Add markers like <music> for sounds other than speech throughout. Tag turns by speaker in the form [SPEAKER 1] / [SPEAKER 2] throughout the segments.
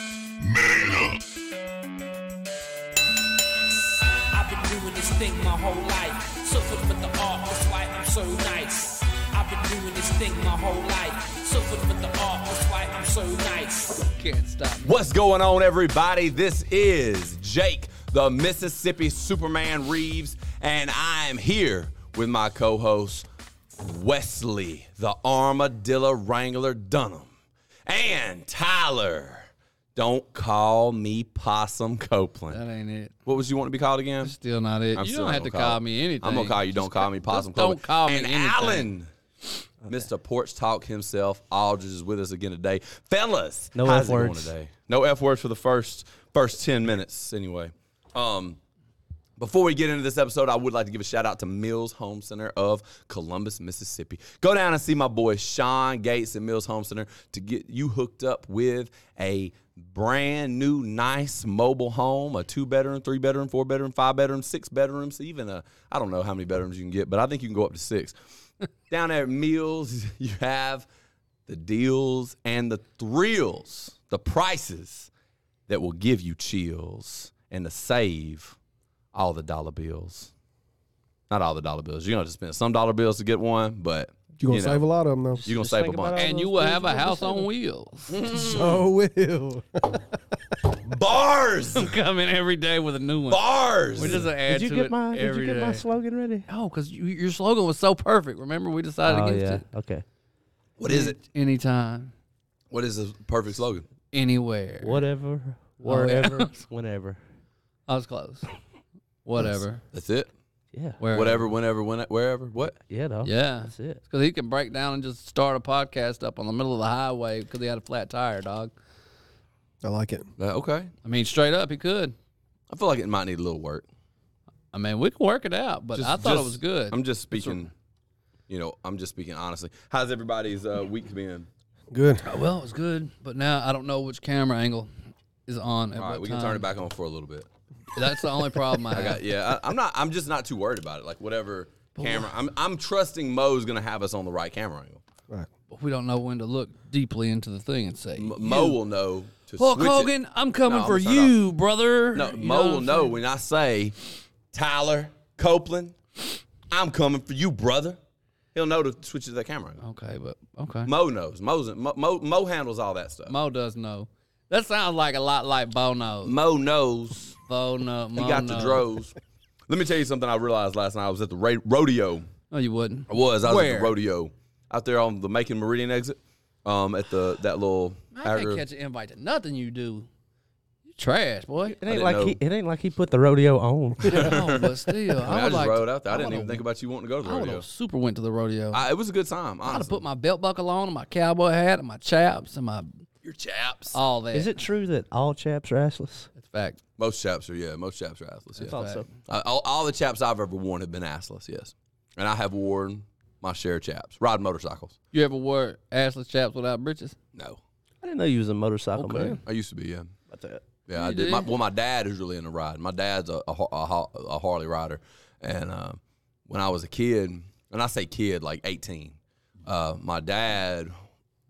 [SPEAKER 1] Man up.
[SPEAKER 2] I've been doing this thing my whole life. So good for the art, that's why I'm so nice. I've been doing this thing my whole life. So good for the art, that's why I'm so nice.
[SPEAKER 3] Can't stop.
[SPEAKER 4] What's going on, everybody? This is Jake, the Mississippi Superman Reeves, and I'm here with my co host, Wesley, the Armadillo Wrangler Dunham, and Tyler. Don't call me Possum Copeland.
[SPEAKER 3] That ain't it.
[SPEAKER 4] What was you want to be called again?
[SPEAKER 3] Still not it.
[SPEAKER 4] I'm
[SPEAKER 3] you
[SPEAKER 4] still
[SPEAKER 3] don't have
[SPEAKER 4] gonna
[SPEAKER 3] to call, me anything.
[SPEAKER 4] I'm gonna call you. Don't call me Possum
[SPEAKER 3] don't
[SPEAKER 4] Coleman.
[SPEAKER 3] call me
[SPEAKER 4] and
[SPEAKER 3] anything.
[SPEAKER 4] Alan, Mr. Porch Talk himself, Aldridge is with us again today, fellas.
[SPEAKER 5] No
[SPEAKER 4] how's it
[SPEAKER 5] F
[SPEAKER 4] going
[SPEAKER 5] words.
[SPEAKER 4] today? No f words for the first first ten minutes, anyway. Um, before we get into this episode, I would like to give a shout out to Mills Home Center of Columbus, Mississippi. Go down and see my boy Sean Gates at Mills Home Center to get you hooked up with a brand new, nice mobile home a two bedroom, three bedroom, four bedroom, five bedroom, six bedrooms, even a I don't know how many bedrooms you can get, but I think you can go up to six. down there at Mills, <laughs> you have the deals and the thrills, the prices that will give you chills and to save all the dollar bills. Not all the dollar bills. You're gonna have to spend some dollar bills to get one, but
[SPEAKER 6] You're gonna
[SPEAKER 4] know,
[SPEAKER 6] save a lot of them though.
[SPEAKER 4] You're gonna
[SPEAKER 5] Just
[SPEAKER 4] save a
[SPEAKER 5] think about
[SPEAKER 4] bunch.
[SPEAKER 5] all
[SPEAKER 3] And you
[SPEAKER 5] those
[SPEAKER 3] will
[SPEAKER 5] things
[SPEAKER 3] have
[SPEAKER 5] you
[SPEAKER 3] a
[SPEAKER 5] just
[SPEAKER 3] house
[SPEAKER 5] said.
[SPEAKER 3] on wheels. <laughs>
[SPEAKER 6] So will.
[SPEAKER 4] <laughs> Bars,
[SPEAKER 3] Coming every day with a new one.
[SPEAKER 4] bars.
[SPEAKER 3] We just add
[SPEAKER 5] Did you
[SPEAKER 3] to it
[SPEAKER 5] get my Did
[SPEAKER 3] every
[SPEAKER 5] you get
[SPEAKER 3] day.
[SPEAKER 5] my slogan ready?
[SPEAKER 3] No, because you, your slogan was so perfect. Remember, we decided
[SPEAKER 5] Oh
[SPEAKER 3] against
[SPEAKER 5] yeah.
[SPEAKER 3] it.
[SPEAKER 5] Okay.
[SPEAKER 4] what is it?
[SPEAKER 3] Anytime,
[SPEAKER 4] What is the perfect slogan?
[SPEAKER 3] anywhere.
[SPEAKER 5] Whatever.
[SPEAKER 3] Oh, yeah.
[SPEAKER 5] <laughs> Wherever. whenever.
[SPEAKER 3] I was close. Whatever.
[SPEAKER 4] That's it.
[SPEAKER 5] Yeah.
[SPEAKER 3] Where?
[SPEAKER 4] Whatever, whenever, when, wherever. What?
[SPEAKER 5] Yeah. Dog.
[SPEAKER 3] Yeah.
[SPEAKER 5] That's it.
[SPEAKER 3] Because he can break down and just start a podcast up on the middle of the highway because he had a flat tire, dog.
[SPEAKER 6] I like it.
[SPEAKER 4] Uh, okay.
[SPEAKER 3] I mean, straight up, he could.
[SPEAKER 4] I feel like it might need a little work.
[SPEAKER 3] I mean, we can work it out, but
[SPEAKER 4] Just-
[SPEAKER 3] I thought
[SPEAKER 4] just-
[SPEAKER 3] it was good.
[SPEAKER 4] I'm just speaking. You know, I'm just speaking honestly. How's everybody's uh, week been?
[SPEAKER 6] Good.
[SPEAKER 3] well, it was good, but now I don't know which camera angle is on. At
[SPEAKER 4] All right,
[SPEAKER 3] what
[SPEAKER 4] we can turn
[SPEAKER 3] time.
[SPEAKER 4] it back on for a little bit.
[SPEAKER 3] That's the
[SPEAKER 4] <laughs>
[SPEAKER 3] only problem I,
[SPEAKER 4] I
[SPEAKER 3] have.
[SPEAKER 4] got yeah. I, I'm not. I'm just not too worried about it. Like whatever camera. I'm. I'm trusting Mo's gonna have us on the right camera angle.
[SPEAKER 6] Right.
[SPEAKER 3] But we don't know when to look deeply into the thing and say,
[SPEAKER 4] M- Mo will know to
[SPEAKER 3] Hulk
[SPEAKER 4] switch
[SPEAKER 3] Hogan,
[SPEAKER 4] it.
[SPEAKER 3] I'm coming
[SPEAKER 4] No, I'm
[SPEAKER 3] for
[SPEAKER 4] gonna turn it
[SPEAKER 3] you, brother.
[SPEAKER 4] No,
[SPEAKER 3] You
[SPEAKER 4] Mo
[SPEAKER 3] what
[SPEAKER 4] will
[SPEAKER 3] I'm
[SPEAKER 4] know
[SPEAKER 3] saying?
[SPEAKER 4] when I say Tyler Copeland. I'm coming for you, brother. He'll know to switch to that camera. angle.
[SPEAKER 3] Okay, but okay. Mo,
[SPEAKER 4] Mo knows. Mo's, Mo, Mo, Mo handles all that stuff. Mo,
[SPEAKER 3] does know. That sounds like a lot like Bono.
[SPEAKER 4] knows.
[SPEAKER 3] Bono.
[SPEAKER 4] He
[SPEAKER 3] Mo
[SPEAKER 4] got
[SPEAKER 3] knows.
[SPEAKER 4] the droves. Let me tell you something I realized last night. I was at the ra- rodeo.
[SPEAKER 3] No, you wouldn't.
[SPEAKER 4] I was. I was at
[SPEAKER 3] Where?
[SPEAKER 4] the rodeo out there on the Macon Meridian exit. Um, at the that little.
[SPEAKER 3] I can't
[SPEAKER 4] agri-
[SPEAKER 3] catch an invite to nothing you do. You trash, boy.
[SPEAKER 4] <laughs>
[SPEAKER 5] It ain't
[SPEAKER 4] didn't
[SPEAKER 5] like
[SPEAKER 4] know.
[SPEAKER 5] he. It ain't like he put the rodeo on.
[SPEAKER 3] no, but still,
[SPEAKER 4] I, mean, I
[SPEAKER 3] I, would
[SPEAKER 4] just
[SPEAKER 3] like.
[SPEAKER 4] rode
[SPEAKER 3] to,
[SPEAKER 4] out there. I, didn't
[SPEAKER 3] would've-
[SPEAKER 4] even think about you wanting to go to
[SPEAKER 3] I
[SPEAKER 4] the
[SPEAKER 3] would
[SPEAKER 4] rodeo.
[SPEAKER 3] have super went to the rodeo. I,
[SPEAKER 4] I, it was a good time.
[SPEAKER 3] would have
[SPEAKER 4] Honestly.
[SPEAKER 3] put my belt buckle on and my cowboy hat and my chaps and my
[SPEAKER 4] your chaps.
[SPEAKER 3] all that.
[SPEAKER 5] Is it true that all chaps are assless?
[SPEAKER 3] It's fact.
[SPEAKER 4] Most chaps are yeah. Most chaps are assless. Yeah.
[SPEAKER 5] thought so.
[SPEAKER 4] Uh, all, all the chaps I've ever worn have been assless. Yes, and I have worn my share of chaps. Ride motorcycles.
[SPEAKER 3] You ever wore assless chaps without britches?
[SPEAKER 4] No,
[SPEAKER 5] I didn't know you was a motorcycle
[SPEAKER 3] Okay.
[SPEAKER 5] man.
[SPEAKER 4] I used to be. Yeah,
[SPEAKER 5] That's it.
[SPEAKER 4] yeah. I
[SPEAKER 3] You
[SPEAKER 4] did. My,
[SPEAKER 3] did?
[SPEAKER 4] well, my dad is really into riding. My dad's a a, Har- a, Har- a Harley rider, and uh, when I was a kid, and I say kid like eighteen, uh, my dad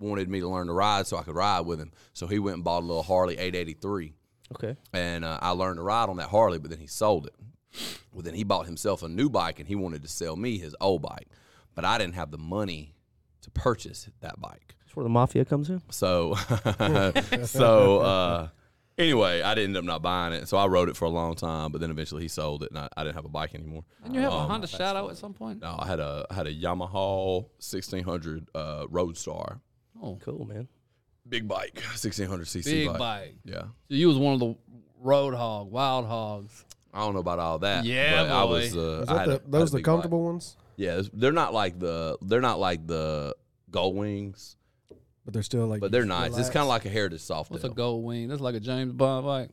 [SPEAKER 4] wanted me to learn to ride so I could ride with him. So he went and bought a little Harley 883.
[SPEAKER 5] Okay.
[SPEAKER 4] and uh, I learned to ride on that Harley, but then he sold it. Well, then he bought himself a new bike and he wanted to sell me his old bike, but I didn't have the money to purchase that bike.
[SPEAKER 5] That's where the mafia comes in.
[SPEAKER 4] So, <laughs>
[SPEAKER 6] <laughs>
[SPEAKER 4] so uh, anyway, I ended up not buying it. So I rode it for a long time, but then eventually he sold it and I, I didn't have a bike anymore.
[SPEAKER 3] Didn't you have
[SPEAKER 4] Oh,
[SPEAKER 3] a Honda Shadow at some point?
[SPEAKER 4] No, I had a I had a Yamaha 1600 uh, Roadstar,
[SPEAKER 3] Oh,
[SPEAKER 5] Cool man.
[SPEAKER 4] big bike, 1600 cc
[SPEAKER 3] big
[SPEAKER 4] bike.
[SPEAKER 3] bike.
[SPEAKER 4] Yeah.
[SPEAKER 3] So you was one of the road hog, wild hogs.
[SPEAKER 4] I don't know about all that.
[SPEAKER 3] Yeah,
[SPEAKER 4] but I
[SPEAKER 3] boy.
[SPEAKER 4] was. Uh,
[SPEAKER 6] Is
[SPEAKER 4] I
[SPEAKER 6] that
[SPEAKER 4] had a- I
[SPEAKER 6] the,
[SPEAKER 4] had a
[SPEAKER 6] those the
[SPEAKER 4] big bike.
[SPEAKER 6] comfortable ones?
[SPEAKER 4] Yeah, it's- they're not like the they're not like the gold wings,
[SPEAKER 6] But they're still like.
[SPEAKER 4] but they're nice. It's kind of like a heritage
[SPEAKER 3] What's a
[SPEAKER 4] softtail.
[SPEAKER 3] gold wing? That's like a James Bond bike.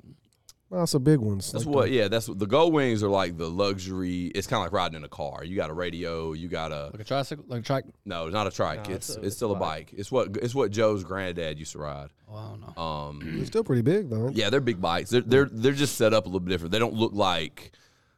[SPEAKER 6] Well, that's the big ones.
[SPEAKER 4] That's
[SPEAKER 6] like
[SPEAKER 4] what. Yeah, that's what, the gold wings are like the luxury. It's kind of like riding in a car. You got a radio. You got a
[SPEAKER 3] Like a tricycle, like a tri.
[SPEAKER 4] no, it's not a trike.
[SPEAKER 5] No,
[SPEAKER 4] it's
[SPEAKER 5] it's
[SPEAKER 4] it's,
[SPEAKER 5] a- it's
[SPEAKER 4] still a
[SPEAKER 5] a
[SPEAKER 4] bike. It's what it's what Joe's granddad used to ride.
[SPEAKER 3] Oh, I don't know.
[SPEAKER 6] the-
[SPEAKER 4] Um,
[SPEAKER 6] They're still pretty big though.
[SPEAKER 4] yeah, they're big bikes. They're they're they're just set up a little bit different. They don't look like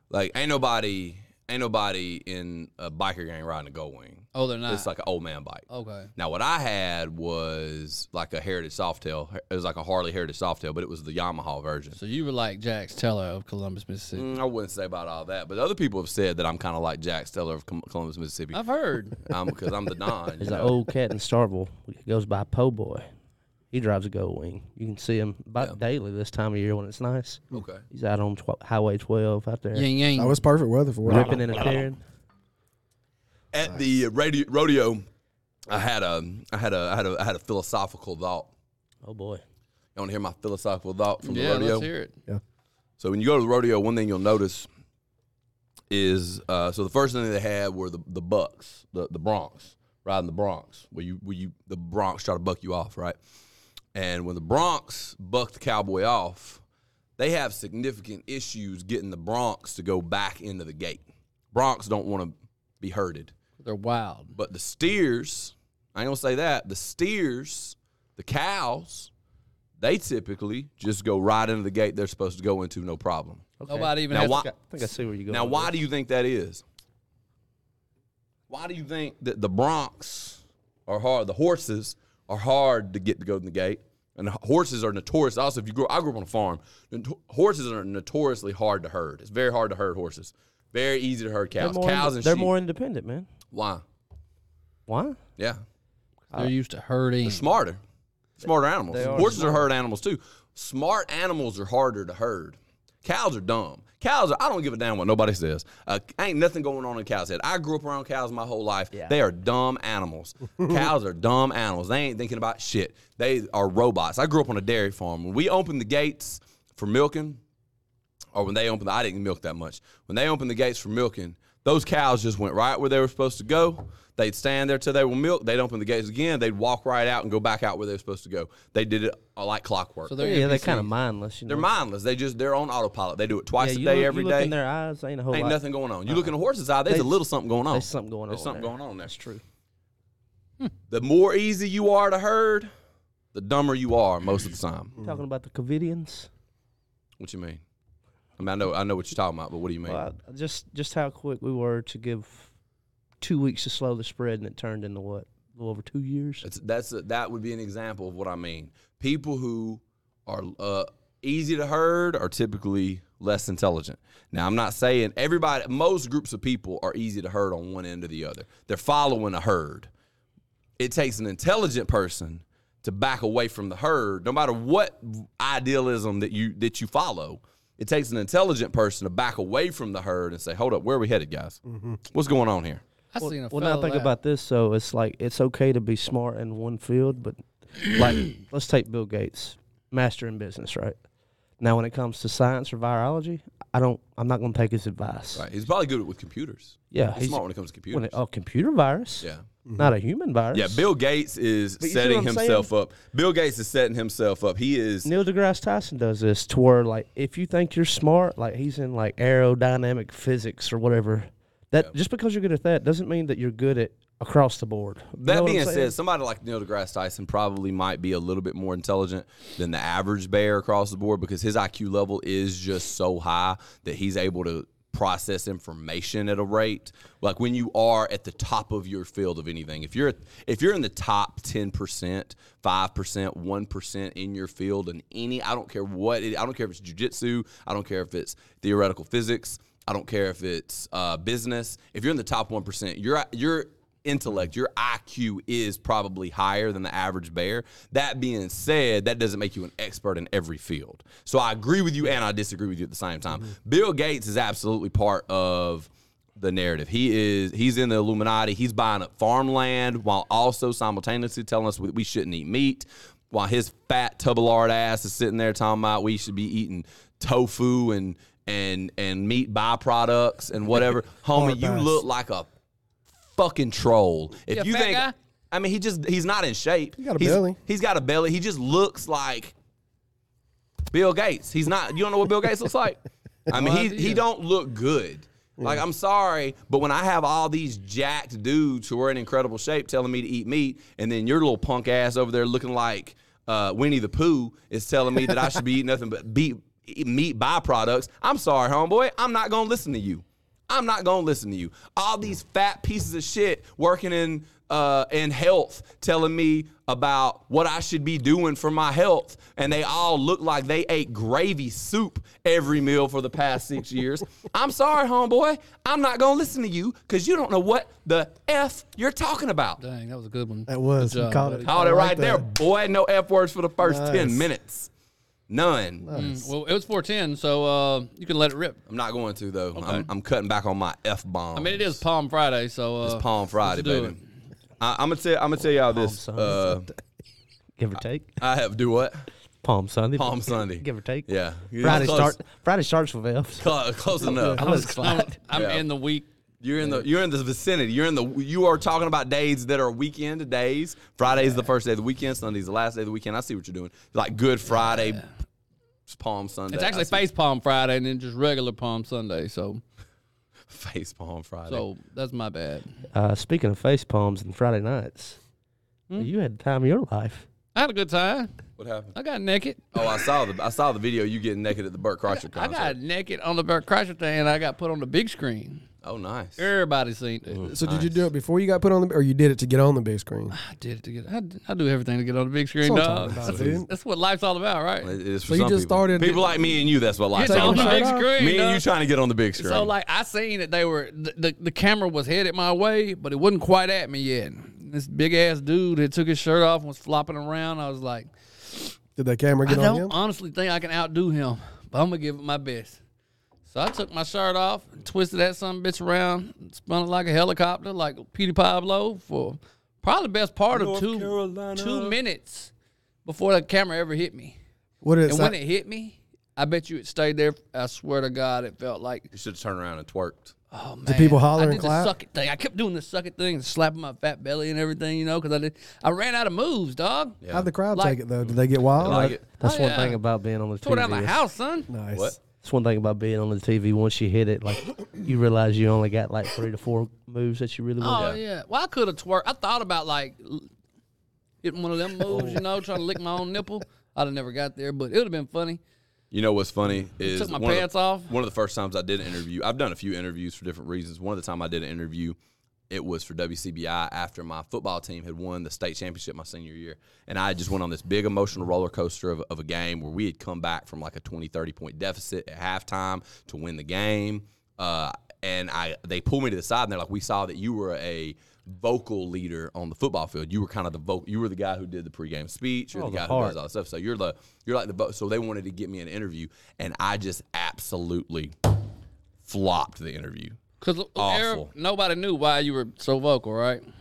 [SPEAKER 4] like ain't nobody. ain't nobody in a biker gang riding a Gold Wing.
[SPEAKER 3] Oh, they're not.
[SPEAKER 4] It's like an old man bike.
[SPEAKER 3] okay.
[SPEAKER 4] Now what I had was like a Heritage Softail. It was like a Harley Heritage Softail, but it was the Yamaha version.
[SPEAKER 3] So you were like Jax Teller of Columbus, Mississippi.
[SPEAKER 4] Mm, I wouldn't say about all that, but other people have said that I'm kind of like Jack Steller of Com- Columbus, Mississippi, <laughs>
[SPEAKER 3] I've <laughs> heard.
[SPEAKER 4] because I'm the Don. you
[SPEAKER 5] There's an
[SPEAKER 4] know?
[SPEAKER 5] old cat in "Oh, Starville. He goes by Po Boy. He drives a Gold Wing. You can see him about daily this time of year when it's nice.
[SPEAKER 3] oh,
[SPEAKER 4] Okay.
[SPEAKER 5] He's out on tw- Highway 12 out there,
[SPEAKER 3] Yang Yang.
[SPEAKER 6] That was perfect weather for it.
[SPEAKER 5] ripping and a tearing.
[SPEAKER 4] At the radio, rodeo, I had a, I had a, I had a, I had a philosophical thought.
[SPEAKER 5] Oh boy,
[SPEAKER 4] You want to hear my philosophical thought from
[SPEAKER 3] yeah,
[SPEAKER 4] the rodeo?
[SPEAKER 3] let's hear it.
[SPEAKER 4] So when you go to the rodeo, one thing you'll notice is uh, so the first thing they had were the, the bucks, the, the Bronx, riding the Bronx, where you where you the Bronx try to buck you off, right? And when the Bronx bucked the cowboy off, they have significant issues getting the Bronx to go back into the gate. Bronx don't want to be herded.
[SPEAKER 3] They're wild.
[SPEAKER 4] But the steers, I ain't gonna say that. The steers, the cows, they typically just go right into the gate they're supposed to go into, no problem.
[SPEAKER 3] Nobody even
[SPEAKER 4] Now
[SPEAKER 3] has
[SPEAKER 4] why-
[SPEAKER 5] I think I see where you go.
[SPEAKER 4] Now,
[SPEAKER 5] with
[SPEAKER 4] why
[SPEAKER 5] this.
[SPEAKER 4] do you think that is? Why do you think that the Bronx are hard? The horses are hard to get to go in the gate, and horses are notorious. Also, if you grow, I grew up on a farm. noto- Horses are notoriously hard to herd. It's very hard to herd horses. Very easy to herd
[SPEAKER 5] They're
[SPEAKER 4] cows.
[SPEAKER 5] more,
[SPEAKER 4] Cows
[SPEAKER 5] ind-
[SPEAKER 4] and
[SPEAKER 5] they're
[SPEAKER 4] sheep.
[SPEAKER 5] more independent, man.
[SPEAKER 4] Why?
[SPEAKER 5] Why?
[SPEAKER 4] Yeah,
[SPEAKER 3] to they're used to herding.
[SPEAKER 4] smarter, smarter animals.
[SPEAKER 5] they are
[SPEAKER 4] Horses are herd animals too. Smart animals are harder to herd. Cows are dumb. Cows are. I don't give a damn what nobody says. Uh, ain't nothing going on in cows' head. I grew up around cows my whole life.
[SPEAKER 5] Yeah.
[SPEAKER 4] They are dumb animals. cows are dumb animals. They ain't thinking about shit. They are robots. I grew up on a dairy farm. When we opened the gates for milking, or when they opened, the, I didn't milk that much. When they opened the gates for milking, those cows just went right where they were supposed to go. They'd stand there till they were milked. They'd open the gates again. They'd walk right out and go back out where they were supposed to go. They did it uh, like clockwork.
[SPEAKER 3] So
[SPEAKER 4] they're,
[SPEAKER 3] they're
[SPEAKER 5] yeah, they're
[SPEAKER 3] NPCs.
[SPEAKER 5] kind of mindless. You know?
[SPEAKER 4] mindless. They just they're on autopilot. They do it
[SPEAKER 5] Mm-hmm. Yeah,
[SPEAKER 4] twice
[SPEAKER 5] you
[SPEAKER 4] a day,
[SPEAKER 5] look,
[SPEAKER 4] every
[SPEAKER 5] you
[SPEAKER 4] day.
[SPEAKER 5] Look in their eyes, ain't a whole
[SPEAKER 4] Ain't
[SPEAKER 5] lot.
[SPEAKER 4] nothing going on. You look in a horse's eye. There's a little something going on.
[SPEAKER 5] There's something going
[SPEAKER 4] There's
[SPEAKER 5] on.
[SPEAKER 4] something
[SPEAKER 5] there.
[SPEAKER 4] going on there.
[SPEAKER 5] That's true.
[SPEAKER 4] The more easy you are to herd, the dumber you are most of the time.
[SPEAKER 5] Talking about the Covidians.
[SPEAKER 4] What you mean? I mean, I know I know what you're talking about, but what do you mean?
[SPEAKER 5] Well, I- just just how quick we were to give two weeks to slow the spread, and it turned into what? A little over two years.
[SPEAKER 4] That's that's a, that would be an example of what I mean. People who are uh, easy to herd are typically less intelligent. Now, I'm not saying everybody. Most groups of people are easy to herd on one end or the other. They're following a herd. It takes an intelligent person to back away from the herd, no matter what idealism that you that you follow. It takes an intelligent person to back away from the herd and say, "Hold up, where are we headed, guys?
[SPEAKER 5] Mm-hmm.
[SPEAKER 4] What's going on here?"
[SPEAKER 3] I seen a
[SPEAKER 5] Well,
[SPEAKER 3] fella
[SPEAKER 5] now think
[SPEAKER 3] that-
[SPEAKER 5] about this. So it's like it's okay to be smart in one field, but
[SPEAKER 4] <clears throat>
[SPEAKER 5] like let's take Bill Gates, master in business, right? Now, when it comes to science or virology, I don't. I'm not going to take his advice.
[SPEAKER 4] Right? He's probably good with computers.
[SPEAKER 5] Yeah,
[SPEAKER 4] He's, smart when it comes to computers.
[SPEAKER 5] when it, oh, computer virus,
[SPEAKER 4] yeah.
[SPEAKER 5] not a human virus.
[SPEAKER 4] Yeah, Bill Gates is
[SPEAKER 5] you see
[SPEAKER 4] setting
[SPEAKER 5] what I'm
[SPEAKER 4] himself up. Bill Gates is setting himself up. He is
[SPEAKER 5] Neil deGrasse Tyson does this to where like if you think you're smart, like he's in like aerodynamic physics or whatever. That just because you're good at that doesn't mean that you're good at across the board. You know
[SPEAKER 4] that
[SPEAKER 5] what I'm
[SPEAKER 4] being
[SPEAKER 5] saying?
[SPEAKER 4] said, somebody like Neil deGrasse Tyson probably might be a little bit more intelligent than the average bear across the board because his IQ level is just so high that he's able to process information at a rate like when you are at the top of your field of anything if you're if you're in the top 10% 5% 1% in your field and any I don't care what it, I don't care if it's jujitsu I don't care if it's theoretical physics I don't care if it's uh, business if you're in the top 1% you're you're intellect, your IQ is probably higher than the average bear. That being said, that doesn't make you an expert in every field. So I agree with you and I disagree with you at the same time. Bill Gates is absolutely part of the narrative. He is he's in the Illuminati. He's buying up farmland while also simultaneously telling us we, we shouldn't eat meat. While his fat tub of lard ass is sitting there talking about we should be eating tofu and and and meat byproducts and whatever. Homie, you
[SPEAKER 6] Hard-boiled.
[SPEAKER 4] look like a fucking troll. If
[SPEAKER 3] Yeah,
[SPEAKER 4] you
[SPEAKER 3] fat
[SPEAKER 4] think,
[SPEAKER 3] guy.
[SPEAKER 4] I mean, he just he's not in shape. He
[SPEAKER 6] got a
[SPEAKER 4] he's,
[SPEAKER 6] belly.
[SPEAKER 4] He's got a belly. He just looks like Bill Gates. He's not. You don't know what Bill Gates looks
[SPEAKER 6] <laughs>
[SPEAKER 4] like. I mean, he he
[SPEAKER 3] idea.
[SPEAKER 4] don't look good. Like I'm sorry, but when I have all these jacked dudes who are in incredible shape telling me to eat meat, and then your little punk ass over there looking like uh, Winnie the Pooh is telling me that I should be eating nothing but beat, meat byproducts. I'm sorry, homeboy. I'm not gonna listen to you. I'm not gonna listen to you. All these fat pieces of shit working in uh, in health telling me about what I should be doing for my health, and they all look like they ate gravy soup every meal for the past six years. I'm sorry, homeboy. I'm not gonna listen to you because you don't know what the f you're talking about.
[SPEAKER 3] Dang, that was a good one.
[SPEAKER 6] That was.
[SPEAKER 3] Good
[SPEAKER 6] You
[SPEAKER 3] job,
[SPEAKER 6] caught
[SPEAKER 3] buddy.
[SPEAKER 6] it.
[SPEAKER 4] Called it
[SPEAKER 6] I like
[SPEAKER 4] right
[SPEAKER 6] that.
[SPEAKER 4] there, boy. No f words for the first
[SPEAKER 6] Nice.
[SPEAKER 4] ten minutes. None.
[SPEAKER 3] Mm, well, it was 410, so uh, you can let it rip.
[SPEAKER 4] I'm not going to though. I'm, I'm cutting back on my f bomb.
[SPEAKER 3] I mean, it is Palm Friday, so uh,
[SPEAKER 4] It's Palm Friday,
[SPEAKER 3] do
[SPEAKER 6] <laughs>
[SPEAKER 4] baby. I, I'm gonna tell I'm gonna tell y'all this.
[SPEAKER 5] Sunday.
[SPEAKER 4] Uh,
[SPEAKER 5] <laughs> Give or take.
[SPEAKER 4] I have do what
[SPEAKER 5] Palm Sunday.
[SPEAKER 4] Palm Sunday.
[SPEAKER 5] <laughs> Give or take.
[SPEAKER 4] Yeah, You're
[SPEAKER 5] Friday
[SPEAKER 4] close,
[SPEAKER 5] start. Friday starts with
[SPEAKER 3] <laughs>
[SPEAKER 5] F's.
[SPEAKER 4] Close, close enough.
[SPEAKER 5] I was
[SPEAKER 3] I'm,
[SPEAKER 5] glad.
[SPEAKER 3] I'm
[SPEAKER 4] Yeah.
[SPEAKER 3] in the week.
[SPEAKER 4] You're in the you're in the vicinity. You're in the you are talking about days that are weekend days. Friday's the first day of the weekend. Sunday's the last day of the weekend. I see what you're doing. Like Good Friday, Palm Sunday.
[SPEAKER 3] It's
[SPEAKER 4] I
[SPEAKER 3] actually
[SPEAKER 4] see-
[SPEAKER 3] Face Palm Friday and then just regular Palm Sunday. So,
[SPEAKER 4] face Palm Friday.
[SPEAKER 3] so that's my bad.
[SPEAKER 5] <laughs> Uh, speaking of face palms and Friday nights,
[SPEAKER 3] Hmm?
[SPEAKER 5] you had the time of your life.
[SPEAKER 3] I had a good time.
[SPEAKER 4] what happened?
[SPEAKER 3] I got naked.
[SPEAKER 4] Oh, I saw the I saw the video. You getting naked at the Burt Kreischer concert.
[SPEAKER 3] I got naked on the Bert Kreischer thing, and I got put on the big screen.
[SPEAKER 4] oh, nice.
[SPEAKER 3] Everybody seen it.
[SPEAKER 6] So did you do it before you got put on the, or you did it to get on the big screen?
[SPEAKER 3] I did it to get. I, I do everything to get on the big screen,
[SPEAKER 6] what I'm talking
[SPEAKER 3] dog.
[SPEAKER 6] about,
[SPEAKER 3] That's,
[SPEAKER 6] dude.
[SPEAKER 3] that's what life's all about, right?
[SPEAKER 4] It is for
[SPEAKER 6] So you
[SPEAKER 4] some
[SPEAKER 6] just
[SPEAKER 4] people.
[SPEAKER 6] started-
[SPEAKER 4] People like me and you. That's what life.
[SPEAKER 3] It's on the
[SPEAKER 6] your
[SPEAKER 3] big
[SPEAKER 6] shirt off?
[SPEAKER 3] screen.
[SPEAKER 4] Me and you
[SPEAKER 3] dog.
[SPEAKER 4] trying to get on the big screen.
[SPEAKER 3] So like I seen that they were the, the the camera was headed my way, but it wasn't quite at me yet. This big ass dude that took his shirt off and was flopping around. I was like,
[SPEAKER 6] Did that camera
[SPEAKER 3] I
[SPEAKER 6] get on
[SPEAKER 3] don't
[SPEAKER 6] him?
[SPEAKER 3] honestly think I can outdo him, but I'm gonna give it my best. So I took my shirt off, twisted that some bitch around, spun it like a helicopter, like Petey Pablo for probably the best part of
[SPEAKER 4] North
[SPEAKER 3] two
[SPEAKER 4] Carolina.
[SPEAKER 3] two minutes before the camera ever hit me.
[SPEAKER 6] What did it
[SPEAKER 3] And
[SPEAKER 6] sound?
[SPEAKER 3] when it hit me, I bet you it stayed there. I swear to God, it felt like
[SPEAKER 4] you should turn around and twerked.
[SPEAKER 3] Oh, man.
[SPEAKER 6] people holler
[SPEAKER 3] I
[SPEAKER 6] and
[SPEAKER 3] did the
[SPEAKER 6] clap?
[SPEAKER 3] suck it thing. I kept doing the suck it thing, slapping my fat belly and everything, you know, because I did. I ran out of moves, dog.
[SPEAKER 4] Yeah.
[SPEAKER 6] How'd the crowd
[SPEAKER 3] Like-
[SPEAKER 6] take it though? Did they get wild?
[SPEAKER 4] Like it.
[SPEAKER 5] That's
[SPEAKER 3] Oh,
[SPEAKER 5] one
[SPEAKER 3] yeah.
[SPEAKER 5] thing about being on the
[SPEAKER 3] Tore
[SPEAKER 5] TV.
[SPEAKER 3] down the
[SPEAKER 5] is-
[SPEAKER 3] house, son.
[SPEAKER 6] Nice.
[SPEAKER 4] What?
[SPEAKER 5] That's one thing about being on the TV. Once you hit
[SPEAKER 3] <coughs>
[SPEAKER 5] it, like you realize you only got like three to four moves that you really want.
[SPEAKER 3] Oh yeah. Well, I could have twerked. I thought about like l- hitting one of them moves,
[SPEAKER 4] Oh.
[SPEAKER 3] you know, trying to lick my own nipple. I'd have never got there, but it would have been funny.
[SPEAKER 4] You know what's funny is
[SPEAKER 3] took my
[SPEAKER 4] one of the-
[SPEAKER 3] pants off.
[SPEAKER 4] One of the first times I did an interview, I've done a few interviews for different reasons. One of the time I did an interview, it was for WCBI after my football team had won the state championship my senior year, and I just went on this big emotional roller coaster of, of a game where we had come back from like a 20, 30 point deficit at halftime to win the game. Uh, and I they pulled me to the side and they're like, "We saw that you were a." vocal leader on the football field you were kind of the vocal you were the guy who did the pregame speech you're the
[SPEAKER 5] Oh, the
[SPEAKER 4] guy who does
[SPEAKER 5] heart.
[SPEAKER 4] all that stuff. So you're the you're like the bo- so they wanted to get me an interview, and I just absolutely flopped the interview.
[SPEAKER 3] Because
[SPEAKER 4] Awful.
[SPEAKER 3] nobody knew why you were so vocal, right? 'Cause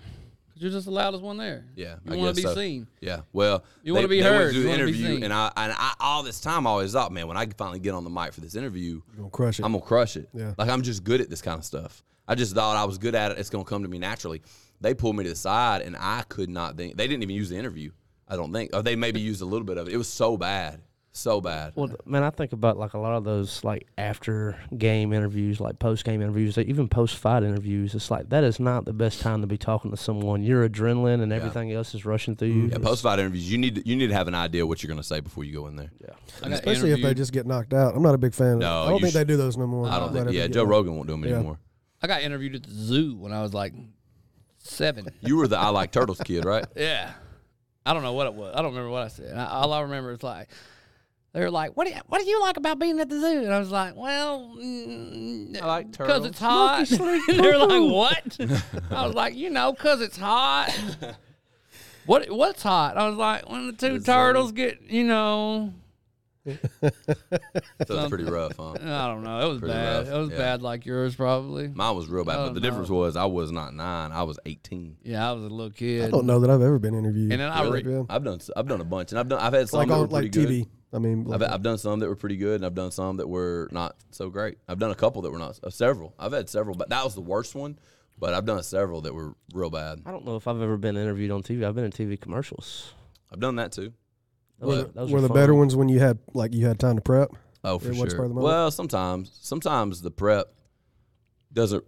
[SPEAKER 3] you're just the loudest one there.
[SPEAKER 4] Yeah,
[SPEAKER 3] You
[SPEAKER 4] I
[SPEAKER 3] want
[SPEAKER 4] guess
[SPEAKER 3] to be
[SPEAKER 4] so.
[SPEAKER 3] seen.
[SPEAKER 4] Yeah, well,
[SPEAKER 3] You
[SPEAKER 4] they-
[SPEAKER 3] wanna be
[SPEAKER 4] they went
[SPEAKER 3] heard.
[SPEAKER 4] through
[SPEAKER 3] You
[SPEAKER 4] the
[SPEAKER 3] wanna be
[SPEAKER 4] interview,
[SPEAKER 3] seen.
[SPEAKER 4] and I and I all this time I always thought, man, when I finally get on the mic for this interview,
[SPEAKER 6] Gonna crush it.
[SPEAKER 4] I'm gonna crush it.
[SPEAKER 6] Yeah.
[SPEAKER 4] Like I'm just good at this kind of stuff. I just thought I was good at it. It's gonna come to me naturally. They pulled me to the side, and I could not think. They didn't even use the interview. I don't think, or they maybe used a little bit of it. It was so bad, so bad.
[SPEAKER 5] Well, th- man, I think about like a lot of those like after game interviews, like post game interviews, like, even post fight interviews. It's like that is not the best time to be talking to someone. Your adrenaline and everything else is rushing through you.
[SPEAKER 4] Yeah, post fight interviews, you need to, you need to have an idea what you're going to say before you go in there.
[SPEAKER 3] I got
[SPEAKER 6] Especially if they
[SPEAKER 3] interviewed-
[SPEAKER 6] just get knocked out. I'm not a big fan.
[SPEAKER 4] No,
[SPEAKER 6] of I don't
[SPEAKER 4] you
[SPEAKER 6] think they
[SPEAKER 4] sh-
[SPEAKER 6] do those no more.
[SPEAKER 4] I don't
[SPEAKER 6] Not
[SPEAKER 4] think.
[SPEAKER 6] if
[SPEAKER 4] Yeah,
[SPEAKER 6] you
[SPEAKER 4] Joe
[SPEAKER 6] get-
[SPEAKER 4] Rogan won't do them
[SPEAKER 6] Yeah.
[SPEAKER 4] anymore.
[SPEAKER 3] I got interviewed at the zoo when I was like seven.
[SPEAKER 4] You were the I like turtles kid, right?
[SPEAKER 3] Yeah. I don't know what it was. I don't remember what I said. I, all I remember is like, they were like, what do, you, what do you like about being at the zoo? And I was like, well, mm,
[SPEAKER 4] I like
[SPEAKER 3] because it's hot. <laughs> and they were like, what? I was like, you know, because it's hot. what What's hot? I was like, when the two turtles get, you know,
[SPEAKER 4] So it's pretty rough, huh?
[SPEAKER 3] I don't know. It was
[SPEAKER 4] Pretty
[SPEAKER 3] bad.
[SPEAKER 4] rough,
[SPEAKER 3] It was
[SPEAKER 4] yeah.
[SPEAKER 3] bad like yours probably.
[SPEAKER 4] Mine was real bad,
[SPEAKER 3] Oh,
[SPEAKER 4] but the
[SPEAKER 3] no.
[SPEAKER 4] difference was I was not nine, I was eighteen.
[SPEAKER 3] Yeah, I was a little kid.
[SPEAKER 6] I don't know that I've ever been interviewed.
[SPEAKER 3] And then I
[SPEAKER 6] Really?
[SPEAKER 3] re-
[SPEAKER 6] Yeah.
[SPEAKER 4] I've done s- I've done a bunch, and I've done I've had some
[SPEAKER 6] like
[SPEAKER 4] that were
[SPEAKER 6] on
[SPEAKER 4] pretty
[SPEAKER 6] like
[SPEAKER 4] good.
[SPEAKER 6] TV. I mean,
[SPEAKER 4] I've,
[SPEAKER 6] like-
[SPEAKER 4] I've done some that were pretty good, and I've done some that were not so great. I've done a couple that were not uh, several. I've had several, but that was the worst one. But I've done several that were real bad.
[SPEAKER 5] I don't know if I've ever been interviewed on TV. I've been in TV commercials.
[SPEAKER 4] I've done that too.
[SPEAKER 5] Those are-
[SPEAKER 4] Were-
[SPEAKER 5] those
[SPEAKER 6] were
[SPEAKER 5] are
[SPEAKER 6] the
[SPEAKER 5] fun.
[SPEAKER 6] better ones when you had like you had time to prep.
[SPEAKER 4] Oh, for
[SPEAKER 6] It works
[SPEAKER 4] sure.
[SPEAKER 6] for the moment.
[SPEAKER 4] Well, sometimes, sometimes the prep doesn't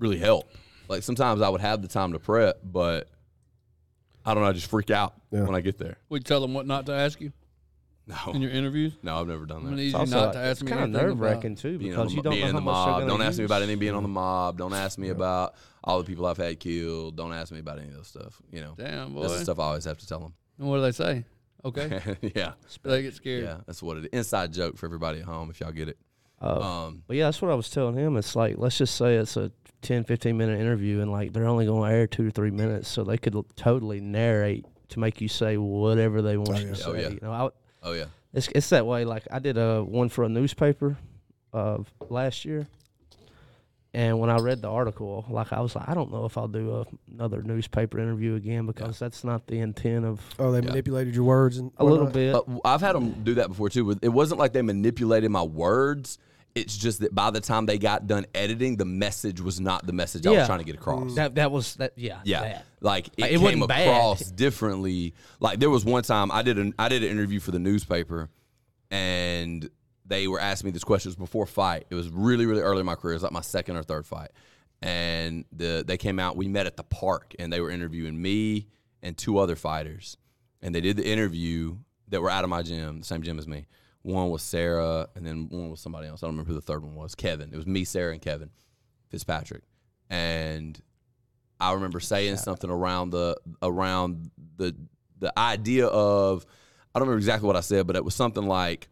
[SPEAKER 4] really help. Like sometimes I would have the time to prep, but I don't know. I just freak out
[SPEAKER 6] Yeah.
[SPEAKER 4] when I get there. <laughs>
[SPEAKER 3] We tell them what not to ask you. in
[SPEAKER 4] No,
[SPEAKER 3] your interviews?
[SPEAKER 4] no, I've never done
[SPEAKER 3] I'm gonna
[SPEAKER 4] that.
[SPEAKER 3] need
[SPEAKER 5] It's
[SPEAKER 3] you
[SPEAKER 5] also
[SPEAKER 3] not
[SPEAKER 5] like-
[SPEAKER 3] to ask
[SPEAKER 5] it's
[SPEAKER 3] me
[SPEAKER 5] kind of
[SPEAKER 3] anything
[SPEAKER 5] nerve
[SPEAKER 3] about-
[SPEAKER 5] wrecking too
[SPEAKER 4] Being,
[SPEAKER 5] because
[SPEAKER 4] on,
[SPEAKER 5] you
[SPEAKER 4] the,
[SPEAKER 5] don't
[SPEAKER 4] being
[SPEAKER 5] know
[SPEAKER 4] in
[SPEAKER 5] how
[SPEAKER 4] the
[SPEAKER 5] much they're
[SPEAKER 4] mob.
[SPEAKER 5] gonna
[SPEAKER 4] Don't ask me
[SPEAKER 5] use.
[SPEAKER 4] about any being on the mob. Don't ask me about all the people I've had killed. Don't ask me about any of those stuff. You know,
[SPEAKER 3] Damn boy.
[SPEAKER 4] that's the stuff I always have to tell
[SPEAKER 3] And what do they say? <laughs> Okay,
[SPEAKER 4] them. <laughs> yeah,
[SPEAKER 3] they get scared.
[SPEAKER 4] yeah, that's what it. Inside joke for everybody at home if y'all get it.
[SPEAKER 6] Oh.
[SPEAKER 5] Uh,
[SPEAKER 4] Um,
[SPEAKER 5] But yeah, that's what I was telling him. It's like, let's just say it's a 10, 15 minute interview and like they're only going to air two to three minutes. So they could l- totally narrate to make you say whatever they want you to
[SPEAKER 6] yeah.
[SPEAKER 5] say.
[SPEAKER 4] Oh, yeah.
[SPEAKER 5] You know, I, w-
[SPEAKER 4] oh yeah,
[SPEAKER 5] it's, it's that way. Like I did a one for a newspaper of last year. And when I read the article, like I was like, I don't know if I'll do a, another newspaper interview again because that's not the intent of
[SPEAKER 6] Oh, they
[SPEAKER 4] Yeah.
[SPEAKER 6] manipulated your words and
[SPEAKER 5] a little
[SPEAKER 6] whatnot?
[SPEAKER 5] bit.
[SPEAKER 4] But I've had them do that before too. with- It wasn't like they manipulated my words. It's just that by the time they got done editing, the message was not the message I was
[SPEAKER 5] Yeah.
[SPEAKER 4] trying to get across.
[SPEAKER 5] that that was that. Yeah.
[SPEAKER 4] yeah,
[SPEAKER 5] that.
[SPEAKER 4] like it,
[SPEAKER 5] Like, it
[SPEAKER 4] came
[SPEAKER 5] wasn't bad.
[SPEAKER 4] across differently. Like there was one time I did an I did an interview for the newspaper, and they were asking me this question. It was before fight. It was really really early in my career. It was like my second or third fight, and the they came out. We met at the park, and they were interviewing me and two other fighters, and they did the interview that were out of my gym, the same gym as me. One was Sarah, and then one was somebody else. I don't remember who the third one was. Kevin. It was me, Sarah, and Kevin Fitzpatrick, and I remember saying something around the around the the idea of I don't remember exactly what I said, but it was something like,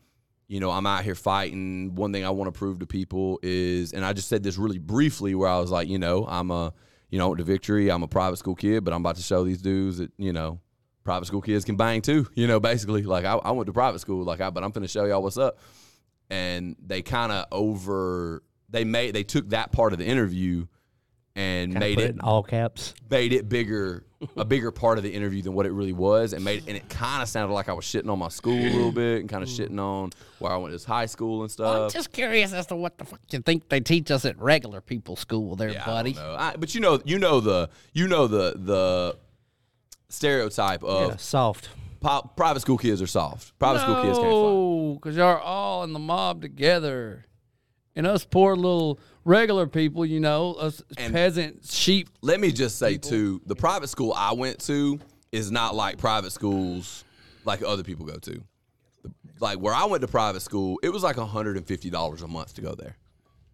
[SPEAKER 4] you know, I'm out here fighting. One thing I want to prove to people is, and I just said this really briefly, where I was like, you know, I'm a, you know, to victory. I'm a private school kid, but I'm about to show these dudes that you know, private school kids can bang too. You know, basically, like I, I went to private school, like I, but I'm finna show y'all what's up. And they kind of over, they made, they took that part of the interview and
[SPEAKER 5] Kinda
[SPEAKER 4] made
[SPEAKER 5] put
[SPEAKER 4] it
[SPEAKER 5] it in all caps.
[SPEAKER 4] made it bigger, a bigger part of the interview than what it really was, and made and it kind of sounded like I was shitting on my school a little bit and kind of shitting on where I went to high school and
[SPEAKER 3] Well, I'm
[SPEAKER 4] stuff.
[SPEAKER 3] just curious as to what the fuck you think they teach us at regular people school, there,
[SPEAKER 4] Yeah, I don't
[SPEAKER 3] buddy.
[SPEAKER 4] know. I- but you know, you know the you know the the stereotype of
[SPEAKER 5] Yeah, soft.
[SPEAKER 4] po- private school kids are soft. Private school kids can't fight.
[SPEAKER 3] No, because y'all are all in the mob together. And us poor little regular people, you know, us
[SPEAKER 4] And-
[SPEAKER 3] peasant sheep.
[SPEAKER 4] Let me just say too, the private school I went to is not like private schools like other people go to. Like where I went to private school, it was like $150 a month to go there.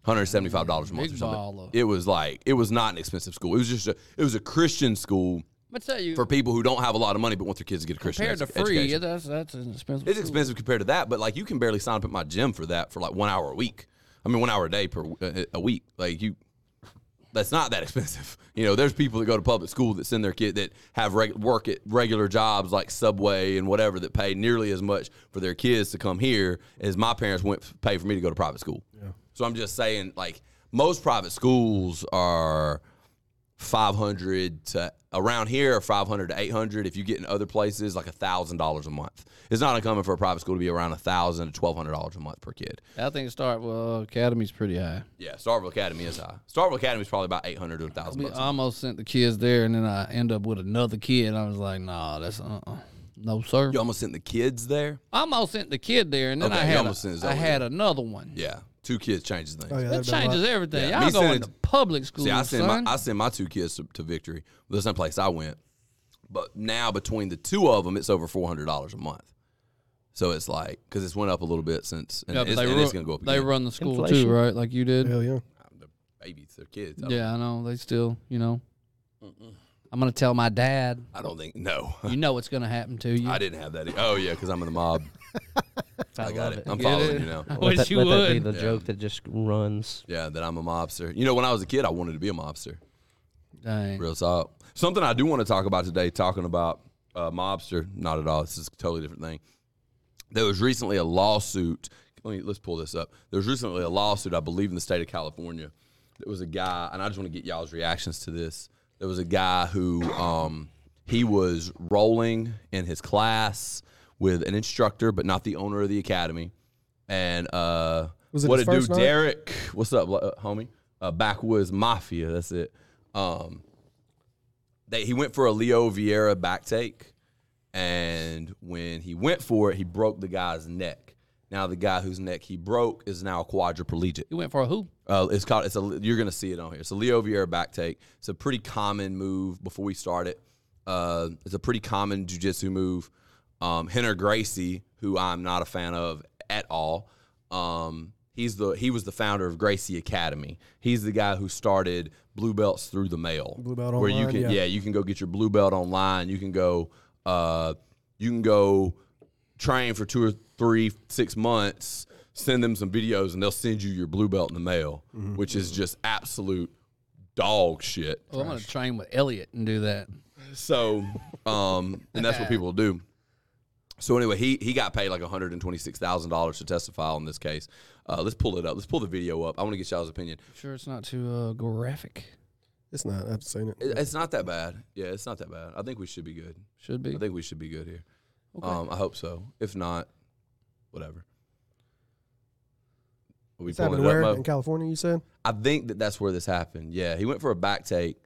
[SPEAKER 4] $175 a month or
[SPEAKER 3] Big
[SPEAKER 4] something.
[SPEAKER 3] baller.
[SPEAKER 4] It was like it was not an expensive school. It was just a it was a Christian school
[SPEAKER 3] I'm tell you,
[SPEAKER 4] for people who don't have a lot of money but want their kids to get a Christian
[SPEAKER 3] compared to
[SPEAKER 4] edu-
[SPEAKER 3] free,
[SPEAKER 4] education.
[SPEAKER 3] that's that's an expensive.
[SPEAKER 4] It's
[SPEAKER 3] school.
[SPEAKER 4] expensive compared to that, but like you can barely sign up at my gym for that for like 1 hour a week. I mean 1 hour a day per uh, a week. Like you that's not that <laughs> expensive. You know, there's people that go to public school that send their kid that have reg- work at regular jobs like Subway and whatever that pay nearly as much for their kids to come here as my parents went f- pay for me to go to private school. So I'm just saying, like most private schools are 500 to around here, 500 to 800. If you get in other places, like a thousand dollars a month. It's not uncommon for a private school to be around a thousand to twelve hundred dollars a month per kid.
[SPEAKER 3] I think start well, academy's pretty high.
[SPEAKER 4] Yeah, Starville Academy is high. Starville Academy is probably about 800 to a thousand
[SPEAKER 3] We
[SPEAKER 4] bucks. a
[SPEAKER 3] almost sent the kids there, and then I end up with another kid. And I was like, nah, that's uh, uh no sir.
[SPEAKER 4] You almost sent the kids there.
[SPEAKER 3] I almost sent the kid there, and then
[SPEAKER 4] Okay,
[SPEAKER 3] I
[SPEAKER 4] you
[SPEAKER 3] had
[SPEAKER 4] almost sent
[SPEAKER 3] a,
[SPEAKER 4] Zoe
[SPEAKER 3] I had another one.
[SPEAKER 4] Yeah, two kids changes things.
[SPEAKER 6] Oh, yeah,
[SPEAKER 3] That
[SPEAKER 6] that'd been a lot.
[SPEAKER 3] changes everything.
[SPEAKER 4] Yeah, me
[SPEAKER 3] Y'all go
[SPEAKER 4] sending-
[SPEAKER 3] into public school,
[SPEAKER 4] See, I send
[SPEAKER 3] son.
[SPEAKER 4] my I send my two kids to, to victory. The same place I went, but now between the two of them, it's over four hundred dollars a month. So it's like because it's went up a little bit since, and,
[SPEAKER 3] Yeah, but
[SPEAKER 4] it's,
[SPEAKER 3] they,
[SPEAKER 4] and
[SPEAKER 3] ru-
[SPEAKER 4] it's gonna go up.
[SPEAKER 3] they
[SPEAKER 4] again.
[SPEAKER 3] run the school
[SPEAKER 5] Inflation.
[SPEAKER 3] too, right? Like you did.
[SPEAKER 6] Hell yeah.
[SPEAKER 4] babies, they're kids. I don't,
[SPEAKER 3] Yeah, I know. They still, you know. I'm gonna tell my dad.
[SPEAKER 4] <laughs> I don't think no.
[SPEAKER 3] You know what's gonna happen to you. <laughs>
[SPEAKER 4] I didn't have that. Oh yeah, because I'm in the mob. <laughs> I got it. I'm
[SPEAKER 3] Get
[SPEAKER 4] following
[SPEAKER 3] it?
[SPEAKER 4] you now.
[SPEAKER 3] I
[SPEAKER 5] Let
[SPEAKER 3] wish
[SPEAKER 5] that,
[SPEAKER 3] you
[SPEAKER 5] let that
[SPEAKER 3] would.
[SPEAKER 5] be the joke that just runs.
[SPEAKER 4] Yeah, that I'm a mobster. You know, when I was a kid, I wanted to be a mobster.
[SPEAKER 3] Dang.
[SPEAKER 4] Real solid. Something I do want to talk about today, talking about uh, mobster, not at all. This is a totally different thing. There was recently a lawsuit. Let me, let's pull this up. There was recently a lawsuit, I believe, in the state of California. There was a guy, and I just want to get y'all's reactions to this. There was a guy who um, he was rolling in his class with an instructor, but not the owner of the academy. And uh,
[SPEAKER 6] Was it
[SPEAKER 4] what
[SPEAKER 6] his
[SPEAKER 4] a dude,
[SPEAKER 6] first night?
[SPEAKER 4] Derek. What's up, uh, homie? Uh, backwoods Mafia. That's it. Um, they, he went for a Leo Vieira back take, and when he went for it, he broke the guy's neck. Now the guy whose neck he broke is now a quadriplegic.
[SPEAKER 3] You went for a who?
[SPEAKER 4] Uh, it's called. It's a. You're gonna see it on here. It's a Leo Vieira back take. It's a pretty common move. Before we start it, uh, it's a pretty common jujitsu move. um, Henner Gracie, who I'm not a fan of at all. Um, he's the he was the founder of Gracie Academy. He's the guy who started Blue Belts through the mail.
[SPEAKER 6] Blue Belt
[SPEAKER 4] where you
[SPEAKER 6] Online,
[SPEAKER 4] can
[SPEAKER 6] yeah.
[SPEAKER 4] yeah you can go get your blue belt online. You can go uh, you can go train for two or three six months. Send them some videos and they'll send you your blue belt in the mail, which is just absolute dog shit.
[SPEAKER 3] Well, Oh, I'm gonna train with Elliot and do that.
[SPEAKER 4] So, um, and that's what people do. So anyway, he he got paid like one hundred and twenty six thousand dollars to testify on this case. Uh, let's pull it up. Let's pull the video up. I want to get y'all's opinion.
[SPEAKER 3] Sure, it's not too uh, graphic.
[SPEAKER 6] It's not. I've seen it.
[SPEAKER 4] It, it's not that bad. Yeah, it's not that bad. I think we should be good.
[SPEAKER 3] Should be.
[SPEAKER 4] I think we should be good here. Um, I hope so. If not, whatever. Are we
[SPEAKER 6] It's
[SPEAKER 4] pulling
[SPEAKER 6] happened
[SPEAKER 4] it up,
[SPEAKER 6] where
[SPEAKER 4] Mo?
[SPEAKER 6] in California? You said
[SPEAKER 4] I think that that's where this happened. Yeah, he went for a back take,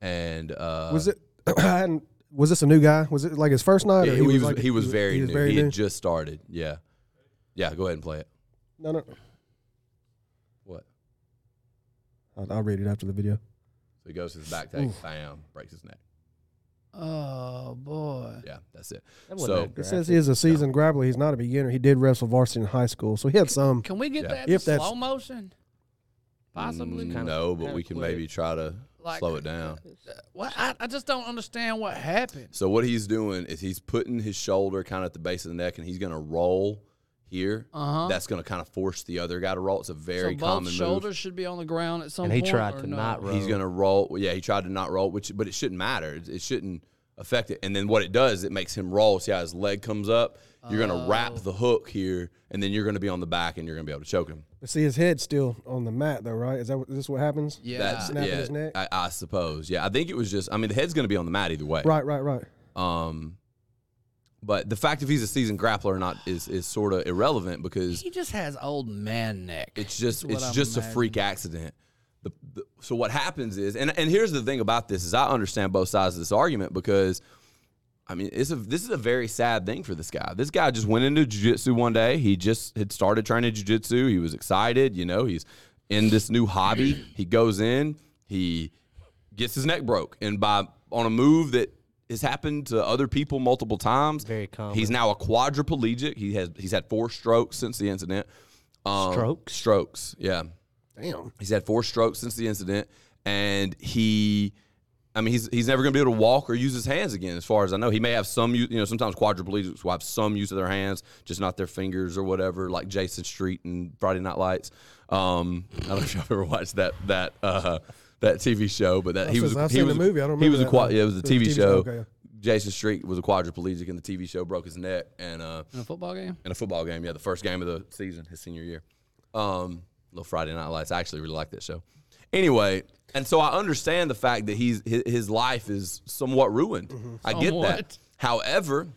[SPEAKER 4] and uh,
[SPEAKER 6] was it? <clears throat> I hadn't. Was this a new guy? Was it like his first night?
[SPEAKER 4] Yeah,
[SPEAKER 6] or
[SPEAKER 4] he, was,
[SPEAKER 6] like-
[SPEAKER 4] he was very
[SPEAKER 6] he was
[SPEAKER 4] new.
[SPEAKER 6] very
[SPEAKER 4] he had
[SPEAKER 6] new?
[SPEAKER 4] just started. Yeah, yeah. Go ahead and play it.
[SPEAKER 6] No, no.
[SPEAKER 4] What?
[SPEAKER 6] I'll, I'll read it after the video.
[SPEAKER 4] So he goes to the back take, bam, breaks his neck.
[SPEAKER 3] Oh boy.
[SPEAKER 4] Yeah, that's it.
[SPEAKER 5] That wasn't
[SPEAKER 4] So
[SPEAKER 5] that
[SPEAKER 6] It says he is a seasoned grappler. He's not a beginner. He did wrestle varsity in high school, so he had some.
[SPEAKER 3] Can we get
[SPEAKER 4] Yeah.
[SPEAKER 3] that
[SPEAKER 6] If
[SPEAKER 3] in
[SPEAKER 6] that's-
[SPEAKER 3] slow motion? Possibly.
[SPEAKER 4] mm, no, but we can
[SPEAKER 5] quick.
[SPEAKER 4] maybe try to
[SPEAKER 3] Like-
[SPEAKER 4] slow
[SPEAKER 3] <laughs>
[SPEAKER 4] it down.
[SPEAKER 3] Well, I, I just don't understand what happened.
[SPEAKER 4] So what he's doing is he's putting his shoulder kind of at the base of the neck, and he's going to roll here.
[SPEAKER 3] Uh-huh.
[SPEAKER 4] That's going to kind of force the other guy to roll. It's a very
[SPEAKER 3] so both
[SPEAKER 4] common
[SPEAKER 3] shoulders
[SPEAKER 4] move.
[SPEAKER 3] should be on the ground at some
[SPEAKER 5] And he
[SPEAKER 3] point,
[SPEAKER 5] tried
[SPEAKER 3] or
[SPEAKER 5] to
[SPEAKER 3] no?
[SPEAKER 5] not roll.
[SPEAKER 4] He's going to roll. well, Yeah, he tried to not roll, which but it shouldn't matter. It, it shouldn't affect it. And then what it does, it makes him roll. See how his leg comes up. You're going to wrap the hook here, and then you're going to be on the back, and you're going to be able to choke him.
[SPEAKER 6] See his head still on the mat though, right? Is that what, is this what happens?
[SPEAKER 3] Yeah.
[SPEAKER 4] That's
[SPEAKER 6] Snapping
[SPEAKER 4] yeah.
[SPEAKER 6] his neck.
[SPEAKER 4] I, I suppose. Yeah, I think it was just. I mean, the head's going to be on the mat either way.
[SPEAKER 6] Right, right, right.
[SPEAKER 4] Um, but the fact if he's a seasoned grappler or not is is sort of irrelevant because
[SPEAKER 3] he just has old man neck.
[SPEAKER 4] it's just
[SPEAKER 3] That's what
[SPEAKER 4] it's
[SPEAKER 3] I'm
[SPEAKER 4] just a freak accident. The, the, so what happens is, and and here's the thing about this is I understand both sides of this argument because. I mean, it's a, this is a very sad thing for this guy. This guy just went into jiu-jitsu one day. He just had started training jiu-jitsu. He was excited. You know, he's in this new hobby. He goes in, he gets his neck broke. And by on a move that has happened to other people multiple times,
[SPEAKER 5] Very common.
[SPEAKER 4] he's now a quadriplegic. He has he's had four strokes since the incident. Um,
[SPEAKER 5] Strokes?
[SPEAKER 4] Strokes, yeah.
[SPEAKER 6] Damn.
[SPEAKER 4] He's had four strokes since the incident, and he, I mean, he's he's never going to be able to walk or use his hands again. As far as I know, he may have some, u- you know, sometimes quadriplegics will have some use of their hands, just not their fingers or whatever, like Jason Street and Friday Night Lights. Um, I don't know if y'all ever watched that that uh, that TV show, but that he was
[SPEAKER 6] since
[SPEAKER 4] a-
[SPEAKER 6] I've
[SPEAKER 4] he
[SPEAKER 6] seen
[SPEAKER 4] was
[SPEAKER 6] the
[SPEAKER 4] a-
[SPEAKER 6] movie, I don't
[SPEAKER 4] he was a
[SPEAKER 6] remember
[SPEAKER 4] qua-
[SPEAKER 6] that.
[SPEAKER 4] yeah, it was a
[SPEAKER 6] It was
[SPEAKER 4] TV,
[SPEAKER 6] TV show,
[SPEAKER 4] show.
[SPEAKER 6] okay.
[SPEAKER 4] Jason Street was a quadriplegic in the TV show, broke his neck, and uh,
[SPEAKER 3] in a football game.
[SPEAKER 4] in a football game. Yeah, the first game of the season, his senior year. Um, little Friday Night Lights. I actually really like that show. Anyway, and so I understand the fact that he's his, his life is somewhat ruined. I get that.
[SPEAKER 3] Somewhat.
[SPEAKER 4] However,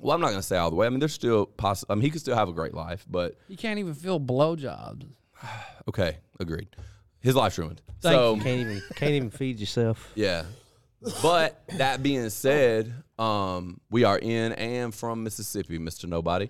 [SPEAKER 4] well, I'm not going to say all the way. I mean, there's still possible. I mean, he could still have a great life, but
[SPEAKER 3] You can't even feel blowjobs.
[SPEAKER 4] okay, agreed. His life's ruined.
[SPEAKER 5] Thank
[SPEAKER 4] so
[SPEAKER 5] you. Can't even can't even feed yourself.
[SPEAKER 4] <laughs> Yeah. But that being said, um, we are in and from Mississippi, Mr. Nobody.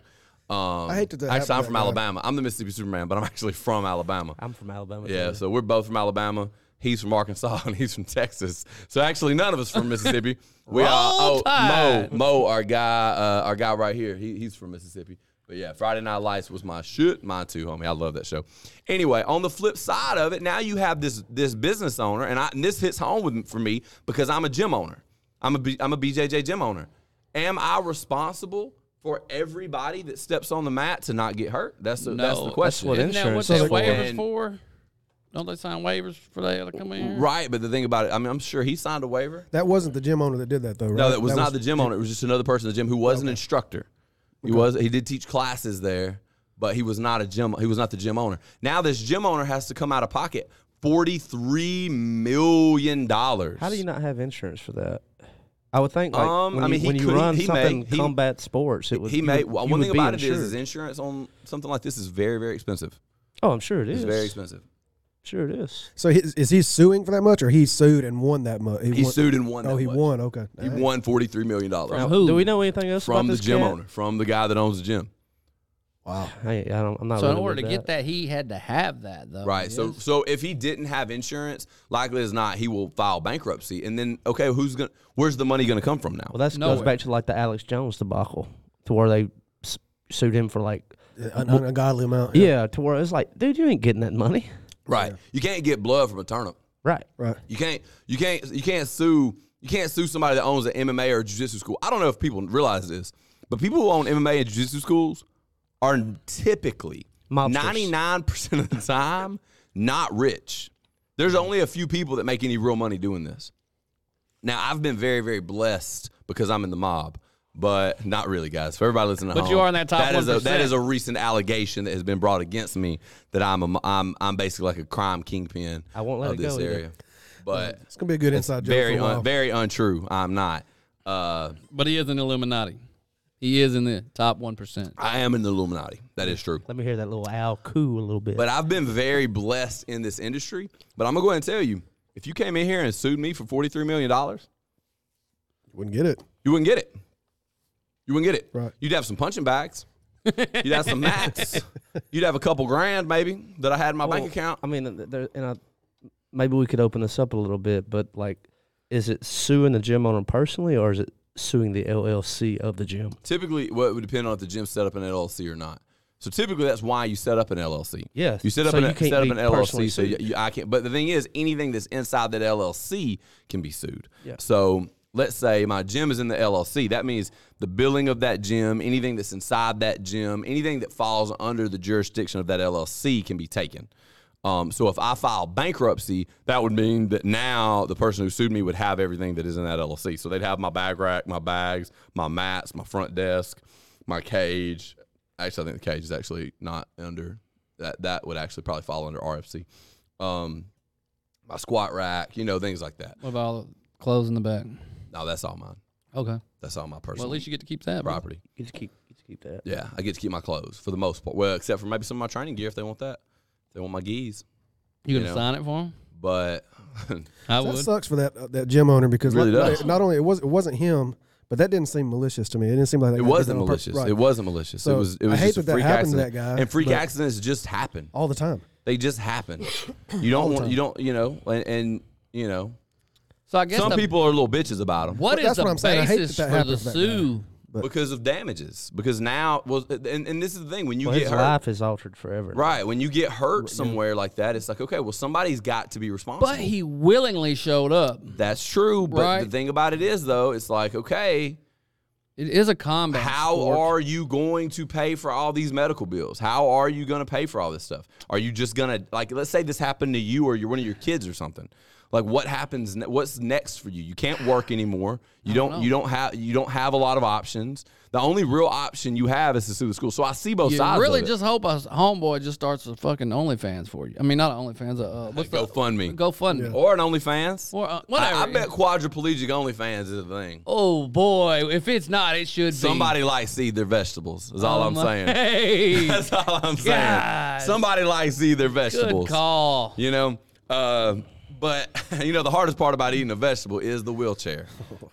[SPEAKER 4] Um,
[SPEAKER 6] I hate that that
[SPEAKER 4] Actually, I'm from
[SPEAKER 6] happened that way.
[SPEAKER 4] Alabama. I'm the Mississippi Superman, but I'm actually from Alabama.
[SPEAKER 5] I'm from Alabama.
[SPEAKER 4] Yeah,
[SPEAKER 5] too.
[SPEAKER 4] so we're both from Alabama. He's from Arkansas and he's from Texas. So actually, none of us from Mississippi. we are.
[SPEAKER 3] Roll
[SPEAKER 4] Oh, Mo,
[SPEAKER 3] Tide.
[SPEAKER 4] Mo, our guy, uh, our guy right here. He, he's from Mississippi. But yeah, Friday Night Lights was my shit. Mine too, homie. I love that show. Anyway, on the flip side of it, now you have this this business owner, and, I, and this hits home with, for me because I'm a gym owner. I'm a B, I'm a BJJ gym owner. Am I responsible for everybody that steps on the mat to not get hurt? That's the, that's
[SPEAKER 3] No,
[SPEAKER 4] the
[SPEAKER 3] that's
[SPEAKER 4] question.
[SPEAKER 5] what
[SPEAKER 4] And-
[SPEAKER 5] it-
[SPEAKER 3] Isn't that what
[SPEAKER 5] Insurance
[SPEAKER 3] that
[SPEAKER 5] is for-
[SPEAKER 3] waivers
[SPEAKER 4] And-
[SPEAKER 3] for? Don't they sign waivers for that to come in? here?
[SPEAKER 4] Right, but the thing about it, I mean, I'm sure he signed a waiver.
[SPEAKER 6] That wasn't the gym owner that did that though, right?
[SPEAKER 4] No, that was not the gym owner. It was just another person in the gym who was an instructor. He was he did teach classes there, but he was not a gym. He was not the gym owner. Now this gym owner has to come out of pocket forty three million dollars.
[SPEAKER 5] How do you not have insurance for that? I would think like
[SPEAKER 4] Um,
[SPEAKER 5] when
[SPEAKER 4] I
[SPEAKER 5] you,
[SPEAKER 4] mean, he
[SPEAKER 5] when you
[SPEAKER 4] could-
[SPEAKER 5] run
[SPEAKER 4] he may-
[SPEAKER 5] something
[SPEAKER 4] he-
[SPEAKER 5] combat sports, it would
[SPEAKER 4] He
[SPEAKER 5] you
[SPEAKER 4] made
[SPEAKER 5] would-
[SPEAKER 4] well,
[SPEAKER 5] you
[SPEAKER 4] one
[SPEAKER 5] would
[SPEAKER 4] thing
[SPEAKER 5] be
[SPEAKER 4] about it is,
[SPEAKER 5] insured.
[SPEAKER 4] is insurance on something like this is very very expensive.
[SPEAKER 5] oh, I'm sure it
[SPEAKER 4] It's
[SPEAKER 5] is.
[SPEAKER 4] very expensive.
[SPEAKER 5] sure it is.
[SPEAKER 6] So he, is he suing for that much, or he sued and won that much?
[SPEAKER 4] He sued and won.
[SPEAKER 6] Oh,
[SPEAKER 4] that
[SPEAKER 6] he
[SPEAKER 4] much.
[SPEAKER 6] won. Okay.
[SPEAKER 4] He
[SPEAKER 6] Dang.
[SPEAKER 4] won forty three million dollars
[SPEAKER 5] Now,
[SPEAKER 3] who?
[SPEAKER 5] Do we know anything else
[SPEAKER 4] from
[SPEAKER 5] about
[SPEAKER 4] the
[SPEAKER 5] this
[SPEAKER 4] gym
[SPEAKER 5] cat?
[SPEAKER 4] owner, from the guy that owns the gym.
[SPEAKER 5] Wow. I, I don't, I'm not.
[SPEAKER 3] So in
[SPEAKER 5] really
[SPEAKER 3] order to
[SPEAKER 5] with
[SPEAKER 3] get that, he had to have that though.
[SPEAKER 4] Right. So
[SPEAKER 3] Yes.
[SPEAKER 4] so if he didn't have insurance, likely as not, he will file bankruptcy. And then okay, who's gonna where's the money gonna come from now?
[SPEAKER 5] Well, that goes
[SPEAKER 3] Nowhere.
[SPEAKER 5] back to like the Alex Jones debacle, to where they s- sued him for like,
[SPEAKER 6] An, an ungodly amount.
[SPEAKER 5] yeah, to where it's like, dude, you ain't getting that money,
[SPEAKER 4] Right. You can't get blood from a turnip.
[SPEAKER 5] right?
[SPEAKER 6] Right.
[SPEAKER 4] You can't you can't you can't sue you can't sue somebody that owns an MMA or jiu-jitsu school. I don't know if people realize this, but people who own MMA and jiu-jitsu schools are typically
[SPEAKER 5] Mobsters.
[SPEAKER 4] 99% of the time not rich. There's only a few people that make any real money doing this. Now, I've been very very blessed because I'm in the mob. But not really, guys. For everybody listening, at
[SPEAKER 3] But you
[SPEAKER 4] home,
[SPEAKER 3] are in that top
[SPEAKER 4] That is a that
[SPEAKER 3] 1%.
[SPEAKER 4] is a recent allegation that has been brought against me that I'm a, I'm I'm basically like a crime kingpin.
[SPEAKER 5] I won't let
[SPEAKER 4] of
[SPEAKER 5] it
[SPEAKER 4] this
[SPEAKER 5] go either.
[SPEAKER 4] area, but
[SPEAKER 6] It's gonna be a good inside joke.
[SPEAKER 4] very
[SPEAKER 6] for a while.
[SPEAKER 4] un, very untrue. I'm not. Uh,
[SPEAKER 3] but he is an Illuminati. He is in the top one percent.
[SPEAKER 4] I am in the Illuminati. That is true.
[SPEAKER 5] Let me hear that little Al Coo a little bit.
[SPEAKER 4] But I've been very blessed in this industry. But I'm gonna go ahead and tell you, if you came in here and sued me for 43 million dollars,
[SPEAKER 6] Wouldn't get it.
[SPEAKER 4] you wouldn't get it. You wouldn't get it.
[SPEAKER 6] Right.
[SPEAKER 4] You'd have some punching bags. You'd have some
[SPEAKER 6] <laughs>
[SPEAKER 4] mats. You'd have a couple grand maybe that I had in my
[SPEAKER 5] Well,
[SPEAKER 4] bank account.
[SPEAKER 5] I mean, th- there, and I, maybe we could open this up a little bit, but like, is it suing the gym owner personally, or is it suing the LLC of the gym?
[SPEAKER 4] Typically, well, it would depend on if the gym set up an LLC or not. So typically, that's why you set up an LLC.
[SPEAKER 5] Yes.
[SPEAKER 4] You set up
[SPEAKER 5] So you
[SPEAKER 4] an,
[SPEAKER 5] can't
[SPEAKER 4] set up
[SPEAKER 5] be
[SPEAKER 4] an
[SPEAKER 5] personally
[SPEAKER 4] LLC, so you,
[SPEAKER 5] sued.
[SPEAKER 4] you- I can't. But the thing is, anything that's inside that LLC can be sued.
[SPEAKER 5] Yeah.
[SPEAKER 4] So let's say my gym is in the LLC. That means the billing of that gym, anything that's inside that gym, anything that falls under the jurisdiction of that LLC can be taken. Um, so if I file bankruptcy, that would mean that now the person who sued me would have everything that is in that LLC. So they'd have my bag rack, my bags, my mats, my front desk, my cage. Actually, I think the cage is actually not under that. That would actually probably fall under RFC. Um, my squat rack, you know, things like that.
[SPEAKER 3] What about all the clothes in the back?
[SPEAKER 4] No, that's all mine.
[SPEAKER 3] Okay.
[SPEAKER 4] That's all my
[SPEAKER 3] Well,
[SPEAKER 4] personal
[SPEAKER 3] at least you get to keep that bro.
[SPEAKER 4] property.
[SPEAKER 5] You just keep, you just keep that.
[SPEAKER 4] Yeah, I get to keep my clothes for the most part. Well, except for maybe some of my training gear if they want that. If they want my geese.
[SPEAKER 3] You gonna
[SPEAKER 4] You know.
[SPEAKER 3] sign it for him?
[SPEAKER 4] But <laughs>
[SPEAKER 3] I
[SPEAKER 6] That
[SPEAKER 3] would.
[SPEAKER 6] sucks for that uh, that gym owner because
[SPEAKER 4] Really
[SPEAKER 6] like-
[SPEAKER 4] does.
[SPEAKER 6] like, not only it was it wasn't him, but that didn't seem malicious to me. It didn't seem like that
[SPEAKER 4] it
[SPEAKER 6] guy did
[SPEAKER 4] wasn't
[SPEAKER 6] that on purpose.
[SPEAKER 4] malicious.
[SPEAKER 6] Right.
[SPEAKER 4] It wasn't malicious.
[SPEAKER 6] So,
[SPEAKER 4] it was it
[SPEAKER 6] I
[SPEAKER 4] was
[SPEAKER 6] hate
[SPEAKER 4] just a
[SPEAKER 6] that that
[SPEAKER 4] freak
[SPEAKER 6] happened to
[SPEAKER 4] accident.
[SPEAKER 6] that guy,
[SPEAKER 4] and freak
[SPEAKER 6] but-
[SPEAKER 4] accidents just happen.
[SPEAKER 6] all the time.
[SPEAKER 4] They just happen.
[SPEAKER 6] <coughs>
[SPEAKER 4] You don't want you don't you know and, and you know
[SPEAKER 3] so I guess
[SPEAKER 4] some
[SPEAKER 3] the-
[SPEAKER 4] people are little bitches about them.
[SPEAKER 3] What is
[SPEAKER 6] that's
[SPEAKER 3] the
[SPEAKER 6] what I'm saying. I hate
[SPEAKER 3] basis
[SPEAKER 6] that that
[SPEAKER 3] for the
[SPEAKER 6] happens back there.
[SPEAKER 3] sue?
[SPEAKER 4] because of damages. Because now well and, and this is the thing when you
[SPEAKER 5] Well,
[SPEAKER 4] get
[SPEAKER 5] his
[SPEAKER 4] hurt
[SPEAKER 5] life is altered forever.
[SPEAKER 4] Right. When you get hurt somewhere like that, it's like, okay, well, somebody's got to be responsible.
[SPEAKER 3] But he willingly showed up.
[SPEAKER 4] That's true. But the
[SPEAKER 3] Right.
[SPEAKER 4] thing about it is, though, it's like, okay,
[SPEAKER 3] It is a combat.
[SPEAKER 4] how
[SPEAKER 3] sport.
[SPEAKER 4] are you going to pay for all these medical bills? How are you going to pay for all this stuff? Are you just going to, like, let's say this happened to you or you're one of your kids or something. Like what happens? Ne- what's next for you? You can't work anymore. You don't. you don't have. You don't have a lot of options. The only real option you have is to sue the school. So I see both
[SPEAKER 3] You
[SPEAKER 4] sides.
[SPEAKER 3] really
[SPEAKER 4] of it.
[SPEAKER 3] just hope a homeboy just starts a fucking OnlyFans for you. I mean, not an OnlyFans. Uh, uh, what's the
[SPEAKER 4] GoFundMe.
[SPEAKER 3] GoFundMe?
[SPEAKER 4] or an OnlyFans
[SPEAKER 3] Or, uh,
[SPEAKER 4] I- I,
[SPEAKER 3] whatever.
[SPEAKER 4] bet quadriplegic OnlyFans is a thing.
[SPEAKER 3] Oh boy, if it's not, it should
[SPEAKER 4] Somebody likes to eat their vegetables. Is
[SPEAKER 3] be. <laughs>
[SPEAKER 4] all I'm saying. <laughs>
[SPEAKER 3] Hey,
[SPEAKER 4] That's all I'm saying.
[SPEAKER 3] Oh, God.
[SPEAKER 4] Somebody likes to eat their vegetables.
[SPEAKER 3] good call.
[SPEAKER 4] You know, uh, but <laughs> you know the hardest part about eating a vegetable is the wheelchair.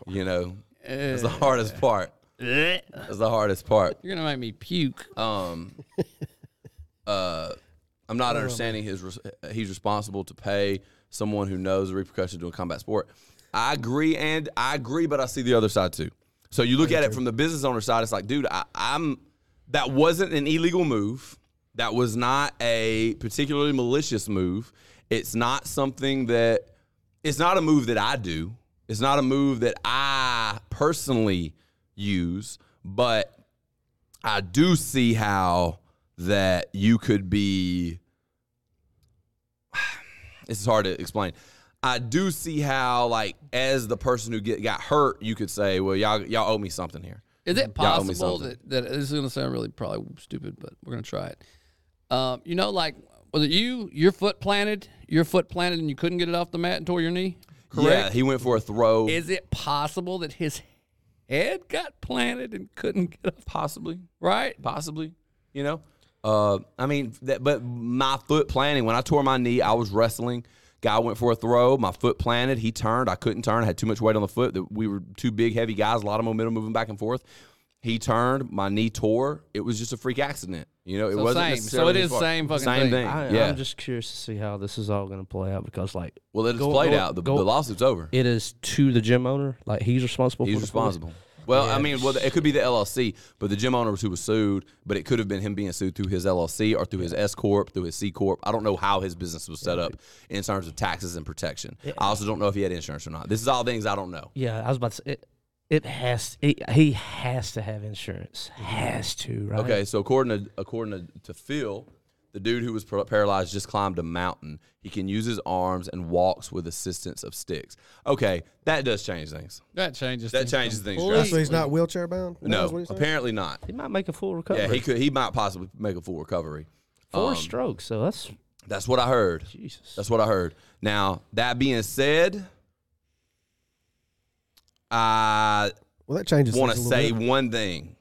[SPEAKER 4] You know, it's the hardest part.
[SPEAKER 3] You're
[SPEAKER 4] That's the hardest part.
[SPEAKER 3] gonna make me puke.
[SPEAKER 4] Um, uh, I'm not understanding his. res- He's responsible to pay someone who knows the repercussions of doing combat sport. I agree, and I agree, but I see the other side too. So you look at it from the business owner side. It's like, dude, I, I'm. That wasn't an illegal move. That was not a particularly malicious move. It's not something that. It's not a move that I do. It's not a move that I personally use, but I do see how that you could be. <sighs> This is hard to explain. I do see how, like, as the person who get, got hurt, you could say, "Well, y'all y'all owe me something here."
[SPEAKER 3] Is it
[SPEAKER 4] Y'all owe me
[SPEAKER 3] possible
[SPEAKER 4] something.
[SPEAKER 3] that, that this is going to sound really probably stupid, but we're going to try it? Um, you know, like, was it you, your foot planted, your foot planted, and you couldn't get it off the mat and tore your knee?
[SPEAKER 4] Yeah,
[SPEAKER 3] Correct.
[SPEAKER 4] he went for a throw.
[SPEAKER 3] Is it possible that his head got planted and couldn't get off?
[SPEAKER 4] possibly,
[SPEAKER 3] Right?
[SPEAKER 4] possibly, you know. Uh, I mean, that, but my foot planting. When I tore my knee, I was wrestling. Guy went for a throw. My foot planted. He turned. I couldn't turn. I had too much weight on the foot. The- We were two big, heavy guys. A lot of momentum moving back and forth. He turned, my knee tore. It was just a freak accident. You know, it
[SPEAKER 3] So
[SPEAKER 4] wasn't
[SPEAKER 3] same. So
[SPEAKER 4] necessarily
[SPEAKER 3] it
[SPEAKER 4] his
[SPEAKER 3] is
[SPEAKER 4] fault.
[SPEAKER 3] same fucking
[SPEAKER 4] same
[SPEAKER 3] thing.
[SPEAKER 4] thing.
[SPEAKER 5] I,
[SPEAKER 4] yeah.
[SPEAKER 5] I'm just curious to see how this is all going to play out because, like,
[SPEAKER 4] well, it's
[SPEAKER 5] go-
[SPEAKER 4] played
[SPEAKER 5] go-
[SPEAKER 4] out. The,
[SPEAKER 5] go-
[SPEAKER 4] the lawsuit's over.
[SPEAKER 5] it is to the gym owner. Like, he's responsible.
[SPEAKER 4] He's
[SPEAKER 5] for the police.
[SPEAKER 4] responsible. Well, I mean, well, it could be the LLC, but the gym owner was who was sued. But it could have been him being sued through his LLC or through his S corp, through his C corp. I don't know how his business was set up in terms of taxes and protection. I also don't know if he had insurance or not. This is all things I don't know.
[SPEAKER 5] Yeah, I was about to say it. It has it, he has to have insurance. Has to, right?
[SPEAKER 4] Okay, so according to according to, to Phil, the dude who was par- paralyzed just climbed a mountain. He can use his arms and walks with assistance of sticks. Okay, that does change things.
[SPEAKER 3] That changes.
[SPEAKER 4] That
[SPEAKER 3] things
[SPEAKER 4] changes things
[SPEAKER 3] completely.
[SPEAKER 4] drastically.
[SPEAKER 6] So he's not wheelchair bound.
[SPEAKER 4] No, apparently not.
[SPEAKER 5] He might make a full recovery.
[SPEAKER 4] Yeah, he could. He might possibly make a full recovery.
[SPEAKER 5] Four
[SPEAKER 4] um,
[SPEAKER 5] strokes, so that's
[SPEAKER 4] That's what I heard.
[SPEAKER 5] Jesus.
[SPEAKER 4] That's what I heard. Now that being said, I
[SPEAKER 6] Well, that changes.
[SPEAKER 4] want to
[SPEAKER 6] things a
[SPEAKER 4] say
[SPEAKER 6] little bit.
[SPEAKER 4] one thing,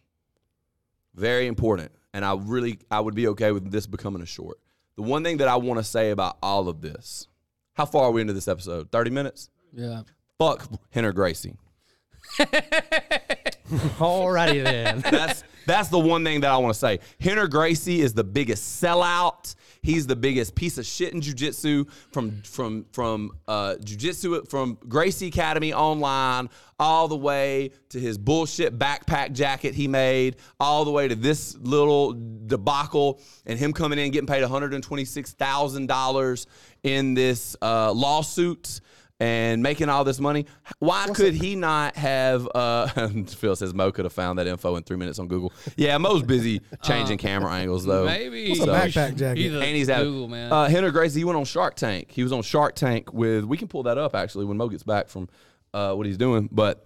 [SPEAKER 4] very important, and I really I would be okay with this becoming a short. The one thing that I want to say about all of this, how far are we into this episode? Thirty minutes.
[SPEAKER 3] Yeah.
[SPEAKER 4] Fuck Henner Gracie.
[SPEAKER 5] <laughs> Alrighty then.
[SPEAKER 4] That's that's the one thing that I want to say. Henner Gracie is the biggest sellout. He's the biggest piece of shit in jujitsu from from from uh, jujitsu from Gracie Academy online all the way to his bullshit backpack jacket he made, all the way to this little debacle and him coming in getting paid one hundred and twenty six thousand dollars in this uh, lawsuit. And making all this money, why could he not have? Uh, <laughs> Phil says Mo could have found that info in three minutes on Google. Yeah, Mo's
[SPEAKER 3] <laughs>
[SPEAKER 4] busy changing camera angles though.
[SPEAKER 3] Uh, Maybe.
[SPEAKER 6] What's a backpack jacket?
[SPEAKER 3] He's a
[SPEAKER 4] And he's out.
[SPEAKER 3] Google man.
[SPEAKER 4] Uh, Henry Gracie, he went on Shark Tank. He was on Shark Tank with. We can pull that up actually when Mo gets back from uh, what he's doing. But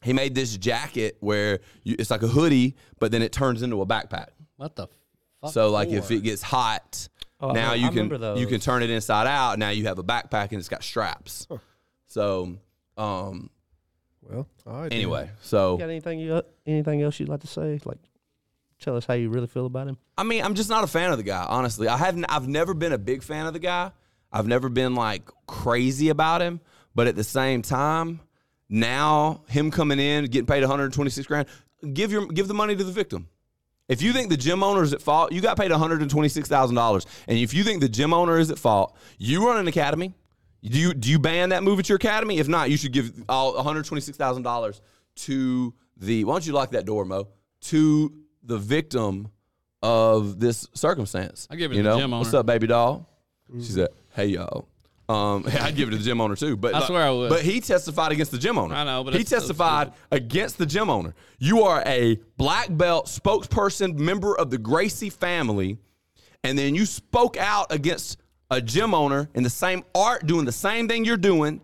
[SPEAKER 4] he made this jacket where you, it's like a hoodie, but then it turns into a backpack.
[SPEAKER 3] what the fuck?
[SPEAKER 4] So like if it gets hot,
[SPEAKER 5] Oh, I
[SPEAKER 4] now
[SPEAKER 5] remember-
[SPEAKER 4] you
[SPEAKER 5] I remember
[SPEAKER 4] can you
[SPEAKER 5] those.
[SPEAKER 4] can turn it inside out. Now you have a backpack and it's got straps. So um,
[SPEAKER 6] Well, all right.
[SPEAKER 4] anyway, so
[SPEAKER 5] Got anything you anything else you'd like to say? Like, tell us how you really feel about him.
[SPEAKER 4] I mean, I'm just not a fan of the guy, honestly. I haven't I've never been a big fan of the guy. I've never been like crazy about him, but at the same time, now him coming in, getting paid 126 grand, give your give the money to the victim. If you think the gym owner is at fault, you got paid $126,000. And if you think the gym owner is at fault, you run an academy. Do you, do you ban that move at your academy? If not, you should give all $126,000 to the, why don't you lock that door, Mo? To the victim of this circumstance.
[SPEAKER 3] I give it
[SPEAKER 4] you
[SPEAKER 3] to the
[SPEAKER 4] know?
[SPEAKER 3] gym owner.
[SPEAKER 4] What's up, baby doll? She said, hey, y'all. Um, <laughs> I'd give it to the gym owner too, but
[SPEAKER 3] I swear I would.
[SPEAKER 4] But he testified against the gym owner.
[SPEAKER 3] I know, but
[SPEAKER 4] he
[SPEAKER 3] it's so
[SPEAKER 4] testified against the gym owner. You are a black belt spokesperson, member of the Gracie family, and then you spoke out against a gym owner in the same art, doing the same thing you're doing,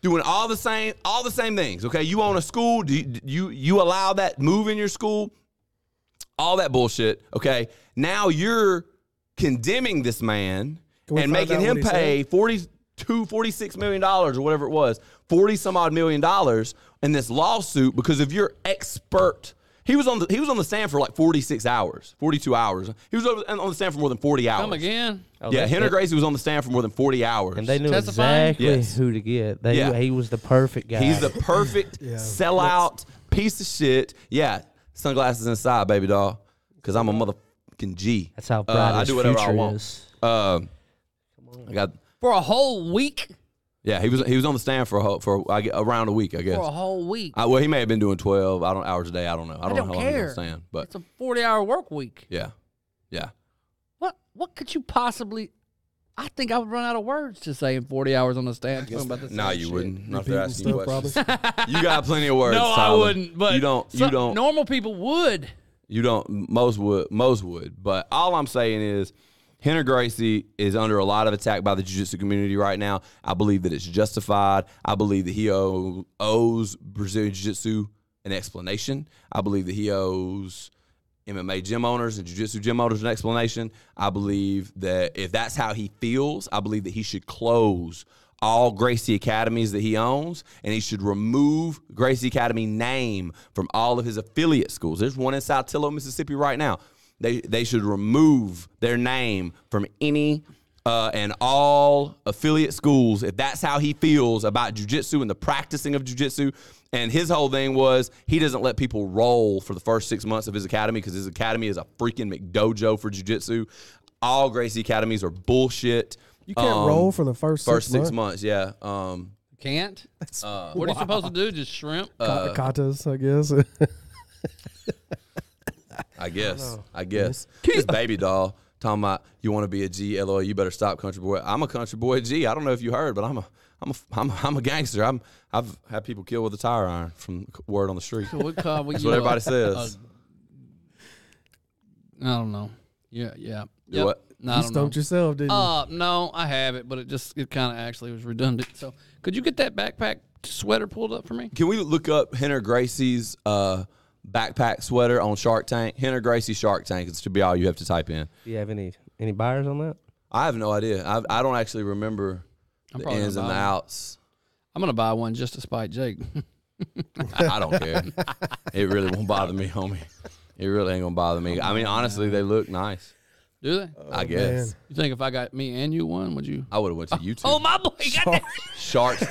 [SPEAKER 4] doing all the same all the same things. Okay, you own a school. Do you do you, you allow that move in your school? All that bullshit. Okay, now you're condemning this man
[SPEAKER 6] we
[SPEAKER 4] and
[SPEAKER 6] find
[SPEAKER 4] making him
[SPEAKER 6] out what he
[SPEAKER 4] pay 42 46 million dollars or whatever it was 40 some odd million dollars in this lawsuit because of your expert he was on the he was on the stand for like 46 hours 42 hours he was over, on the stand for more than 40 hours
[SPEAKER 3] Come again.
[SPEAKER 4] yeah
[SPEAKER 5] they-
[SPEAKER 4] Henry
[SPEAKER 5] they-
[SPEAKER 4] Gracie was on the stand for more than 40 hours
[SPEAKER 5] Oh, And they knew
[SPEAKER 3] Testifying?
[SPEAKER 5] exactly
[SPEAKER 4] Yes.
[SPEAKER 5] who to get. They
[SPEAKER 4] Yeah.
[SPEAKER 5] knew he was the perfect guy.
[SPEAKER 4] he's the perfect sellout piece of shit yeah sunglasses inside baby doll because I'm a motherfucking G
[SPEAKER 5] That's how
[SPEAKER 4] Uh,
[SPEAKER 5] bright his future is.
[SPEAKER 4] Um, I got
[SPEAKER 3] For a whole week.
[SPEAKER 4] yeah he was he was on the stand for a, whole- for I gue- around a week I guess
[SPEAKER 3] For a whole week.
[SPEAKER 4] I, well, he may have been doing twelve. I don't hours a day. I don't know. I don't,
[SPEAKER 3] don't
[SPEAKER 4] know how long
[SPEAKER 3] care.
[SPEAKER 4] he's staying, but
[SPEAKER 3] it's a forty-hour work week.
[SPEAKER 4] yeah, yeah.
[SPEAKER 3] What? What could you possibly? I think I would run out of words to say in forty hours on the stand. talking about this
[SPEAKER 4] Nah,
[SPEAKER 3] same
[SPEAKER 4] you
[SPEAKER 3] shit.
[SPEAKER 4] wouldn't. Not if they're asking
[SPEAKER 6] Repeating
[SPEAKER 4] you
[SPEAKER 6] stuff, probably.
[SPEAKER 4] questions. you got plenty of words.
[SPEAKER 3] No, I
[SPEAKER 4] Tyler.
[SPEAKER 3] wouldn't. But
[SPEAKER 4] you don't. You
[SPEAKER 3] some-
[SPEAKER 4] don't.
[SPEAKER 3] Normal people would.
[SPEAKER 4] You don't. Most would. Most would. But all I'm saying is, Henry Gracie is under a lot of attack by the jiu-jitsu community right now. I believe that it's justified. I believe that he owe, owes Brazilian jiu-jitsu an explanation. I believe that he owes MMA gym owners and jiu-jitsu gym owners an explanation. I believe that if that's how he feels, I believe that he should close all Gracie academies that he owns and he should remove Gracie Academy name from all of his affiliate schools. There's one in Saltillo, Mississippi right now. They they should remove their name from any uh, and all affiliate schools if that's how he feels about jujitsu and the practicing of jujitsu. And his whole thing was he doesn't let people roll for the first six months of his academy because his academy is a freaking McDojo for jujitsu. All Gracie academies are bullshit.
[SPEAKER 6] You can't roll for the first six
[SPEAKER 4] Um, first six
[SPEAKER 6] months.
[SPEAKER 4] months. Yeah. Um,
[SPEAKER 3] Can't. Uh,
[SPEAKER 4] <laughs>
[SPEAKER 3] what are you supposed to do? Just shrimp?
[SPEAKER 6] Ka- katas, I guess. <laughs>
[SPEAKER 4] I guess. I, guess. This baby doll talking about you want to be a G, LOL, you better stop country boy. I'm a country boy G. I don't know if you heard, but I'm a I'm a I'm a, I'm a gangster. I'm I've had people killed with a tire iron from word on the street.
[SPEAKER 3] So what car we
[SPEAKER 4] That's what
[SPEAKER 3] you-
[SPEAKER 4] everybody says.
[SPEAKER 3] I don't know. Yeah, yeah.
[SPEAKER 4] Do
[SPEAKER 3] Yep.
[SPEAKER 4] what?
[SPEAKER 3] No, I
[SPEAKER 6] you
[SPEAKER 3] don't know.
[SPEAKER 6] stumped yourself, didn't
[SPEAKER 3] Uh, no, I have it, but it just it kind of actually was redundant. So could you get that backpack sweater pulled up for me?
[SPEAKER 4] Can we look up Henner Gracie's uh, backpack sweater on Shark Tank? Henner Gracie Shark Tank. It should be all you have to type in.
[SPEAKER 5] Do you have any any buyers on that?
[SPEAKER 4] I have no idea. I I don't actually remember the
[SPEAKER 3] probably
[SPEAKER 4] ins and
[SPEAKER 3] gonna
[SPEAKER 4] the
[SPEAKER 3] buy one.
[SPEAKER 4] outs.
[SPEAKER 3] I'm gonna buy one just to spite Jake. <laughs>
[SPEAKER 4] I don't care. it really won't bother me, homie. It really ain't gonna bother me. I mean, honestly, they look nice.
[SPEAKER 3] Do they?
[SPEAKER 4] I guess.
[SPEAKER 6] Oh, man.
[SPEAKER 3] You think if I got me and you one, would you?
[SPEAKER 4] I would have went to YouTube.
[SPEAKER 3] Oh my boy, got that,
[SPEAKER 4] Shark Tank. <laughs>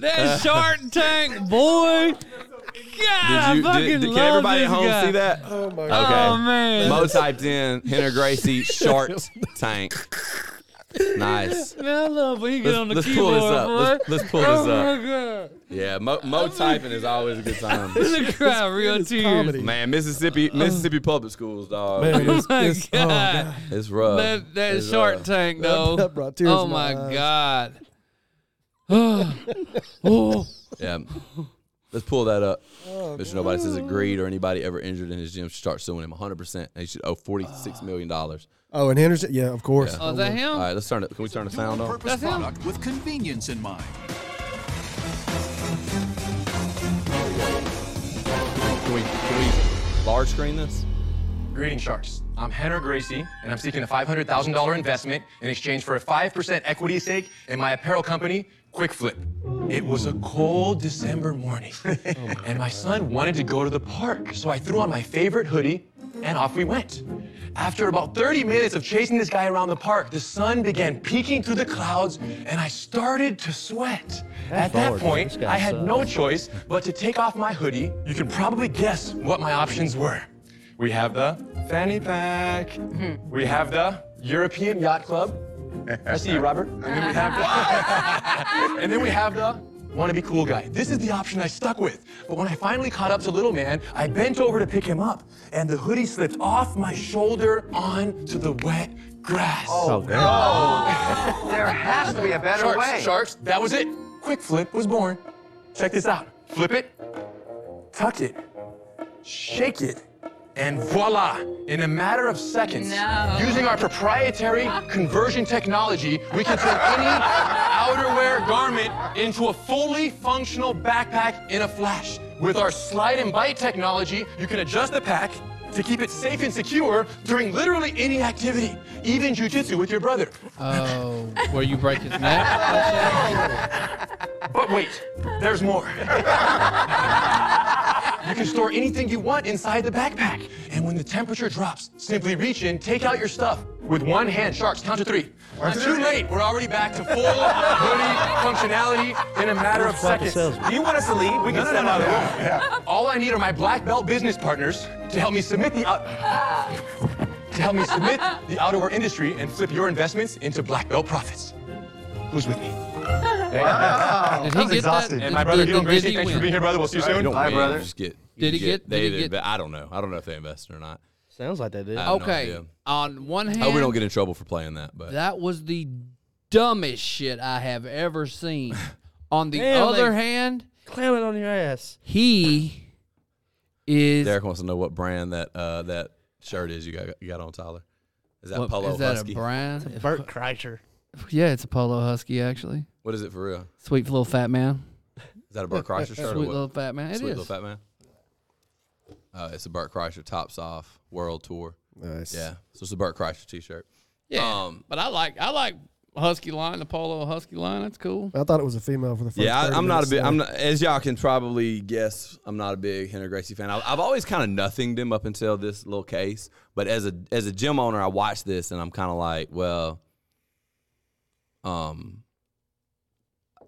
[SPEAKER 3] that Shark Tank boy. God,
[SPEAKER 4] Did you,
[SPEAKER 3] <laughs> I fucking
[SPEAKER 4] did, did,
[SPEAKER 3] love
[SPEAKER 4] can everybody
[SPEAKER 3] this
[SPEAKER 4] at home
[SPEAKER 3] guy.
[SPEAKER 4] see that?
[SPEAKER 6] Oh my
[SPEAKER 4] Okay.
[SPEAKER 3] Oh man,
[SPEAKER 4] Mo typed in Henner
[SPEAKER 6] <laughs>
[SPEAKER 4] Gracie Shark Tank. Nice.
[SPEAKER 3] man, I love when he get
[SPEAKER 4] Let's,
[SPEAKER 3] on the
[SPEAKER 4] let's
[SPEAKER 3] keyboard,
[SPEAKER 4] pull this up.
[SPEAKER 3] boy.
[SPEAKER 4] Let's, let's pull
[SPEAKER 3] oh
[SPEAKER 4] this up.
[SPEAKER 3] my god,
[SPEAKER 4] Yeah, Mo, Mo typing is always a good time.
[SPEAKER 3] <laughs> this is cry real
[SPEAKER 6] It's
[SPEAKER 3] tears.
[SPEAKER 6] comedy.
[SPEAKER 4] Man, Mississippi
[SPEAKER 3] Oh.
[SPEAKER 4] Mississippi public schools, dog.
[SPEAKER 6] Man, it's-
[SPEAKER 3] My
[SPEAKER 6] it's- oh,
[SPEAKER 3] God.
[SPEAKER 4] It's rough.
[SPEAKER 3] that that
[SPEAKER 4] It's uh,
[SPEAKER 3] Shark
[SPEAKER 4] rough.
[SPEAKER 3] Tank
[SPEAKER 6] That-
[SPEAKER 3] though.
[SPEAKER 6] that brought tears
[SPEAKER 3] oh
[SPEAKER 6] to
[SPEAKER 3] my
[SPEAKER 6] my eyes.
[SPEAKER 3] god. <sighs> oh,
[SPEAKER 4] Yeah. Let's pull that up.
[SPEAKER 6] Oh,
[SPEAKER 4] Make sure nobody says agreed or anybody ever injured in his gym should start suing him 100%. They should owe $46 million. All
[SPEAKER 6] Oh, and Henderson. Yeah, of course.
[SPEAKER 3] oh, is that him?
[SPEAKER 4] right, let's turn it. Can we turn the sound on?
[SPEAKER 1] purpose
[SPEAKER 3] That's him.
[SPEAKER 1] product with convenience in mind.
[SPEAKER 4] Can we, can we large screen this?
[SPEAKER 7] Greeting sharks. I'm Henner Gracie, and I'm seeking a $500,000 investment in exchange for a 5% equity stake in my apparel company, Quick Flip. It was a cold December morning, <laughs> and my son wanted to go to the park, so I threw on my favorite hoodie, and off we went. After about 30 minutes of chasing this guy around the park, the sun began peeking through the clouds, and I started to sweat. At
[SPEAKER 5] bored,
[SPEAKER 7] that
[SPEAKER 5] man. This
[SPEAKER 7] point,
[SPEAKER 5] guy
[SPEAKER 7] I had
[SPEAKER 5] sucks.
[SPEAKER 7] no choice but to take off my hoodie. You can probably guess what my options were. We have the fanny
[SPEAKER 8] <laughs>
[SPEAKER 7] pack. We have the European Yacht Club. I see you,
[SPEAKER 8] <laughs>
[SPEAKER 7] Robert. And then we have the, <laughs> and then we have the want to be cool guy. This is the option I stuck with. But when I finally caught up to little man, I bent over to pick him up, and the hoodie slipped off my shoulder onto the wet grass.
[SPEAKER 5] Oh, damn.
[SPEAKER 8] <laughs> There has to be a better
[SPEAKER 7] Sharks,
[SPEAKER 8] way.
[SPEAKER 7] sharks, that was it. Quick flip was born. Check this out. Flip it, tuck it, shake it, and voila! In a matter of seconds,
[SPEAKER 9] No.
[SPEAKER 7] using our proprietary conversion technology, we can turn any outerwear garment into a fully functional backpack in a flash. With our slide and bite technology, you can adjust the pack to keep it safe and secure during literally any activity, even jujitsu with your brother.
[SPEAKER 3] Oh, where you break his neck?
[SPEAKER 7] But wait, there's more. you can store anything you want inside the backpack. And when the temperature drops, simply reach in, take out your stuff. With one hand, sharks, count to three. Too late. We're already back to full hoodie functionality in a matter of
[SPEAKER 5] Fucking
[SPEAKER 7] seconds.
[SPEAKER 5] salesman.
[SPEAKER 1] You want us to leave? We can send out
[SPEAKER 7] All I need are my black belt business partners to help me submit the out- to help me submit the outerwear industry and flip your investments into black belt profits. Who's with me?
[SPEAKER 3] Did he get
[SPEAKER 8] exhausted.
[SPEAKER 3] that?
[SPEAKER 7] And my brother
[SPEAKER 3] did,
[SPEAKER 7] Gil
[SPEAKER 3] did
[SPEAKER 7] Gracie,
[SPEAKER 3] he
[SPEAKER 7] thanks for
[SPEAKER 3] win?
[SPEAKER 7] being here, brother. We'll see you soon.
[SPEAKER 4] don't
[SPEAKER 8] Hi,
[SPEAKER 4] win,
[SPEAKER 8] brother.
[SPEAKER 4] you Just get, you
[SPEAKER 3] Did he get-
[SPEAKER 4] They
[SPEAKER 3] did he
[SPEAKER 4] either-
[SPEAKER 3] get-
[SPEAKER 4] but I don't know. I don't know if they invested or not.
[SPEAKER 5] Sounds like they did.
[SPEAKER 4] I have no
[SPEAKER 3] Okay,
[SPEAKER 4] idea.
[SPEAKER 3] on one hand,
[SPEAKER 4] I hope we don't get in trouble for playing that. But
[SPEAKER 3] that was the dumbest shit I have ever seen. <laughs> On the
[SPEAKER 5] Damn,
[SPEAKER 3] other
[SPEAKER 5] they-
[SPEAKER 3] hand,
[SPEAKER 5] Clam it on your ass.
[SPEAKER 3] he is
[SPEAKER 4] Derek wants to know what brand that uh, that shirt is you got you got on Tyler. Is that
[SPEAKER 3] what-
[SPEAKER 4] Polo
[SPEAKER 3] is that
[SPEAKER 4] Husky?
[SPEAKER 3] a brand?
[SPEAKER 5] Bert Kreischer.
[SPEAKER 3] Yeah, it's a Polo Husky actually.
[SPEAKER 4] What is it for real?
[SPEAKER 3] Sweet little fat man.
[SPEAKER 4] Is that a Burt Kreischer shirt? or
[SPEAKER 3] Sweet
[SPEAKER 4] what?
[SPEAKER 3] little fat man. It is.
[SPEAKER 4] Sweet little fat man. Uh, it's a Burt Kreischer tops off world tour.
[SPEAKER 6] nice.
[SPEAKER 4] Yeah, so it's a Burt Kreischer t-shirt.
[SPEAKER 3] Yeah,
[SPEAKER 4] Um,
[SPEAKER 3] but I like I like husky line, the polo husky line. That's cool.
[SPEAKER 6] I thought it was a female for the first.
[SPEAKER 4] Yeah,
[SPEAKER 6] 30
[SPEAKER 4] I, I'm not a
[SPEAKER 6] minutes,
[SPEAKER 4] big.
[SPEAKER 6] so-
[SPEAKER 4] I'm not, as y'all can probably guess, I'm not a big Henry Gracie fan. I, I've always kind of nothinged him up until this little case. But as a as a gym owner, I watch this and I'm kind of like, well, um,